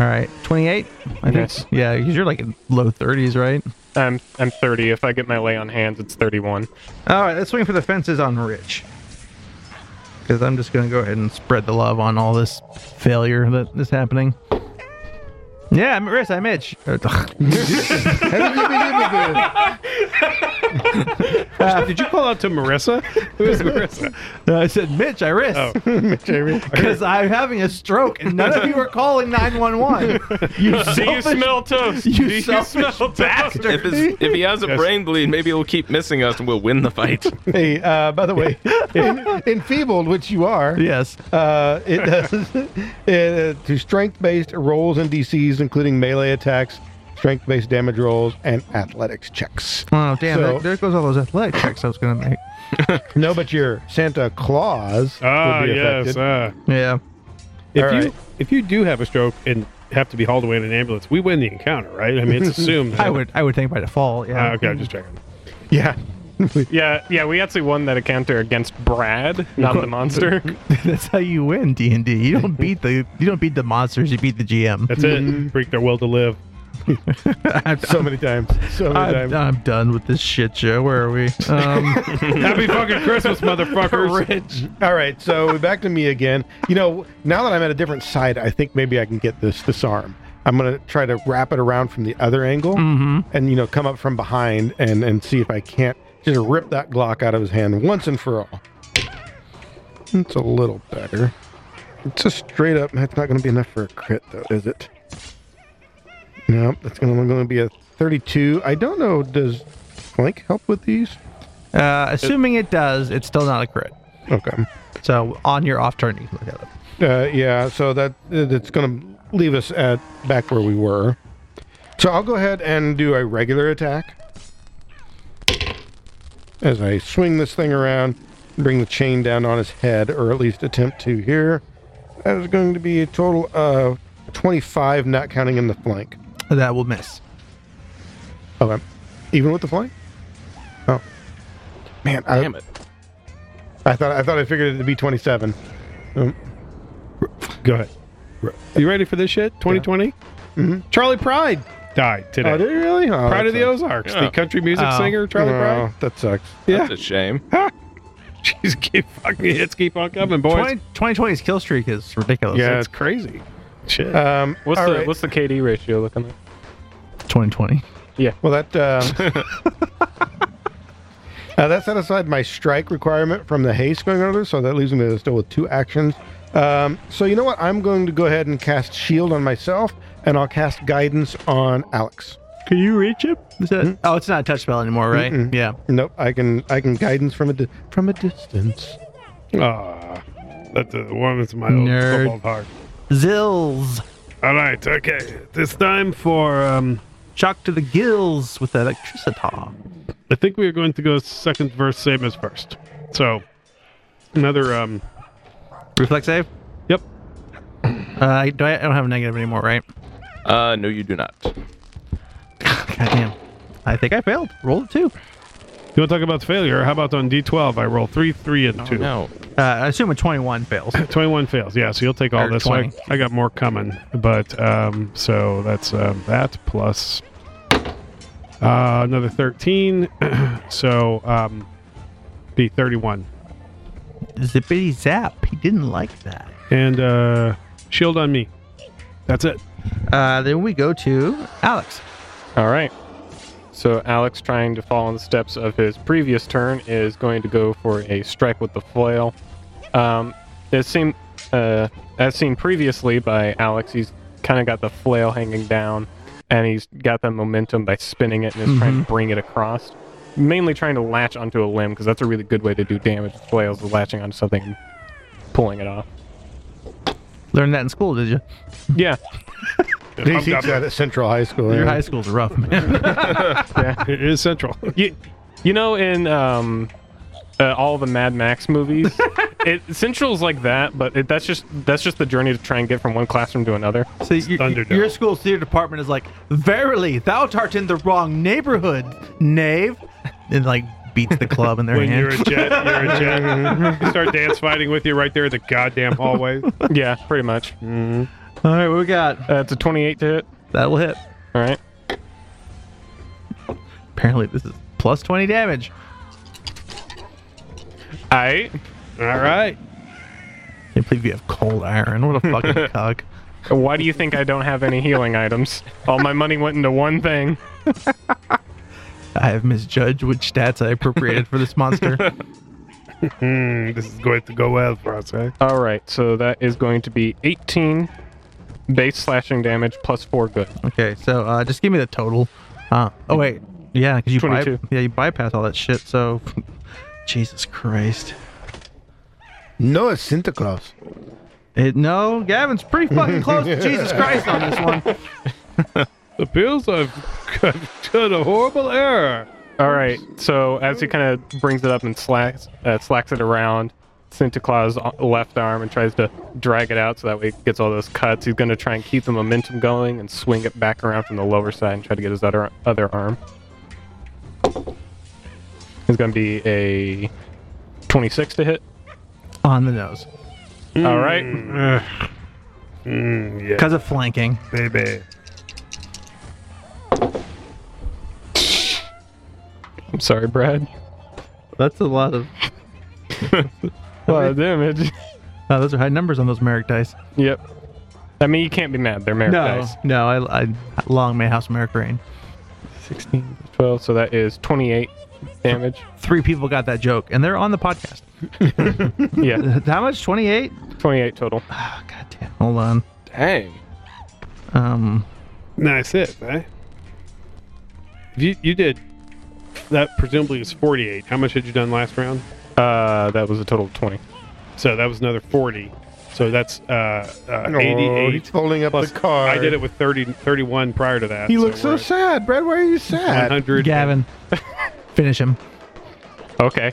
Speaker 2: right, 28. I
Speaker 8: Yes.
Speaker 2: think. Yeah, because you're like in low 30s, right?
Speaker 8: I'm I'm 30. If I get my lay on hands, it's 31.
Speaker 2: All right, let's swing for the fences on Rich. Because I'm just going to go ahead and spread the love on all this failure that is happening. Yeah, I'm Rich. I'm Mitch. Uh,
Speaker 4: Ah, Did you call out to Marissa? Who is Marissa?
Speaker 2: I said Mitch. I risk. [LAUGHS] Because I'm having a stroke and none of you are calling 911. You
Speaker 8: Do you
Speaker 2: selfish-
Speaker 8: smell toast?
Speaker 2: You
Speaker 8: Do
Speaker 2: selfish
Speaker 8: toast?
Speaker 10: If, it's, if
Speaker 4: [LAUGHS]
Speaker 10: he has a brain bleed, maybe he'll keep missing us and we'll win the fight.
Speaker 1: Hey, uh, by the way, [LAUGHS] en- enfeebled, which you are,
Speaker 2: Yes.
Speaker 1: uh, it does [LAUGHS] it, uh, to strength-based rolls and DCs, including melee attacks, strength-based damage rolls, and athletics checks.
Speaker 2: Oh, damn.
Speaker 1: So-
Speaker 2: there, there goes all those athletic checks I was going to make.
Speaker 1: No, but your Santa Claus
Speaker 4: Ah,
Speaker 1: would be affected.
Speaker 4: yes. ah.
Speaker 2: Yeah.
Speaker 4: If
Speaker 1: All
Speaker 4: you
Speaker 1: right.
Speaker 4: if you do have a stroke and have to be hauled away in an ambulance, we win the encounter, right? I mean, it's assumed.
Speaker 2: I would I would think by default. Yeah.
Speaker 4: Ah, okay, I'm just checking.
Speaker 1: Yeah.
Speaker 8: Yeah, yeah. We actually won that encounter against Brad, not
Speaker 2: [LAUGHS]
Speaker 8: the monster.
Speaker 2: [LAUGHS] That's how you win D and D. You don't beat the you don't beat the monsters. You beat the GM.
Speaker 4: That's it. Freak their will to live.
Speaker 1: So many times.
Speaker 4: [LAUGHS]
Speaker 1: So many
Speaker 2: I'm,
Speaker 1: times.
Speaker 2: I'm done with this shit show. Where are we? Um,
Speaker 8: [LAUGHS]
Speaker 4: Happy fucking Christmas, motherfuckers.
Speaker 1: All right, so back to me again. You know, now that I'm at a different side, I think maybe I can get this this arm. I'm gonna try to wrap it around from the other angle, and you know, come up from behind and and see if I can't just rip that Glock out of his hand once and for all. It's a little better. It's a straight up. That's not gonna be enough for a crit, though, is it? No, that's gonna, gonna be a 32. I don't know. Does flank help with these?
Speaker 2: uh, assuming it does, it's still not a crit.
Speaker 1: Okay.
Speaker 2: So on your off turn, you can look at it.
Speaker 1: Uh, yeah, so that that's going to leave us at back where we were. So I'll go ahead and do a regular attack as I swing this thing around, bring the chain down on his head, or at least attempt to here. That is going to be a total of 25, not counting in the flank.
Speaker 2: That will miss.
Speaker 1: Okay, even with the flank. Oh, man! I,
Speaker 11: Damn it.
Speaker 1: I thought I thought I figured it to be 27.
Speaker 4: Go ahead. You ready for this shit? 2020? Charlie Pride died today.
Speaker 1: Oh, did it really? Oh,
Speaker 4: Pride
Speaker 1: that
Speaker 4: of the
Speaker 1: sucks.
Speaker 4: Ozarks,
Speaker 11: Yeah.
Speaker 4: the country music
Speaker 2: Oh.
Speaker 4: singer Charlie Pride.
Speaker 1: Oh, that sucks.
Speaker 10: That's a shame.
Speaker 4: Jeez, keep fucking hits keep on coming, boys.
Speaker 2: 20, 2020's kill streak is ridiculous.
Speaker 1: Yeah.
Speaker 4: That's crazy. Shit.
Speaker 1: Um,
Speaker 8: What's
Speaker 1: all
Speaker 8: the
Speaker 1: right.
Speaker 8: What's the KD ratio looking like?
Speaker 2: 2020.
Speaker 1: Well, that um, uh, that set aside my strike requirement from the haste going under, so that leaves me with- still with two actions. Um, so you know what? I'm going to go ahead and cast shield on myself, and I'll cast guidance on Alex.
Speaker 2: Can you reach it? Is that, oh, it's not a touch spell anymore, right? Yeah.
Speaker 1: Nope, I can I can guidance from a di- from a distance.
Speaker 4: Ah, that uh, warms my
Speaker 2: Nerd.
Speaker 4: old football heart.
Speaker 2: Zills.
Speaker 4: All right, okay. This time for um,
Speaker 2: Shock to the gills with electricity.
Speaker 4: I think we are going to go second verse, same as first. So another um,
Speaker 2: Reflex save.
Speaker 4: yep.
Speaker 2: Uh, do I, I don't have a negative anymore, right?
Speaker 10: Uh, no, you do not.
Speaker 2: Goddamn. I think I failed. Roll a two.
Speaker 4: You want to talk about failure? How about on D12? I roll three, three,
Speaker 8: Oh,
Speaker 4: and two.
Speaker 10: No.
Speaker 2: Uh, I assume a 21 fails.
Speaker 4: 21 fails. Yeah, so you'll take all
Speaker 2: Or
Speaker 4: this. So I,
Speaker 2: 20.
Speaker 4: I got more coming, but um, so that's um, that plus uh, another 13. [CLEARS THROAT] so um, be 31.
Speaker 2: Zippity zap. He didn't like that.
Speaker 4: And uh, shield on me. That's it.
Speaker 2: Uh, then we go to Alex.
Speaker 8: All right. So Alex, trying to follow in the steps of his previous turn, is going to go for a strike with the flail. Um, as seen, uh, as seen previously by Alex, he's kind of got the flail hanging down, and he's got the momentum by spinning it and is trying to bring it across. Mainly trying to latch onto a limb because that's a really good way to do damage. with Flails is latching onto something and pulling it off.
Speaker 2: Learned that in school, did you?
Speaker 8: Yeah,
Speaker 1: They teach that at Central High School.
Speaker 2: Your
Speaker 1: yeah.
Speaker 2: high school's rough, man.
Speaker 4: It is central. [LAUGHS]
Speaker 8: you, you know in um uh, all the Mad
Speaker 4: [LAUGHS]
Speaker 8: Max movies, it Central's like that, but it, that's just that's just the journey to try and get from one classroom to another.
Speaker 2: so you,
Speaker 4: Thunderdome.
Speaker 2: your school's theater department is like, Verily, thou art in the wrong neighborhood, knave. [LAUGHS] and like beats the club in their
Speaker 4: When
Speaker 2: hand.
Speaker 4: you're a jet, you're a jet. you start dance fighting with you right there in the goddamn hallway.
Speaker 8: Yeah, pretty much.
Speaker 2: All right, what we got?
Speaker 8: Uh, it's a 28 to hit.
Speaker 2: That will hit.
Speaker 8: All right.
Speaker 2: Apparently, this is plus twenty damage.
Speaker 8: I
Speaker 4: All right.
Speaker 2: can't believe you have cold iron. What a fucking cock.
Speaker 8: Why do you think I don't have any healing items? All my money went into one thing.
Speaker 2: I have misjudged which stats I appropriated for this monster.
Speaker 4: Hmm, this is going to go well for us, eh?
Speaker 8: All right, so that is going to be 18 base slashing damage plus four good.
Speaker 2: Okay, so uh, just give me the total. Uh, oh wait, yeah, because you bi-
Speaker 8: 22.
Speaker 2: yeah you bypass all that shit. So, [LAUGHS] Jesus Christ.
Speaker 1: No, it's Santa Claus.
Speaker 2: It, no, Gavin's pretty fucking close to Jesus Christ on this one.
Speaker 4: The pills I've done a horrible error.
Speaker 8: All right, so as he kind of brings it up and slacks uh, slacks it around, Santa Claus o- left arm and tries to drag it out so that way it gets all those cuts. He's going to try and keep the momentum going and swing it back around from the lower side and try to get his other other arm. It's going to be a 26 to hit.
Speaker 2: On the nose,
Speaker 8: All right.
Speaker 4: Mm, yeah,
Speaker 2: because of flanking.
Speaker 4: baby.
Speaker 8: I'm sorry, Brad.
Speaker 2: That's a lot of.
Speaker 8: Well, damage.
Speaker 2: Uh, those are high numbers on those merrick dice.
Speaker 8: [LAUGHS] Yep. I mean, you can't be mad. They're merit dice.
Speaker 2: no, I, I long may house merrick reign.
Speaker 8: 16, 12, so that is 28 damage.
Speaker 2: Three people got that joke, and they're on the podcast.
Speaker 8: Yeah,
Speaker 2: How much? Twenty-eight.
Speaker 8: 28 total.
Speaker 2: Oh, God damn. Hold on.
Speaker 10: Dang.
Speaker 2: Um.
Speaker 4: Nice hit, eh? You, you did. That presumably was 48. How much had you done last round?
Speaker 8: Uh, that was a total of 20.
Speaker 4: So that was another 40. So that's uh, uh,
Speaker 1: Oh,
Speaker 4: 88.
Speaker 1: he's folding up
Speaker 4: plus-
Speaker 1: the card.
Speaker 4: I did it with 30, 31 prior to that.
Speaker 1: He looks so
Speaker 4: we're
Speaker 1: sad, Brad. Why are you
Speaker 4: at
Speaker 1: [LAUGHS] sad?
Speaker 4: 100.
Speaker 2: Gavin, finish him.
Speaker 8: Okay.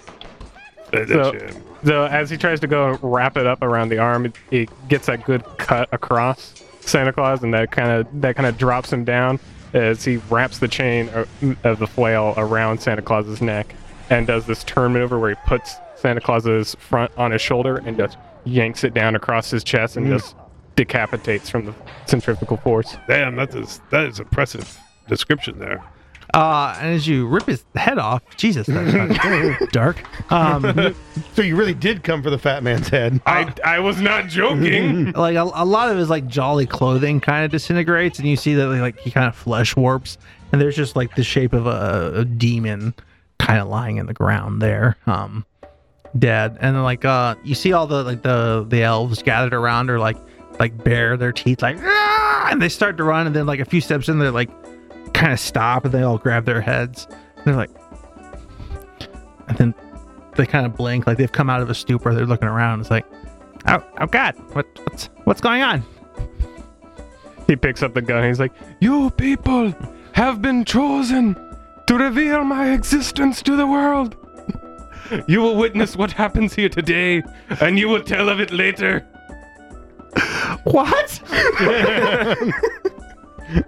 Speaker 4: Finish
Speaker 8: So-
Speaker 4: him.
Speaker 8: So as he tries to go and wrap it up around the arm, it, it gets that good cut across Santa Claus, and that kind of that kind of drops him down as he wraps the chain o- of the flail around Santa Claus's neck and does this turn maneuver where he puts Santa Claus's front on his shoulder and just yanks it down across his chest and just decapitates from the centrifugal force.
Speaker 4: Damn, that is that is impressive description there.
Speaker 2: Uh, and as you rip his head off, Jesus, that's dark. Um,
Speaker 1: So you really did come for the fat man's head.
Speaker 8: I, I was
Speaker 4: [LAUGHS]
Speaker 8: not
Speaker 2: [LAUGHS]
Speaker 8: joking.
Speaker 2: like a, a lot of his like jolly clothing kind of disintegrates, and you see that like he kind of flesh warps, and there's just like the shape of a, a demon kind of lying in the ground there, um, dead. And then like uh, you see all the like the the elves gathered around are like like bare their teeth, like "Ah!" and they start to run, and then like a few steps in, they're like kind of stop, and they all grab their heads, and they're like, and then they kind of blink, like they've come out of a stupor. They're looking around. It's like. Oh, oh God! What, what's what's going on?
Speaker 8: he picks up the gun. And he's like, "You people have been chosen to reveal my existence to the world. You will witness what happens here today, and you will tell of it later."
Speaker 2: What?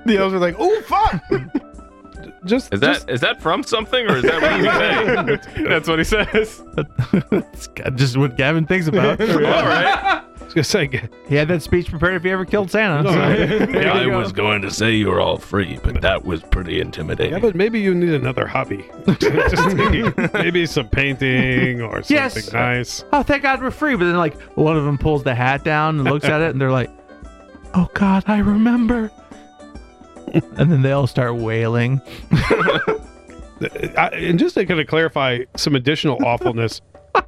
Speaker 1: The elves are like, "Oh fuck!"
Speaker 4: Just
Speaker 10: Is that is that from something or is
Speaker 4: [LAUGHS]
Speaker 10: that what you say?
Speaker 8: That's what he says.
Speaker 2: That's g- [LAUGHS] just what Gavin thinks
Speaker 4: [LAUGHS]
Speaker 2: about.
Speaker 10: All right.
Speaker 4: just like
Speaker 2: he had that speech prepared if he ever killed Santa.
Speaker 4: [LAUGHS]
Speaker 8: [LAUGHS]
Speaker 2: so-
Speaker 11: I was going to say you're all free, but that was pretty intimidating.
Speaker 4: Yeah, but maybe you need another hobby. [LAUGHS] Just maybe, maybe some painting or
Speaker 2: [LAUGHS]
Speaker 4: something
Speaker 2: Yes.
Speaker 4: nice.
Speaker 2: oh, thank God we're free. But then, like, one of them pulls the hat down and looks at it, and they're like, "Oh God, I remember." and then they all start wailing.
Speaker 4: Uh, I, and just to kind of clarify some
Speaker 2: [LAUGHS]
Speaker 4: additional awfulness,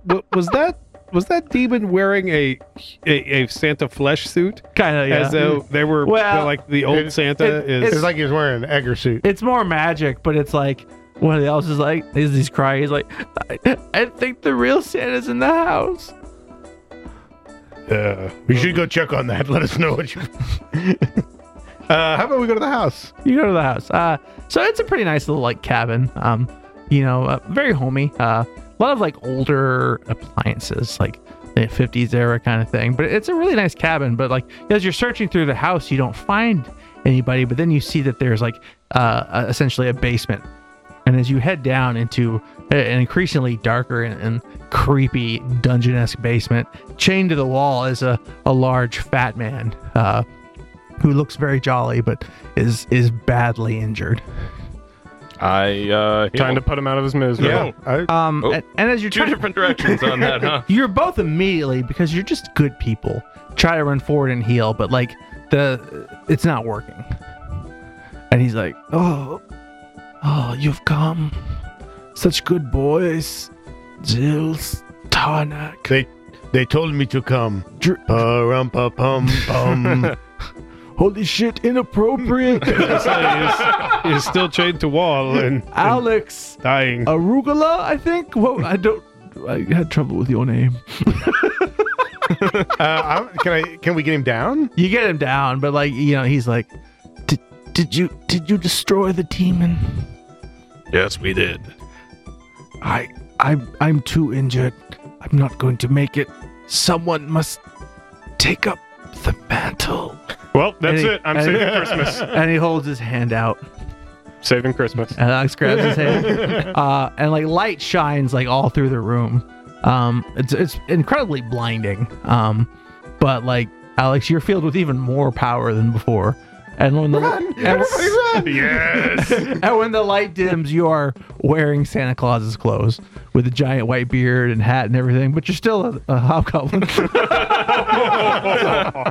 Speaker 4: wa- was that was that demon wearing a a, a Santa flesh suit
Speaker 2: Kind of, yeah. Hmm.
Speaker 4: as though they were
Speaker 2: Well,
Speaker 4: like the old Santa
Speaker 2: it-
Speaker 4: is?
Speaker 1: It's, like he was wearing an Egger suit.
Speaker 2: it's more magic, but it's like one of the elves is like, is he's crying. He's like, I, I think the real Santa's in the house.
Speaker 4: Yeah.
Speaker 1: We should go check on that. Let us know what you. [LAUGHS] uh, how about we go to the house?
Speaker 2: you go to the house. Uh, so it's a pretty nice little like cabin. Um, you know, uh, very homey. Uh, a lot of like older appliances, like the 50s era kind of thing. But it's a really nice cabin. But like as you're searching through the house, you don't find anybody. But then you see that there's like uh, uh, essentially a basement And as you head down into an increasingly darker and, and creepy dungeon esque basement, chained to the wall is a, a large fat man uh, who looks very jolly but is is badly injured.
Speaker 10: I uh, heal.
Speaker 8: Trying to put him out of his misery.
Speaker 1: Yeah. I,
Speaker 2: Um,
Speaker 10: Oh.
Speaker 2: and, and as you're
Speaker 10: [LAUGHS] two
Speaker 2: trying-
Speaker 10: different directions on that, huh?
Speaker 2: you're both immediately because you're just good people try to run forward and heal but like the it's not working and he's like oh oh you've come such good boys Jill's Tarnak
Speaker 1: they they told me to come.
Speaker 2: Dr-
Speaker 1: Pum pum [LAUGHS] pum.
Speaker 2: holy shit [LAUGHS] inappropriate
Speaker 4: He's, he's still chained to wall
Speaker 2: [LAUGHS]
Speaker 4: and, and
Speaker 2: Alex
Speaker 4: dying.
Speaker 2: Arugula I think well I don't I had trouble with your name
Speaker 1: Uh, I, can I? Can we get him down?
Speaker 2: you get him down but like you know he's like "Did- did you did you destroy the demon
Speaker 11: Yes, we did.
Speaker 2: I I I'm too injured. I'm not going to make it. Someone must take up the mantle.
Speaker 8: Well,
Speaker 2: And
Speaker 8: that's
Speaker 2: he-
Speaker 8: it. I'm
Speaker 2: and-
Speaker 8: saving [LAUGHS] Christmas.
Speaker 2: [LAUGHS] And he holds his hand out.
Speaker 8: Saving Christmas.
Speaker 2: And Alex grabs his hand. Uh, and like light shines like all through the room. Um it's it's incredibly blinding. Um but like Alex, you're filled with even more power than before. And when the and,
Speaker 4: Yes.
Speaker 2: [LAUGHS] and when the light dims, you are wearing Santa Claus's clothes with a giant white beard and hat and everything, but you're still a, a hobgoblin.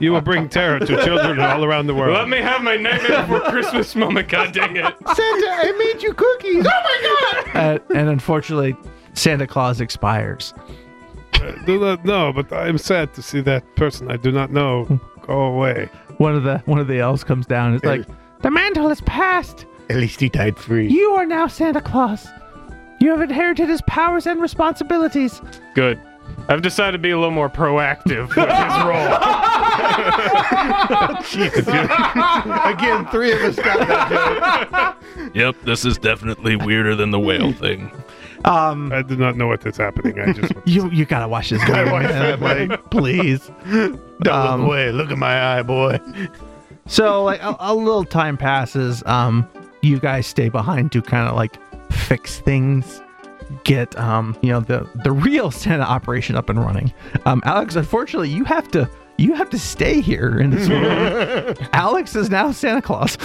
Speaker 4: you will bring terror to children all around the world.
Speaker 11: Let me have my nightmare before Christmas moment. God dang it!
Speaker 1: Santa, I made you cookies.
Speaker 2: and, and unfortunately, Santa Claus expires.
Speaker 4: Do not know, but I'm sad to see that person I do not know
Speaker 2: Hmm.
Speaker 4: go away.
Speaker 2: One of the one of the elves comes down. It's like the mantle has passed.
Speaker 1: At least he died free.
Speaker 2: You are now Santa Claus. You have inherited his powers and responsibilities.
Speaker 8: Good. I've decided to be a little more proactive with his role.
Speaker 1: Again, three of us got that.
Speaker 11: [LAUGHS] Yep, this is definitely weirder than the
Speaker 10: Hmm.
Speaker 11: whale thing.
Speaker 4: I do not know what is happening. I just
Speaker 2: You you gotta watch [LAUGHS] this guy, please.
Speaker 1: Don't [LAUGHS] look away. Look at my eye, boy.
Speaker 2: Um, [LAUGHS] So like a, a little time passes. Um, you guys stay behind to kind of like fix things, get um, you know the the real Santa operation up and running. Um, Alex, unfortunately, you have to you have to stay here in this room.
Speaker 1: [LAUGHS]
Speaker 2: Alex is now Santa Claus.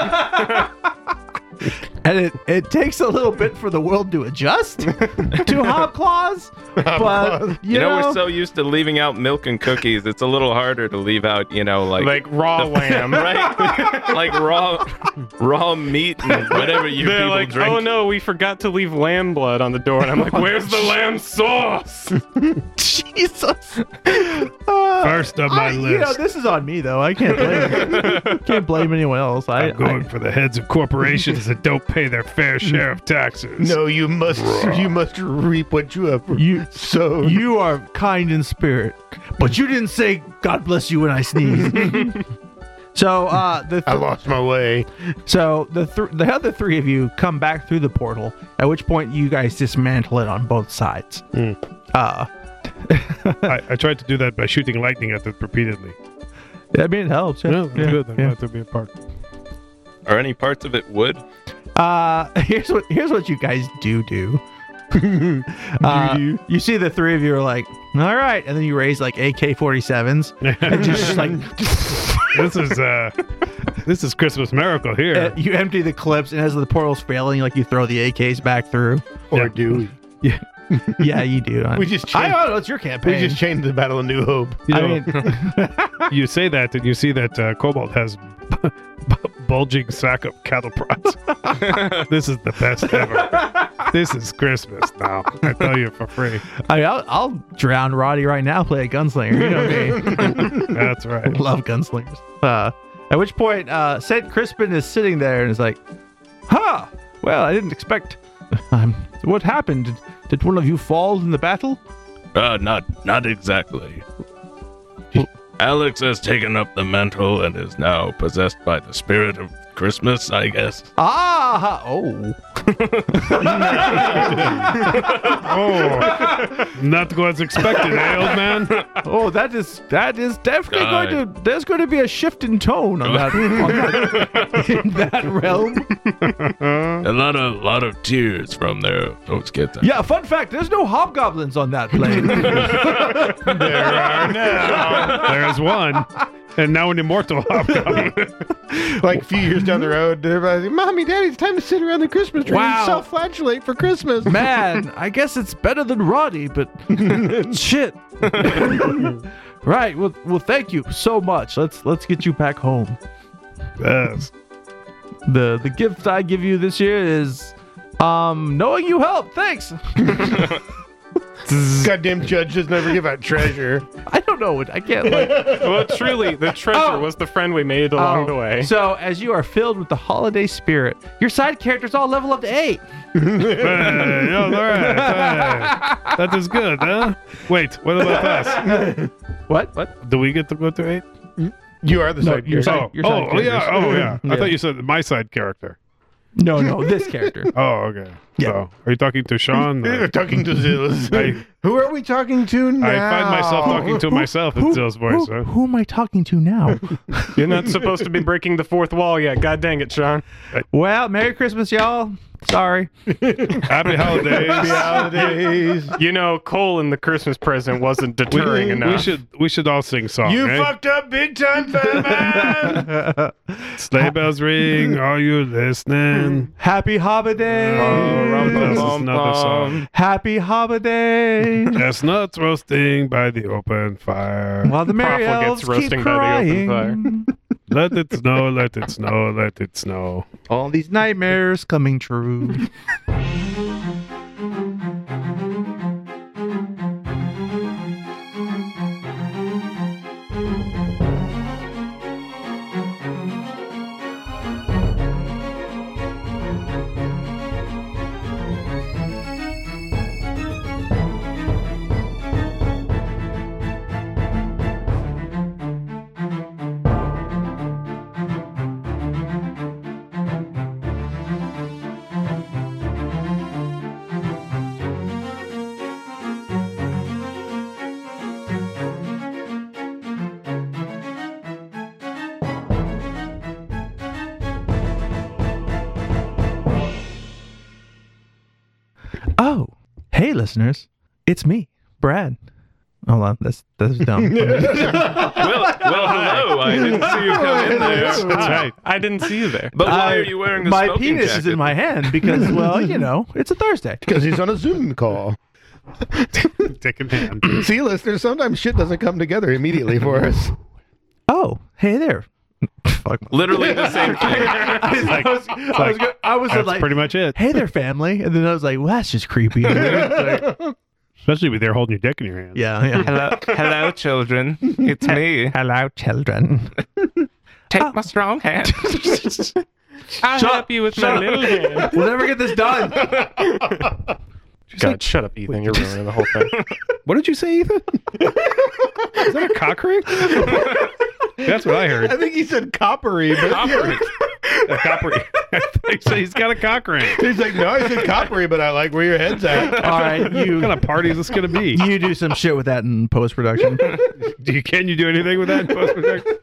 Speaker 2: [LAUGHS] And it, it takes a little bit for the world
Speaker 1: [LAUGHS]
Speaker 2: to adjust to Hob Claus, but you,
Speaker 10: You know,
Speaker 2: know
Speaker 10: we're so used to leaving out milk and cookies. It's a little harder to leave out, you know, like
Speaker 8: Like raw [LAUGHS]
Speaker 4: [LAUGHS]
Speaker 8: lamb.
Speaker 10: right, like raw, raw meat and whatever you
Speaker 8: They're
Speaker 10: people
Speaker 8: like,
Speaker 10: drink.
Speaker 8: oh no, we forgot to leave lamb blood on the door. And I'm [LAUGHS] like, where's the lamb sauce?
Speaker 2: [LAUGHS] Jesus. Uh,
Speaker 4: first on my
Speaker 2: I-
Speaker 4: list.
Speaker 2: You know, this is on me though. I can't
Speaker 4: [LAUGHS]
Speaker 2: blame can't blame anyone else. I,
Speaker 4: I'm going for the heads of corporations that don't pay their [LAUGHS] fair share of taxes.
Speaker 1: No, you must. You must reap what you have
Speaker 2: I- you
Speaker 1: sown.
Speaker 2: you are kind in spirit, but you didn't say God bless you when I
Speaker 4: [LAUGHS]
Speaker 2: sneeze. so uh, the
Speaker 1: I lost my way.
Speaker 2: so the th- the other three of you come back through the portal. At which point you guys dismantle it on both sides. Uh,
Speaker 4: I, I tried to do that by shooting lightning at it repeatedly.
Speaker 2: I mean it helps. Yeah,
Speaker 4: No,
Speaker 2: yeah,
Speaker 4: Oh, good. I'm
Speaker 2: yeah.
Speaker 4: glad to be a part.
Speaker 10: Are any parts of it wood?
Speaker 2: Uh, [LAUGHS] here's what here's what you guys do do. [LAUGHS] Uh, you see the three of you are like, all right, and then you raise like
Speaker 1: [LAUGHS]
Speaker 2: AK-47s and just like
Speaker 4: [LAUGHS] This is uh, this is Christmas miracle
Speaker 2: uh,
Speaker 4: here.
Speaker 2: you empty the clips, and as the portal's failing, like you throw the AKs back through.
Speaker 1: Or do we?
Speaker 2: [LAUGHS] Yeah, you do.
Speaker 1: [LAUGHS] We just
Speaker 2: I
Speaker 1: changed,
Speaker 2: don't know. It's your
Speaker 1: we
Speaker 2: campaign.
Speaker 1: just changed the Battle of New Hope.
Speaker 4: You,
Speaker 2: I
Speaker 4: know,
Speaker 2: mean,
Speaker 4: you say that, and you see that uh, Cobalt has [LAUGHS] b- b- bulging sack of cattle [LAUGHS] prods. this is the best ever. This is Christmas now. I tell you for [LAUGHS] free.
Speaker 2: I mean I'll, I'll drown Roddy right now. Play a gunslinger. You
Speaker 1: [LAUGHS]
Speaker 2: know me.
Speaker 4: That's right.
Speaker 2: [LAUGHS] Love gunslingers. Uh, at which point, uh, Seth Crispin is sitting there and is like, "Huh? Well, I didn't expect. [LAUGHS] Um, what happened? Did, did one of you fall in the battle?
Speaker 11: Uh, not not exactly. Alex has taken up the mantle and is now possessed by the spirit of Christmas, I guess.
Speaker 2: Ah!
Speaker 4: [LAUGHS]
Speaker 2: Oh.
Speaker 4: Oh. Not what's expected, eh, old man?
Speaker 2: [LAUGHS] Oh, that is that is definitely
Speaker 11: God.
Speaker 2: going to. There's going to be a shift in tone on that, on that [LAUGHS]
Speaker 4: [LAUGHS]
Speaker 2: in that realm.
Speaker 11: A lot of lot of tears from their folks get that.
Speaker 2: Yeah. Fun fact: There's no hobgoblins on that
Speaker 4: [LAUGHS]
Speaker 2: plane.
Speaker 4: There's one. And now an immortal hobgoblin.
Speaker 1: Like a few years down the road, everybody's like, "Mommy, Daddy, it's time to sit around the Christmas tree
Speaker 2: Wow.
Speaker 1: and self-flagellate for Christmas."
Speaker 2: Man, I guess it's better than
Speaker 1: [LAUGHS]
Speaker 2: Roddy, but shit. right. Well, well, thank you so much. Let's let's get you back home.
Speaker 4: yes.
Speaker 2: The the gift I give you this year is um knowing you help. Thanks.
Speaker 1: [LAUGHS] Goddamn judges never give out treasure.
Speaker 2: I don't know it. I can't
Speaker 1: [LAUGHS]
Speaker 2: like
Speaker 8: well, truly, the treasure
Speaker 2: Oh.
Speaker 8: was the friend we made along
Speaker 2: Oh,
Speaker 8: the way.
Speaker 2: So, as you are filled with the holiday spirit, your side characters all level up
Speaker 1: [LAUGHS]
Speaker 2: to eight.
Speaker 4: Hey,
Speaker 8: [LAUGHS]
Speaker 4: all right. hey. That is good, huh? Wait, what about us?
Speaker 2: What? What?
Speaker 4: Do we get to go to eight?
Speaker 1: You are the side
Speaker 2: Mm. you're
Speaker 1: character.
Speaker 4: Oh,
Speaker 2: Your side
Speaker 4: oh, oh, yeah,
Speaker 1: [LAUGHS]
Speaker 4: oh, yeah. I
Speaker 2: Yeah.
Speaker 4: thought you said my side character.
Speaker 2: No, [LAUGHS] no, this character.
Speaker 4: Oh, okay. Yeah. are you talking
Speaker 1: [LAUGHS]
Speaker 4: to Sean?
Speaker 1: You're
Speaker 4: or-
Speaker 1: talking to Zeus.
Speaker 4: [LAUGHS] I,
Speaker 1: [LAUGHS] Who are we talking to now?
Speaker 4: I find myself talking to myself in Zill's voice.
Speaker 2: who,
Speaker 4: huh?
Speaker 2: who am I talking to now?
Speaker 8: You're not
Speaker 4: [LAUGHS]
Speaker 8: supposed to be breaking the fourth wall yet. God dang it, Sean.
Speaker 2: [LAUGHS] well, Merry Christmas, y'all. Sorry.
Speaker 4: Happy holidays.
Speaker 1: [LAUGHS] holidays.
Speaker 8: You know, Cole in the Christmas present wasn't
Speaker 4: We,
Speaker 8: deterring enough.
Speaker 4: we should we should all sing songs.
Speaker 1: You
Speaker 4: eh?
Speaker 1: fucked up big time, fat man.
Speaker 4: [LAUGHS] Sleigh bells ring. Are you listening?
Speaker 2: Happy
Speaker 8: Oh,
Speaker 2: holiday.
Speaker 4: This is another song.
Speaker 2: Happy holiday.
Speaker 8: [LAUGHS]
Speaker 4: Chestnuts roasting by the open fire.
Speaker 2: While the merry elves
Speaker 8: Profligates
Speaker 2: keep
Speaker 8: roasting by the open
Speaker 2: crying.
Speaker 4: Let it snow, let it snow, let it snow.
Speaker 2: All these nightmares coming true. [LAUGHS] Oh, hey, listeners. It's me, Brad. Hold on, that's that's [LAUGHS] dumb.
Speaker 10: Well, well, hello. I didn't see
Speaker 1: [LAUGHS]
Speaker 10: you come in there.
Speaker 8: That's right. I didn't see you there.
Speaker 10: But why
Speaker 2: I-
Speaker 10: are you wearing a
Speaker 2: my
Speaker 10: smoking
Speaker 2: penis
Speaker 10: jacket?
Speaker 2: is in my hand because, well, you know, it's a [LAUGHS] Thursday.
Speaker 1: [LAUGHS] Because he's on a Zoom call.
Speaker 4: Dick in hand.
Speaker 1: See, listeners, sometimes shit doesn't come together immediately for us.
Speaker 2: Oh, hey there. Fuck. [LAUGHS]
Speaker 10: Literally the same thing.
Speaker 2: I, was, I was, go- I was
Speaker 4: That's
Speaker 2: like,
Speaker 4: pretty much it.
Speaker 2: hey there, family, and then I was like, well, that's just [LAUGHS] creepy. yeah,
Speaker 4: Especially with there holding your dick in your hand.
Speaker 2: yeah.
Speaker 5: Hello,
Speaker 2: [LAUGHS]
Speaker 5: hello, children. It's me.
Speaker 2: Hello, children.
Speaker 5: Take my
Speaker 2: [LAUGHS]
Speaker 5: strong hand. I'll
Speaker 2: Shut-
Speaker 5: help you with my little hand.
Speaker 2: [LAUGHS] We'll never get this done.
Speaker 8: God, shut up, Ethan. You're ruining the whole thing.
Speaker 4: [LAUGHS] What did you say,
Speaker 8: [LAUGHS]
Speaker 4: Ethan? Is that a cock ring? That's what I heard.
Speaker 1: I think he said coppery, but [LAUGHS]
Speaker 4: A cock [LAUGHS] ring. so he's got a cock ring.
Speaker 1: he's like, no, I said coppery, but I like where your head's at.
Speaker 2: All right,
Speaker 4: What kind
Speaker 2: you
Speaker 4: of party is this going to be?
Speaker 2: you do some shit with that in post production.
Speaker 4: Do you, can you do anything with that in post production?